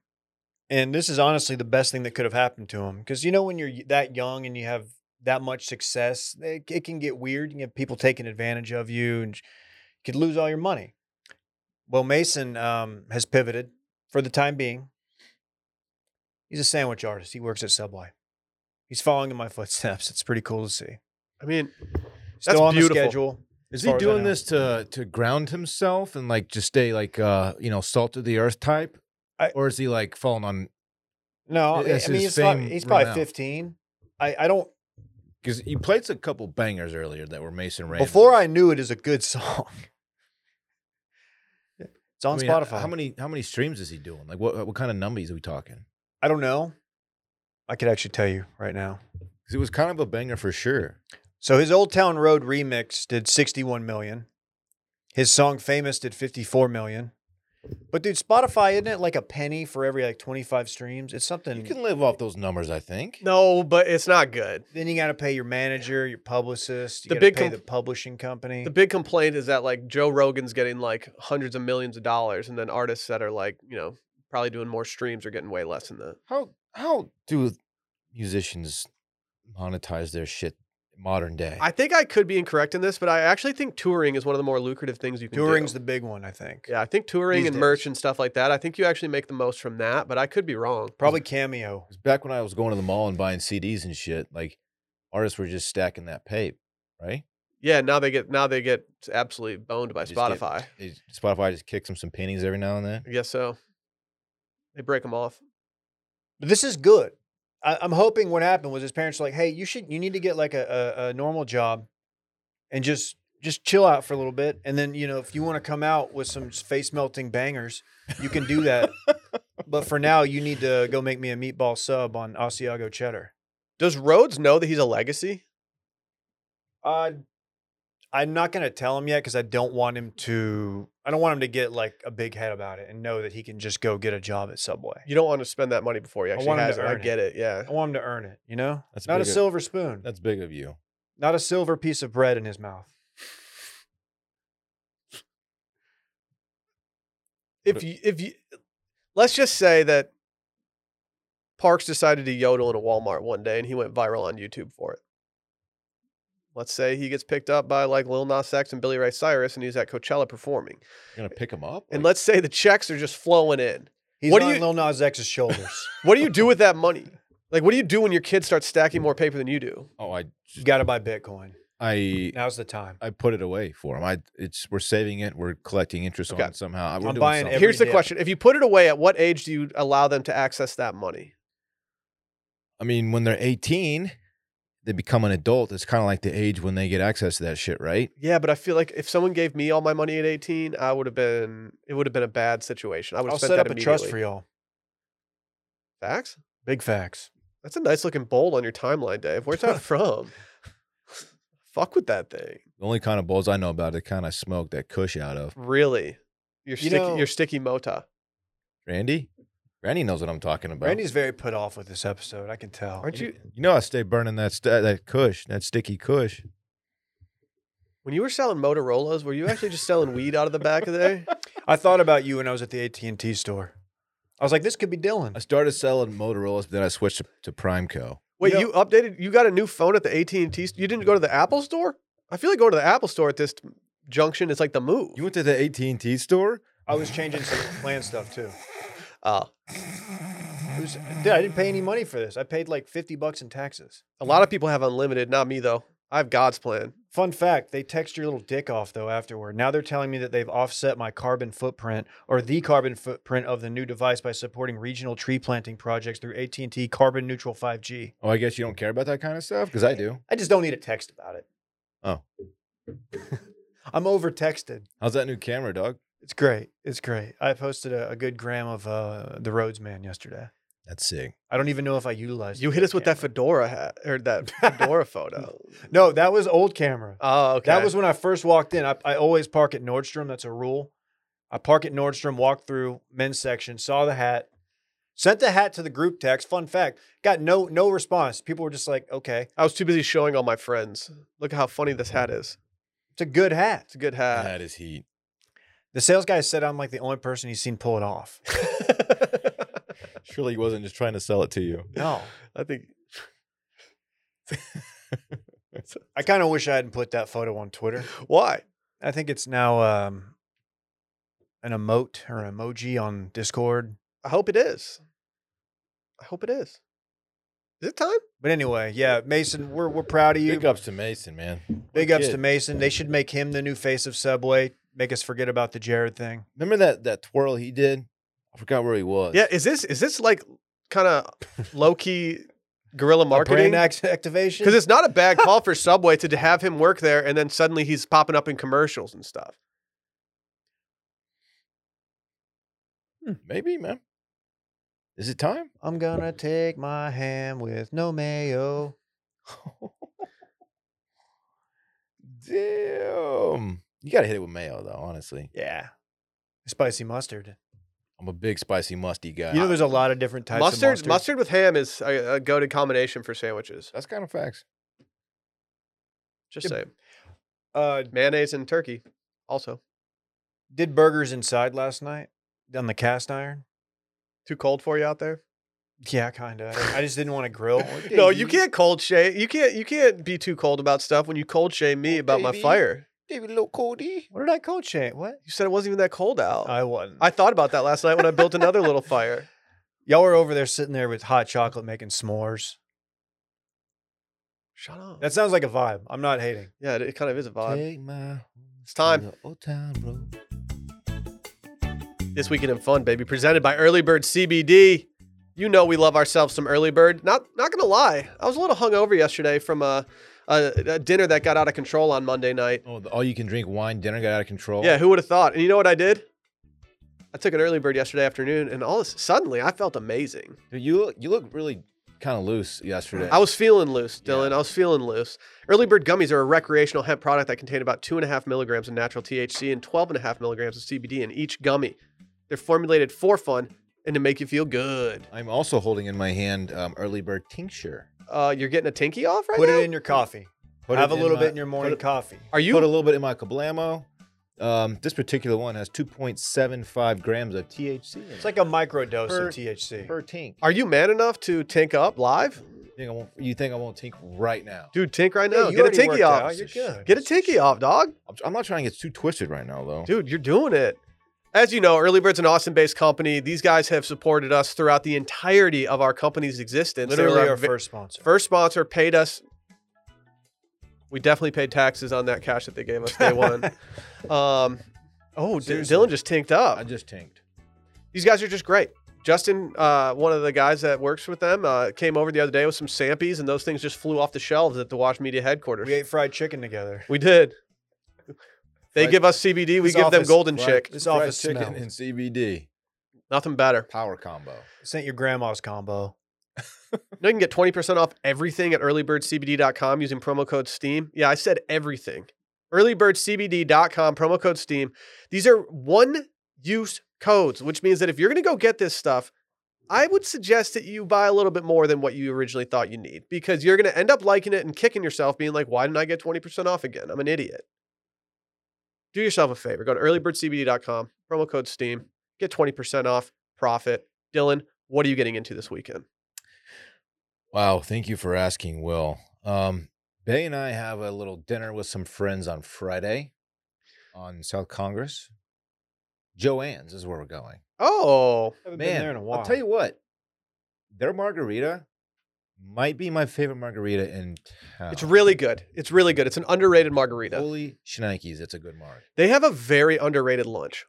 [SPEAKER 2] And this is honestly the best thing that could have happened to him. Because you know, when you're y- that young and you have that much success, it, it can get weird. You can have people taking advantage of you and you could lose all your money. Well, Mason um, has pivoted for the time being. He's a sandwich artist. He works at Subway. He's following in my footsteps. It's pretty cool to see.
[SPEAKER 1] I mean,
[SPEAKER 2] Still on the
[SPEAKER 1] beautiful.
[SPEAKER 2] schedule.
[SPEAKER 3] Is
[SPEAKER 2] as
[SPEAKER 3] he
[SPEAKER 2] far as I
[SPEAKER 3] doing
[SPEAKER 2] know.
[SPEAKER 3] this to to ground himself and like just stay like uh you know salt of the earth type,
[SPEAKER 2] I-
[SPEAKER 3] or is he like falling on?
[SPEAKER 2] No, I-
[SPEAKER 3] That's
[SPEAKER 2] I mean
[SPEAKER 3] his
[SPEAKER 2] he's probably,
[SPEAKER 3] fame
[SPEAKER 2] he's
[SPEAKER 3] right
[SPEAKER 2] probably
[SPEAKER 3] now.
[SPEAKER 2] 15. I, I don't
[SPEAKER 3] Because he played a couple bangers earlier that were Mason Ray.
[SPEAKER 2] Before I knew it is a good song. It's on Spotify.
[SPEAKER 3] How many how many streams is he doing? Like what what kind of numbies are we talking?
[SPEAKER 2] I don't know. I could actually tell you right now.
[SPEAKER 3] Because it was kind of a banger for sure.
[SPEAKER 2] So his Old Town Road remix did 61 million. His song Famous did 54 million. But dude, Spotify isn't it like a penny for every like 25 streams? It's something.
[SPEAKER 3] You can live off those numbers, I think.
[SPEAKER 1] No, but it's not good.
[SPEAKER 2] then you got to pay your manager, your publicist. You
[SPEAKER 1] The
[SPEAKER 2] got to
[SPEAKER 1] big
[SPEAKER 2] pay
[SPEAKER 1] com-
[SPEAKER 2] the publishing company.
[SPEAKER 1] The big complaint is that like Joe Rogan's getting like hundreds of millions of dollars, and then artists that are like you know probably doing more streams are getting way less than that.
[SPEAKER 3] How how do musicians monetize their shit modern day?
[SPEAKER 1] I think I could be incorrect in this, but I actually think touring is one of the more lucrative things you can
[SPEAKER 2] Touring's
[SPEAKER 1] do.
[SPEAKER 2] the big one, I think.
[SPEAKER 1] yeah, I think touring
[SPEAKER 2] these
[SPEAKER 1] and
[SPEAKER 2] days.
[SPEAKER 1] merch and stuff like that. I think you actually make the most from that, but I could be wrong.
[SPEAKER 2] Probably Cameo.
[SPEAKER 3] 'Cause back when I was going to the mall and buying CDs and shit, like artists were just stacking that tape, right?
[SPEAKER 1] Yeah, now they get now they get absolutely boned by
[SPEAKER 3] Just get-
[SPEAKER 1] Spotify.
[SPEAKER 3] They- Spotify just kicks them some pennies every now and then.
[SPEAKER 1] I guess so. They break them off.
[SPEAKER 2] But this is good. I, I'm hoping what happened was his parents were like, "Hey, you should, you need to get like a, a, a normal job, and just just chill out for a little bit, and then you know if you want to come out with some face melting bangers, you can do that. but for now, you need to go make me a meatball sub on Asiago cheddar."
[SPEAKER 1] Does Rhodes know that he's a legacy?
[SPEAKER 2] Uh, I'm not gonna tell him yet because I don't want him to. I don't want him to get like a big head about it and know that he can just go get a job at Subway.
[SPEAKER 1] You don't want to spend that money before he actually
[SPEAKER 2] want him
[SPEAKER 1] has
[SPEAKER 2] to
[SPEAKER 1] it. I
[SPEAKER 2] earn it.
[SPEAKER 1] get it. Yeah.
[SPEAKER 2] I want him to earn it. You know,
[SPEAKER 3] That's
[SPEAKER 2] not a
[SPEAKER 3] big of-
[SPEAKER 2] silver spoon,
[SPEAKER 3] That's big of you.
[SPEAKER 2] not a silver piece of bread in his mouth.
[SPEAKER 1] If
[SPEAKER 3] But-
[SPEAKER 1] you if you let's just say that Parks decided to yodel in a Walmart one day and he went viral on YouTube for it. Let's say he gets picked up by like Lil Nas X and Billy Ray Cyrus and he's at Coachella performing.
[SPEAKER 3] You're gonna pick them up
[SPEAKER 1] And
[SPEAKER 3] Like,
[SPEAKER 1] let's say the checks are just flowing in.
[SPEAKER 2] He's
[SPEAKER 1] What do
[SPEAKER 2] on
[SPEAKER 1] you-
[SPEAKER 2] Lil Nas X's shoulders.
[SPEAKER 1] What do you do with that money? Like what do you do when your kid starts stacking more paper than you do?
[SPEAKER 3] oh, I
[SPEAKER 2] you
[SPEAKER 3] just,
[SPEAKER 2] got to buy Bitcoin.
[SPEAKER 3] I
[SPEAKER 2] Now's the time.
[SPEAKER 3] I put it away for him. I it's we're saving it. We're collecting interest
[SPEAKER 1] Okay.
[SPEAKER 3] on it somehow. We're
[SPEAKER 2] I'm
[SPEAKER 3] doing
[SPEAKER 2] buying
[SPEAKER 3] something.
[SPEAKER 2] every-
[SPEAKER 1] Here's the
[SPEAKER 2] dip.
[SPEAKER 1] question. If you put it away, at what age do you allow them to access that money?
[SPEAKER 3] I mean, when they're 18, they become an adult. It's kind of like the age when they get access to that shit, right?
[SPEAKER 1] Yeah, but I feel like if someone gave me all my money at 18, I would have been it would have been a bad situation. I would
[SPEAKER 2] I'll
[SPEAKER 1] have spent
[SPEAKER 2] set
[SPEAKER 1] that
[SPEAKER 2] up a trust for
[SPEAKER 1] immediately.
[SPEAKER 2] y'all.
[SPEAKER 1] Facts?
[SPEAKER 2] Big facts.
[SPEAKER 1] That's a nice looking bowl on your timeline, Dave. Where's that from? Fuck with that thing.
[SPEAKER 3] The only kind of bowls I know about, the kind I smoke that Kush out of.
[SPEAKER 1] Really? Your
[SPEAKER 2] You
[SPEAKER 1] sticky
[SPEAKER 2] know-
[SPEAKER 1] your sticky mota.
[SPEAKER 3] Randy, Randy knows what I'm talking about.
[SPEAKER 2] Randy's very put off with this episode. I can tell.
[SPEAKER 1] Aren't you
[SPEAKER 3] you know, I stay burning that st- that Kush, that sticky Kush.
[SPEAKER 1] when you were selling Motorola's, were you actually just selling weed out of the back of there?
[SPEAKER 2] I thought about you when I was at the AT and T store. I was like, this could be
[SPEAKER 3] I
[SPEAKER 2] Dylan.
[SPEAKER 3] started selling Motorola's, but then I switched to, to Primeco.
[SPEAKER 1] Wait,
[SPEAKER 2] You
[SPEAKER 1] you updated you got a new phone at the AT&T. st- You didn't go to the Apple store? I feel like going to the Apple store at this t- junction is like the move.
[SPEAKER 3] You went to the AT and T store.
[SPEAKER 2] I was changing some plan stuff too.
[SPEAKER 1] Uh,
[SPEAKER 2] It was, dude, I didn't pay any money for this. I paid like fifty bucks in taxes.
[SPEAKER 1] a lot of people have unlimited, not me though. I have God's plan.
[SPEAKER 2] Fun fact: They text your little dick off though afterward. Now they're telling me that they've offset my carbon footprint or the carbon footprint of the new device by supporting regional tree planting projects through AT and T carbon neutral five G.
[SPEAKER 3] Oh, I guess you don't care about that kind of stuff because I do.
[SPEAKER 2] I just don't need a text about it.
[SPEAKER 3] Oh.
[SPEAKER 2] I'm over texted.
[SPEAKER 3] How's that new camera, dog?
[SPEAKER 2] It's great. It's great. I posted a, a good gram of uh, the Rhodes Man yesterday.
[SPEAKER 3] That's sick.
[SPEAKER 2] I don't even know if I utilized.
[SPEAKER 1] You hit us with that fedora hat or that fedora photo.
[SPEAKER 2] that. No, that was old camera.
[SPEAKER 1] Oh, okay.
[SPEAKER 2] That was when I first walked in. I, I always park at Nordstrom. That's a rule. I park at Nordstrom, walked through men's section, saw the hat, sent the hat to the group text. Fun fact, got no no response. People were just like, "Okay,
[SPEAKER 1] I was too busy showing all my friends. Look how funny this hat is.
[SPEAKER 2] it's a good hat."
[SPEAKER 1] It's a good hat.
[SPEAKER 3] That is heat.
[SPEAKER 2] The sales guy said I'm like the only person he's seen pull it off.
[SPEAKER 5] Surely he wasn't just trying to sell it to you.
[SPEAKER 2] No.
[SPEAKER 1] I think
[SPEAKER 2] I kind of wish I hadn't put that photo on Twitter.
[SPEAKER 1] why?
[SPEAKER 2] I think it's now um, an emote or emoji on Discord.
[SPEAKER 1] I hope it is. I hope it is. Is it time?
[SPEAKER 2] But anyway, yeah, Mason, we're we're proud of you.
[SPEAKER 3] Big ups to Mason, man.
[SPEAKER 2] Big ups
[SPEAKER 3] kid.
[SPEAKER 2] to Mason. They should make him the new face of Subway. Make us forget about the Jared thing.
[SPEAKER 3] Remember that that twirl he did? I forgot where he was.
[SPEAKER 1] Yeah, is this is this like kind of low key guerrilla marketing?
[SPEAKER 2] brand act- activation.
[SPEAKER 1] Because it's not a bad call for Subway to have him work there, and then suddenly he's popping up in commercials and stuff.
[SPEAKER 3] Maybe, man. Is it time?
[SPEAKER 2] I'm gonna take my ham with no mayo.
[SPEAKER 3] Damn. You gotta hit it with mayo though, honestly.
[SPEAKER 2] Yeah, spicy mustard.
[SPEAKER 3] I'm a big spicy musty guy.
[SPEAKER 2] You know, there's a lot of different types
[SPEAKER 1] Mustard,
[SPEAKER 2] of
[SPEAKER 1] mustard, with ham is a, a go-to combination for sandwiches.
[SPEAKER 3] that's kind of facts.
[SPEAKER 1] Just
[SPEAKER 2] Yeah.
[SPEAKER 1] say
[SPEAKER 2] Uh,
[SPEAKER 1] mayonnaise and turkey, also
[SPEAKER 2] did burgers inside last night on the cast iron?
[SPEAKER 1] too cold for you out there.
[SPEAKER 2] Yeah, kind of. I just didn't want to grill.
[SPEAKER 3] Oh,
[SPEAKER 1] No, you can't cold shame. You can't. You can't be too cold about stuff when you cold shame me about my
[SPEAKER 3] baby.
[SPEAKER 1] fire.
[SPEAKER 3] David Little E. Cody.
[SPEAKER 2] What did I coach it? What?
[SPEAKER 1] You said it wasn't even that cold out.
[SPEAKER 2] I wasn't.
[SPEAKER 1] Oh. I thought about that last night when I built another little fire.
[SPEAKER 2] Y'all were over there sitting there with hot chocolate making s'mores.
[SPEAKER 1] Shut up.
[SPEAKER 2] That sounds like a vibe. I'm not hating.
[SPEAKER 1] yeah, it, it kind of is a vibe.
[SPEAKER 3] Take my
[SPEAKER 1] It's time.
[SPEAKER 3] to the old town road.
[SPEAKER 1] This weekend in fun, baby, presented by Early Bird CBD. You know we love ourselves some Early Bird. Not not gonna lie, I was a little hungover yesterday from a, a, a dinner that got out of control on Monday night.
[SPEAKER 3] Oh, the all you can drink wine dinner got out of control.
[SPEAKER 1] Yeah, who would have thought? And you know what I did? I took an Early Bird yesterday afternoon, and all of a- suddenly I felt amazing.
[SPEAKER 3] Dude, you look you look really kind of loose yesterday.
[SPEAKER 1] I was feeling loose, Dylan. I was feeling loose. Early Bird gummies are a recreational hemp product that contain about two and a half milligrams of natural THC and twelve and a half milligrams of CBD in each gummy. They're formulated for fun and to make you feel good.
[SPEAKER 3] I'm also holding in my hand um, early bird tincture.
[SPEAKER 1] Uh, you're getting a tinky off right
[SPEAKER 2] Put
[SPEAKER 1] now.
[SPEAKER 2] it in your coffee.
[SPEAKER 3] Put
[SPEAKER 2] Have
[SPEAKER 3] it
[SPEAKER 2] a little
[SPEAKER 3] my-
[SPEAKER 2] bit in your morning
[SPEAKER 3] put it-
[SPEAKER 2] coffee.
[SPEAKER 1] Are
[SPEAKER 3] put a
[SPEAKER 1] you?
[SPEAKER 3] little bit in my Kablamo. Um, this particular one has 2.75 grams of THC. In
[SPEAKER 2] It's like a micro dose
[SPEAKER 3] Per-
[SPEAKER 2] of THC.
[SPEAKER 3] it. per tink.
[SPEAKER 1] Are you man enough to tink up live,
[SPEAKER 3] You think I won't? You think I won't tink right now?
[SPEAKER 1] dude? Tink right now.
[SPEAKER 2] Yeah, you
[SPEAKER 1] Get a
[SPEAKER 2] already
[SPEAKER 1] tinky
[SPEAKER 2] worked
[SPEAKER 1] off.
[SPEAKER 2] out. You're good.
[SPEAKER 1] Get a tinky off, dog.
[SPEAKER 3] I'm, I'm not trying to get too twisted right now, though.
[SPEAKER 1] Dude, you're doing it. As you know, Early Bird's an Austin based company. These guys have supported us throughout the entirety of our company's existence. They were
[SPEAKER 2] Literally our
[SPEAKER 1] ve-
[SPEAKER 2] first sponsor.
[SPEAKER 1] first sponsor, paid us. We definitely paid taxes on that cash that they gave us day one. um, oh, D-
[SPEAKER 2] Seriously.
[SPEAKER 1] Dylan just tinked up.
[SPEAKER 3] I just tinked.
[SPEAKER 1] these guys are just great. Justin, uh, one of the guys that works with them, uh, came over the other day with some sampies, and those things just flew off the shelves at the Watch Media headquarters.
[SPEAKER 2] we ate fried chicken together.
[SPEAKER 1] We did. They
[SPEAKER 3] Fried-
[SPEAKER 1] give us CBD, we
[SPEAKER 2] This
[SPEAKER 1] give them
[SPEAKER 2] office-
[SPEAKER 1] Golden
[SPEAKER 2] fried-
[SPEAKER 1] Chick.
[SPEAKER 2] This
[SPEAKER 3] Fried
[SPEAKER 2] office
[SPEAKER 3] chicken
[SPEAKER 2] smells.
[SPEAKER 3] and CBD
[SPEAKER 1] Nothing better.
[SPEAKER 3] power combo.
[SPEAKER 2] This ain't your grandma's combo.
[SPEAKER 1] You know you can get 20% off everything at earlybirdcbd.com using promo code STEAM. Yeah, I said everything. Earlybirdcbd.com, promo code STEAM. These are one use codes, which means that if you're going to go get this stuff, I would suggest that you buy a little bit more than what you originally thought you need because you're going to end up liking it and kicking yourself, being like, why didn't I get 20% off again? I'm an idiot. Do yourself a favor. Go to earlybirdcbd.com, promo code STEAM, get 20% off, profit. Dylan, what are you getting into this weekend?
[SPEAKER 3] Wow, thank you for asking, Will. Um, Bay and I have a little dinner with some friends on Friday on South Congress. Joanne's is where we're going.
[SPEAKER 1] Oh,
[SPEAKER 2] Haven't
[SPEAKER 3] Man,
[SPEAKER 2] been there in a while.
[SPEAKER 3] I'll tell you what, their margarita might be my favorite margarita in town.
[SPEAKER 1] it's really good. It's really good. It's an underrated margarita.
[SPEAKER 3] Holy shnikes, it's a good mark.
[SPEAKER 1] They have a very underrated lunch.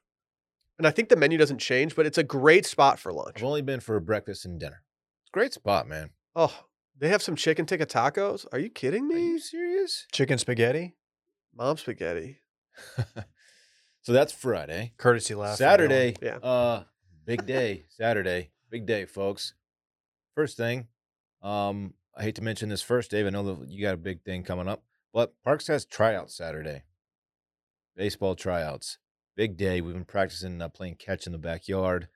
[SPEAKER 1] And I think the menu doesn't change, but it's a great spot for lunch.
[SPEAKER 3] I've only been for breakfast and dinner. It's a great spot, man.
[SPEAKER 1] Oh, they have some chicken tikka tacos. Are you kidding
[SPEAKER 3] Are
[SPEAKER 1] me?
[SPEAKER 3] you serious?
[SPEAKER 2] Chicken spaghetti,
[SPEAKER 1] Mom spaghetti.
[SPEAKER 3] so that's Friday.
[SPEAKER 2] courtesy laugh. from
[SPEAKER 3] Saturday,
[SPEAKER 1] Yeah.
[SPEAKER 3] uh, big day. Saturday, big day, folks. First thing, um, I hate to mention this first, Dave. I know that you got a big thing coming up, but Parks has tryouts Saturday. Baseball tryouts, big day. We've been practicing uh, playing catch in the backyard.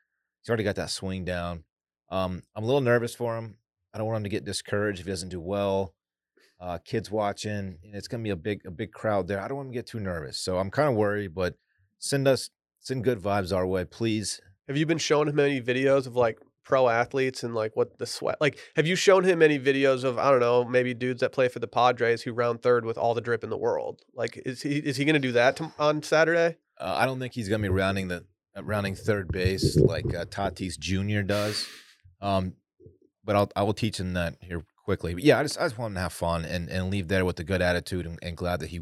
[SPEAKER 3] He's already got that swing down. Um, I'm a little nervous for him. I don't want him to get discouraged if he doesn't do well. Uh, kids watching, and it's gonna be a big a big crowd there. I don't want him to get too nervous, so I'm kind of worried. But send us Send good vibes our way, please.
[SPEAKER 1] Have you been showing him any videos of like pro athletes and like what the sweat? Like, have you shown him any videos of I don't know, maybe dudes that play for the Padres who round third with all the drip in the world? Like, is he is he going to do that tom on Saturday?
[SPEAKER 3] Uh, I don't think he's gonna be rounding the uh, rounding third base like uh, Tatis Jr. does. Um, but I'll I will teach him that here quickly. But yeah, I just I just want him to have fun and and leave there with a good attitude and, and glad that he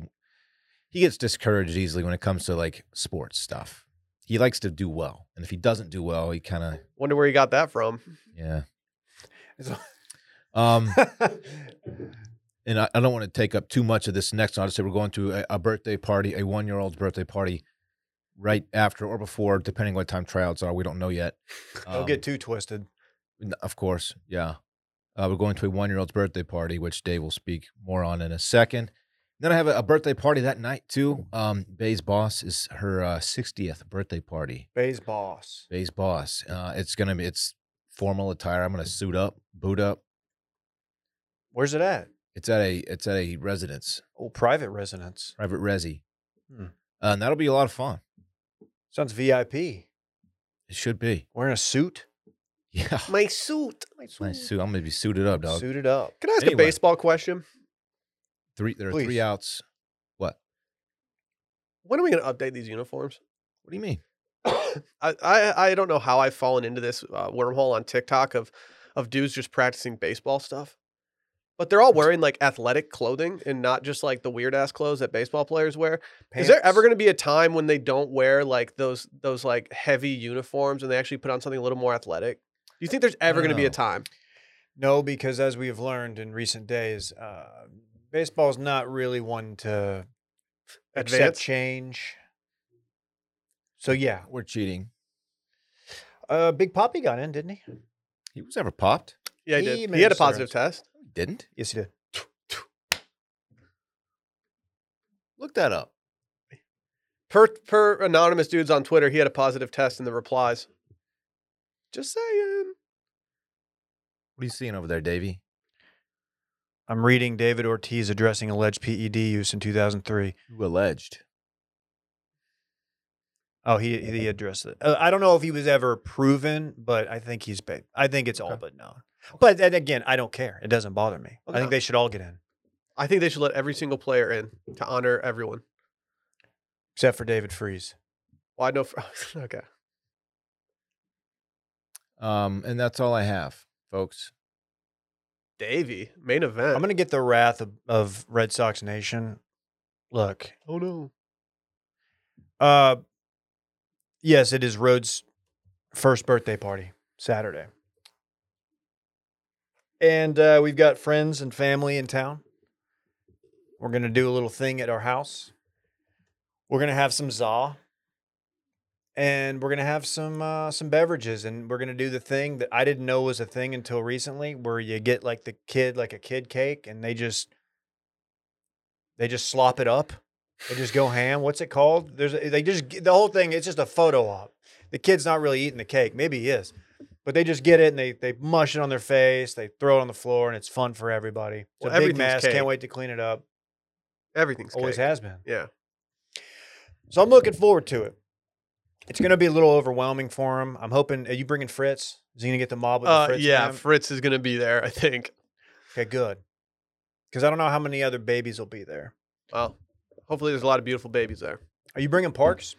[SPEAKER 3] he gets discouraged easily when it comes to like sports stuff. He likes to do well, and if he doesn't do well, he kind of
[SPEAKER 1] Wonder where he got that from.
[SPEAKER 3] yeah.
[SPEAKER 2] It's-
[SPEAKER 3] Um. and I, I don't want to take up too much of this next. I'll just say we're going to a, a birthday party, a one year old's birthday party, right after or before, depending what time tryouts are. We don't know yet. Um,
[SPEAKER 2] Don't get too twisted.
[SPEAKER 3] N- Of course, yeah. Uh, we're going to a one year old's birthday party, which Dave will speak more on in a second. Then I have a, a birthday party that night too. Um, Bay's boss is her uh, 60th birthday party.
[SPEAKER 2] Bay's boss.
[SPEAKER 3] Bay's boss. Uh, it's gonna be it's formal attire. I'm gonna suit up, boot up.
[SPEAKER 2] Where's it at?
[SPEAKER 3] It's at a it's at a residence,
[SPEAKER 2] Oh, private residence.
[SPEAKER 3] private resi,
[SPEAKER 2] Hmm.
[SPEAKER 3] uh, and that'll be a lot of fun.
[SPEAKER 2] Sounds VIP.
[SPEAKER 3] It should be.
[SPEAKER 2] Wearing a suit.
[SPEAKER 3] Yeah.
[SPEAKER 1] My suit. My suit.
[SPEAKER 3] Nice suit. I'm gonna be suited up, dog.
[SPEAKER 2] Suited up.
[SPEAKER 1] Can I ask
[SPEAKER 3] Anyway.
[SPEAKER 1] a baseball question?
[SPEAKER 3] Three there are
[SPEAKER 2] Please.
[SPEAKER 3] three outs. What?
[SPEAKER 1] When are we going to update these uniforms?
[SPEAKER 3] What do you mean?
[SPEAKER 1] I, I I don't know how I've fallen into this uh, wormhole on TikTok of of dudes just practicing baseball stuff, but they're all wearing like athletic clothing and not just like the weird ass clothes that baseball players wear. Is there ever going to be a time when they don't wear like those those like heavy uniforms and they actually put on something a little more athletic? Do you think there's ever
[SPEAKER 3] don't
[SPEAKER 1] going to be a
[SPEAKER 3] know.
[SPEAKER 1] time?
[SPEAKER 2] No, because as we have learned in recent days, uh, baseball's not really one to accept
[SPEAKER 1] Advance?
[SPEAKER 2] change. So yeah,
[SPEAKER 3] We're cheating.
[SPEAKER 2] uh, Big Poppy got in, didn't he?
[SPEAKER 3] He was ever popped.
[SPEAKER 1] Yeah, he
[SPEAKER 2] He
[SPEAKER 1] did.
[SPEAKER 2] made
[SPEAKER 1] He had
[SPEAKER 2] a
[SPEAKER 1] a positive test.
[SPEAKER 3] He didn't.
[SPEAKER 2] Yes, he did.
[SPEAKER 3] Look that up.
[SPEAKER 1] Per per anonymous dudes on Twitter, he had a positive test in the replies. Just saying.
[SPEAKER 3] What are you seeing over there, Davey?
[SPEAKER 2] I'm reading David Ortiz addressing alleged PED use in 2003.
[SPEAKER 3] You alleged.
[SPEAKER 2] Oh, he he addressed it. Uh, I don't know if he was ever proven, but I think he's. ba- I think it's all
[SPEAKER 3] Okay.
[SPEAKER 2] but known. But then again, I don't care. It doesn't bother me. I
[SPEAKER 1] Okay.
[SPEAKER 2] think they should all get in,
[SPEAKER 1] I think they should let every single player in to honor everyone.
[SPEAKER 2] except for David Freeze.
[SPEAKER 1] Well, I know. For, okay.
[SPEAKER 3] Um, and that's all I have, folks.
[SPEAKER 1] Davey, main event.
[SPEAKER 2] I'm gonna get the wrath of, of Red Sox Nation. Look,
[SPEAKER 1] Oh no.
[SPEAKER 2] uh, yes, it is Rhodes' first birthday party Saturday, and uh, we've got friends and family in town. We're gonna do a little thing at our house. We're gonna have some za, and we're gonna have some uh, some beverages, and we're gonna do the thing that I didn't know was a thing until recently, where you get like the kid like a kid cake, and they just they just slop it up. They just go ham. What's it called? There's a, they just get- the whole thing. It's just a photo op. The kid's not really eating the cake. Maybe he is, but they just get it and they they mush it on their face. They throw it on the floor, and it's fun for everybody. It's
[SPEAKER 1] Well,
[SPEAKER 2] a big
[SPEAKER 1] everything's
[SPEAKER 2] mess.
[SPEAKER 1] cake.
[SPEAKER 2] Can't wait to clean it up.
[SPEAKER 1] Everything's
[SPEAKER 2] Always
[SPEAKER 1] cake.
[SPEAKER 2] has been.
[SPEAKER 1] Yeah.
[SPEAKER 2] So I'm looking forward to it. It's going to be a little overwhelming for him. I'm hoping. Are you bringing Fritz? Is he going to get the mob with the
[SPEAKER 1] Uh,
[SPEAKER 2] Fritz?
[SPEAKER 1] yeah.
[SPEAKER 2] fam?
[SPEAKER 1] Fritz is gonna be there. I think.
[SPEAKER 2] okay, good. Because I don't know how many other babies will be there.
[SPEAKER 1] Well, hopefully there's a lot of beautiful babies there.
[SPEAKER 2] Are you bringing Parks?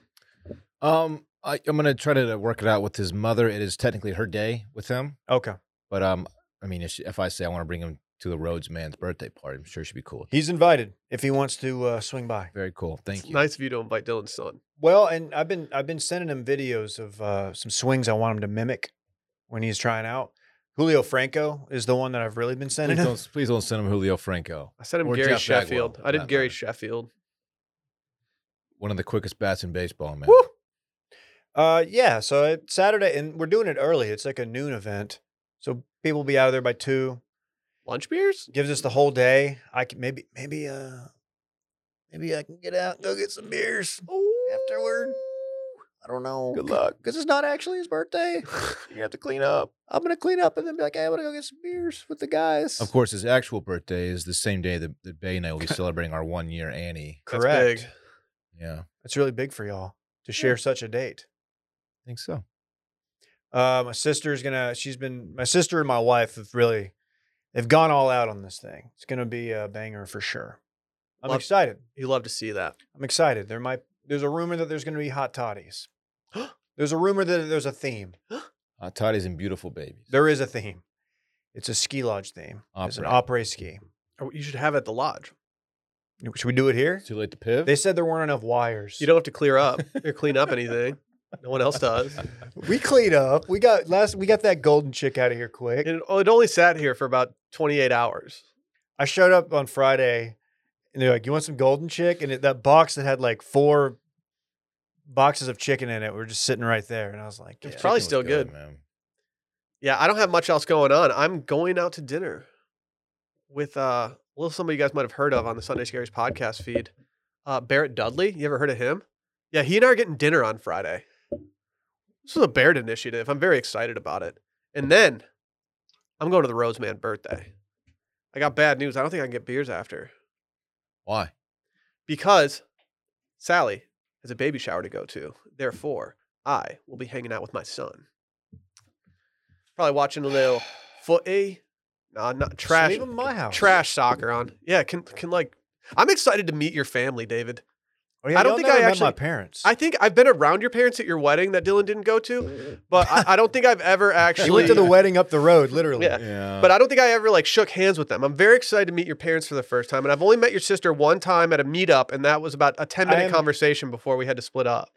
[SPEAKER 3] Um, I, I'm gonna try to work it out with his mother. It is technically her day with him,
[SPEAKER 2] Okay.
[SPEAKER 3] but um, I mean, if, she, if I say I want to bring him to the Rhodes man's birthday party, I'm sure she'd be cool. with it.
[SPEAKER 2] He's invited if he wants to uh, swing by.
[SPEAKER 3] Very cool. Thank
[SPEAKER 1] It's
[SPEAKER 3] you.
[SPEAKER 1] nice of you to invite Dylan's son.
[SPEAKER 2] Well, and I've been I've been sending him videos of uh, some swings I want him to mimic when he's trying out. Julio Franco is the one that I've really been
[SPEAKER 3] Please
[SPEAKER 2] sending him.
[SPEAKER 3] don't, please don't send him Julio Franco,
[SPEAKER 1] I sent him
[SPEAKER 3] Or
[SPEAKER 1] Gary
[SPEAKER 3] Jeff Bagwell,
[SPEAKER 1] Sheffield.
[SPEAKER 3] for
[SPEAKER 1] I did
[SPEAKER 3] that
[SPEAKER 1] Gary
[SPEAKER 3] matter.
[SPEAKER 1] Sheffield.
[SPEAKER 3] one of the quickest bats in baseball, man.
[SPEAKER 2] Woo! Uh, yeah. So it's Saturday, and we're doing it early. It's like a noon event, so people will be out of there by two.
[SPEAKER 1] Lunch beers?
[SPEAKER 2] Gives us the whole day. I can maybe maybe uh maybe I can get out and go get some beers afterward. I don't know. Good luck, because it's not actually his birthday.
[SPEAKER 1] you have to clean up.
[SPEAKER 2] I'm gonna clean up and then be like, hey, I want to go get some beers with the guys.
[SPEAKER 3] Of course, his actual birthday is the same day that, that Bay and I will be celebrating our one year Annie.
[SPEAKER 1] That's
[SPEAKER 2] correct.
[SPEAKER 1] big.
[SPEAKER 3] Yeah.
[SPEAKER 2] That's really big for y'all. to share such a date.
[SPEAKER 3] I think so.
[SPEAKER 2] Uh, my sister's gonna. She's been. My sister and my wife have really. They've gone all out on this thing. It's gonna be a banger for sure. I'm
[SPEAKER 1] Love-
[SPEAKER 2] excited.
[SPEAKER 1] You love to see that.
[SPEAKER 2] I'm excited. There might. There's a rumor that there's gonna be hot toddies. there's a rumor that there's a theme.
[SPEAKER 3] Uh, toddies and beautiful babies.
[SPEAKER 2] There is a theme. It's a ski lodge theme. It's an opera ski.
[SPEAKER 1] Oh, You should have it at the lodge.
[SPEAKER 2] Should we do it here?
[SPEAKER 3] Too late to piv. Uh,
[SPEAKER 2] They said there weren't enough wires.
[SPEAKER 1] You don't have to clear up or clean up anything. No one else does.
[SPEAKER 2] we cleaned up. We got last. We got that golden chick out of here quick.
[SPEAKER 1] It, oh, it only sat here for about 28 hours.
[SPEAKER 2] I showed up on Friday, and they're like, "You want some golden chick?" And it, that box that had like four boxes of chicken in it were just sitting right there, and I was like,
[SPEAKER 1] It's
[SPEAKER 2] "Yeah."
[SPEAKER 1] probably
[SPEAKER 3] Chicken was
[SPEAKER 1] still good.
[SPEAKER 3] man.
[SPEAKER 1] Yeah, I don't have much else going on. I'm going out to dinner with uh, a little somebody you guys might have heard of on the Sunday Scaries podcast feed. Uh, Barrett Dudley. You ever heard of him? Yeah, he and I are getting dinner on Friday. This is a Barrett initiative. I'm very excited about it. And then I'm going to the Roseman birthday. I got bad news. I don't think I can get beers after
[SPEAKER 3] Why?
[SPEAKER 1] because Sally has a baby shower to go to. Therefore, I will be hanging out with my son. Probably watching a little footy. Nah, not
[SPEAKER 2] Just
[SPEAKER 1] trash.
[SPEAKER 2] Leave 'em in my house.
[SPEAKER 1] Trash soccer on. Yeah, can can like. I'm excited to meet your family, David.
[SPEAKER 2] Oh, yeah,
[SPEAKER 1] I don't
[SPEAKER 2] y'all
[SPEAKER 1] think
[SPEAKER 2] never
[SPEAKER 1] I
[SPEAKER 2] met
[SPEAKER 1] actually-
[SPEAKER 2] my parents.
[SPEAKER 1] I think I've been around your parents at your wedding that Dylan didn't go to, but I, I don't think I've ever actually.
[SPEAKER 2] you went to the uh wedding up the road, literally.
[SPEAKER 1] Yeah.
[SPEAKER 3] Yeah.
[SPEAKER 1] But I don't think I ever like shook hands with them. I'm very excited to meet your parents for the first time, and I've only met your sister one time at a meetup, and that was about a 10 minute
[SPEAKER 2] am-
[SPEAKER 1] conversation before we had to split up.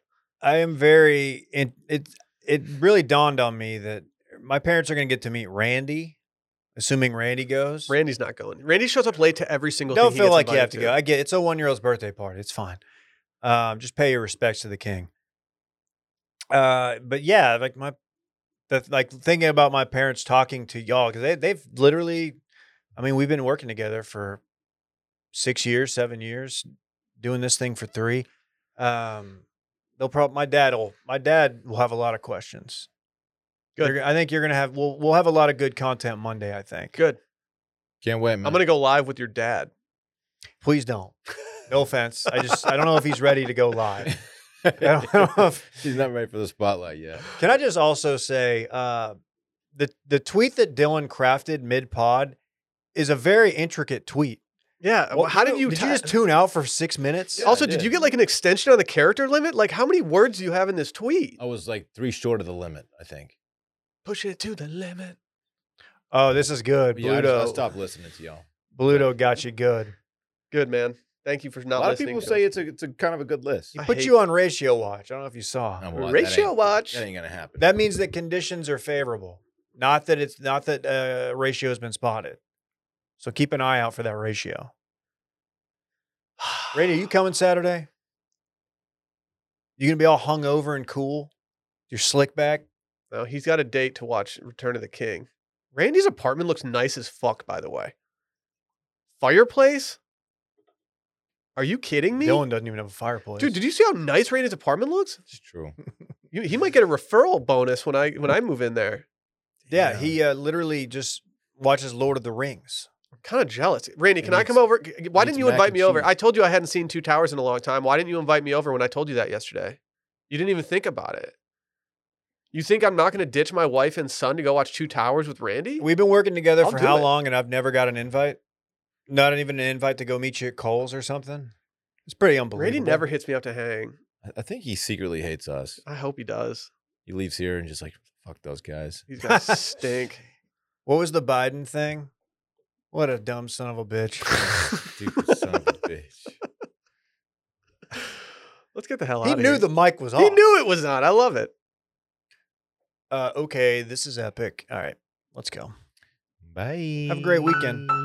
[SPEAKER 2] I am very. It it it really dawned on me that my parents are going to get to meet Randy, assuming Randy goes.
[SPEAKER 1] Randy's not going. Randy shows up late to every single
[SPEAKER 2] Don't
[SPEAKER 1] thing.
[SPEAKER 2] feel
[SPEAKER 1] he gets
[SPEAKER 2] like you
[SPEAKER 1] invited
[SPEAKER 2] have to go. I get it's a one year old's birthday party. It's fine. Um, just pay your respects to the king. Uh, but yeah, like my, the, like thinking about my parents talking to y'all because they they've literally, I mean, we've been working together for six years, seven years, doing this thing for three. Um, they'll probably my dad will my dad will have a lot of questions.
[SPEAKER 1] Good.
[SPEAKER 2] You're- I think you're gonna have we'll we'll have a lot of good content Monday. I think.
[SPEAKER 1] Good.
[SPEAKER 3] Can't wait, man.
[SPEAKER 1] I'm gonna go live with your dad.
[SPEAKER 2] Please don't. No offense. I just I don't know if he's ready to go live. I don't, I don't know if,
[SPEAKER 3] He's not ready for the spotlight yet.
[SPEAKER 2] can I just also say uh, the the tweet that Dylan crafted mid pod is a very intricate tweet.
[SPEAKER 1] Yeah. well,
[SPEAKER 2] What-
[SPEAKER 1] how did you?
[SPEAKER 2] Did
[SPEAKER 1] ti-
[SPEAKER 2] you just tune out for six minutes?
[SPEAKER 3] Yeah,
[SPEAKER 1] also,
[SPEAKER 3] I
[SPEAKER 1] did.
[SPEAKER 3] did.
[SPEAKER 1] you get like an extension on the character limit? Like, how many words do you have in this tweet?
[SPEAKER 3] I was like three short of the limit, I think.
[SPEAKER 1] Push it to the limit.
[SPEAKER 2] Oh, this is good.
[SPEAKER 3] But yeah, I, just, I
[SPEAKER 2] Bluto.
[SPEAKER 3] stopped listening to y'all.
[SPEAKER 2] Bluto got you good.
[SPEAKER 1] Good man. Thank you for
[SPEAKER 3] A
[SPEAKER 1] not.
[SPEAKER 3] lot of
[SPEAKER 1] listening
[SPEAKER 3] people
[SPEAKER 1] to us.
[SPEAKER 3] say it's a, it's a kind of a good list.
[SPEAKER 2] He
[SPEAKER 1] I
[SPEAKER 2] put
[SPEAKER 1] hate-
[SPEAKER 2] you on ratio watch. I don't know if you saw.
[SPEAKER 3] Oh, well, that
[SPEAKER 1] Ratio
[SPEAKER 3] ain't-
[SPEAKER 1] watch.
[SPEAKER 3] That ain't gonna happen.
[SPEAKER 2] That means that conditions are favorable. Not that it's not that uh, ratio has been spotted. So keep an eye out for that ratio. Brady, are you coming Saturday? You gonna be all hungover and cool? Your slick back?
[SPEAKER 1] No, he's got a date to watch Return of the King. Randy's apartment looks nice as fuck, by the way. Fireplace? Are you kidding me?
[SPEAKER 2] Dylan doesn't even have a fireplace.
[SPEAKER 1] Dude, did you see how nice Randy's apartment looks?
[SPEAKER 3] it's true.
[SPEAKER 1] You, he might get a referral bonus when I when I move in there.
[SPEAKER 2] yeah, he uh, literally just watches Lord of the Rings.
[SPEAKER 1] I'm kind of jealous. Randy,
[SPEAKER 3] He
[SPEAKER 1] can I
[SPEAKER 3] needs-
[SPEAKER 1] come over? G- g- Why
[SPEAKER 3] needs
[SPEAKER 1] didn't you
[SPEAKER 3] mac
[SPEAKER 1] invite
[SPEAKER 3] and
[SPEAKER 1] me over?
[SPEAKER 3] cheese.
[SPEAKER 1] I told you I hadn't seen Two Towers in a long time. Why didn't you invite me over when I told you that yesterday? You didn't even think about it. You think I'm not going to ditch my wife and son to go watch Two Towers with Randy?
[SPEAKER 2] We've been working together
[SPEAKER 1] I'll
[SPEAKER 2] for
[SPEAKER 1] do
[SPEAKER 2] how
[SPEAKER 1] it.
[SPEAKER 2] long, and I've never got an invite. Not even an invite to go meet you at Cole's or something. It's pretty unbelievable.
[SPEAKER 1] Randy never hits me up to hang.
[SPEAKER 3] I- I think he secretly hates us.
[SPEAKER 1] I hope he does.
[SPEAKER 3] He leaves here and just like fuck those guys.
[SPEAKER 1] He's gonna stink.
[SPEAKER 2] What was the Biden thing? What a dumb son of a bitch.
[SPEAKER 3] Stupid son of a bitch.
[SPEAKER 1] Let's get the hell out
[SPEAKER 2] he
[SPEAKER 1] of
[SPEAKER 2] knew
[SPEAKER 1] here.
[SPEAKER 2] the mic was off.
[SPEAKER 1] He knew it was not. I love it.
[SPEAKER 2] Uh, okay, this is epic. All right, let's go.
[SPEAKER 3] Bye.
[SPEAKER 2] Have a great weekend.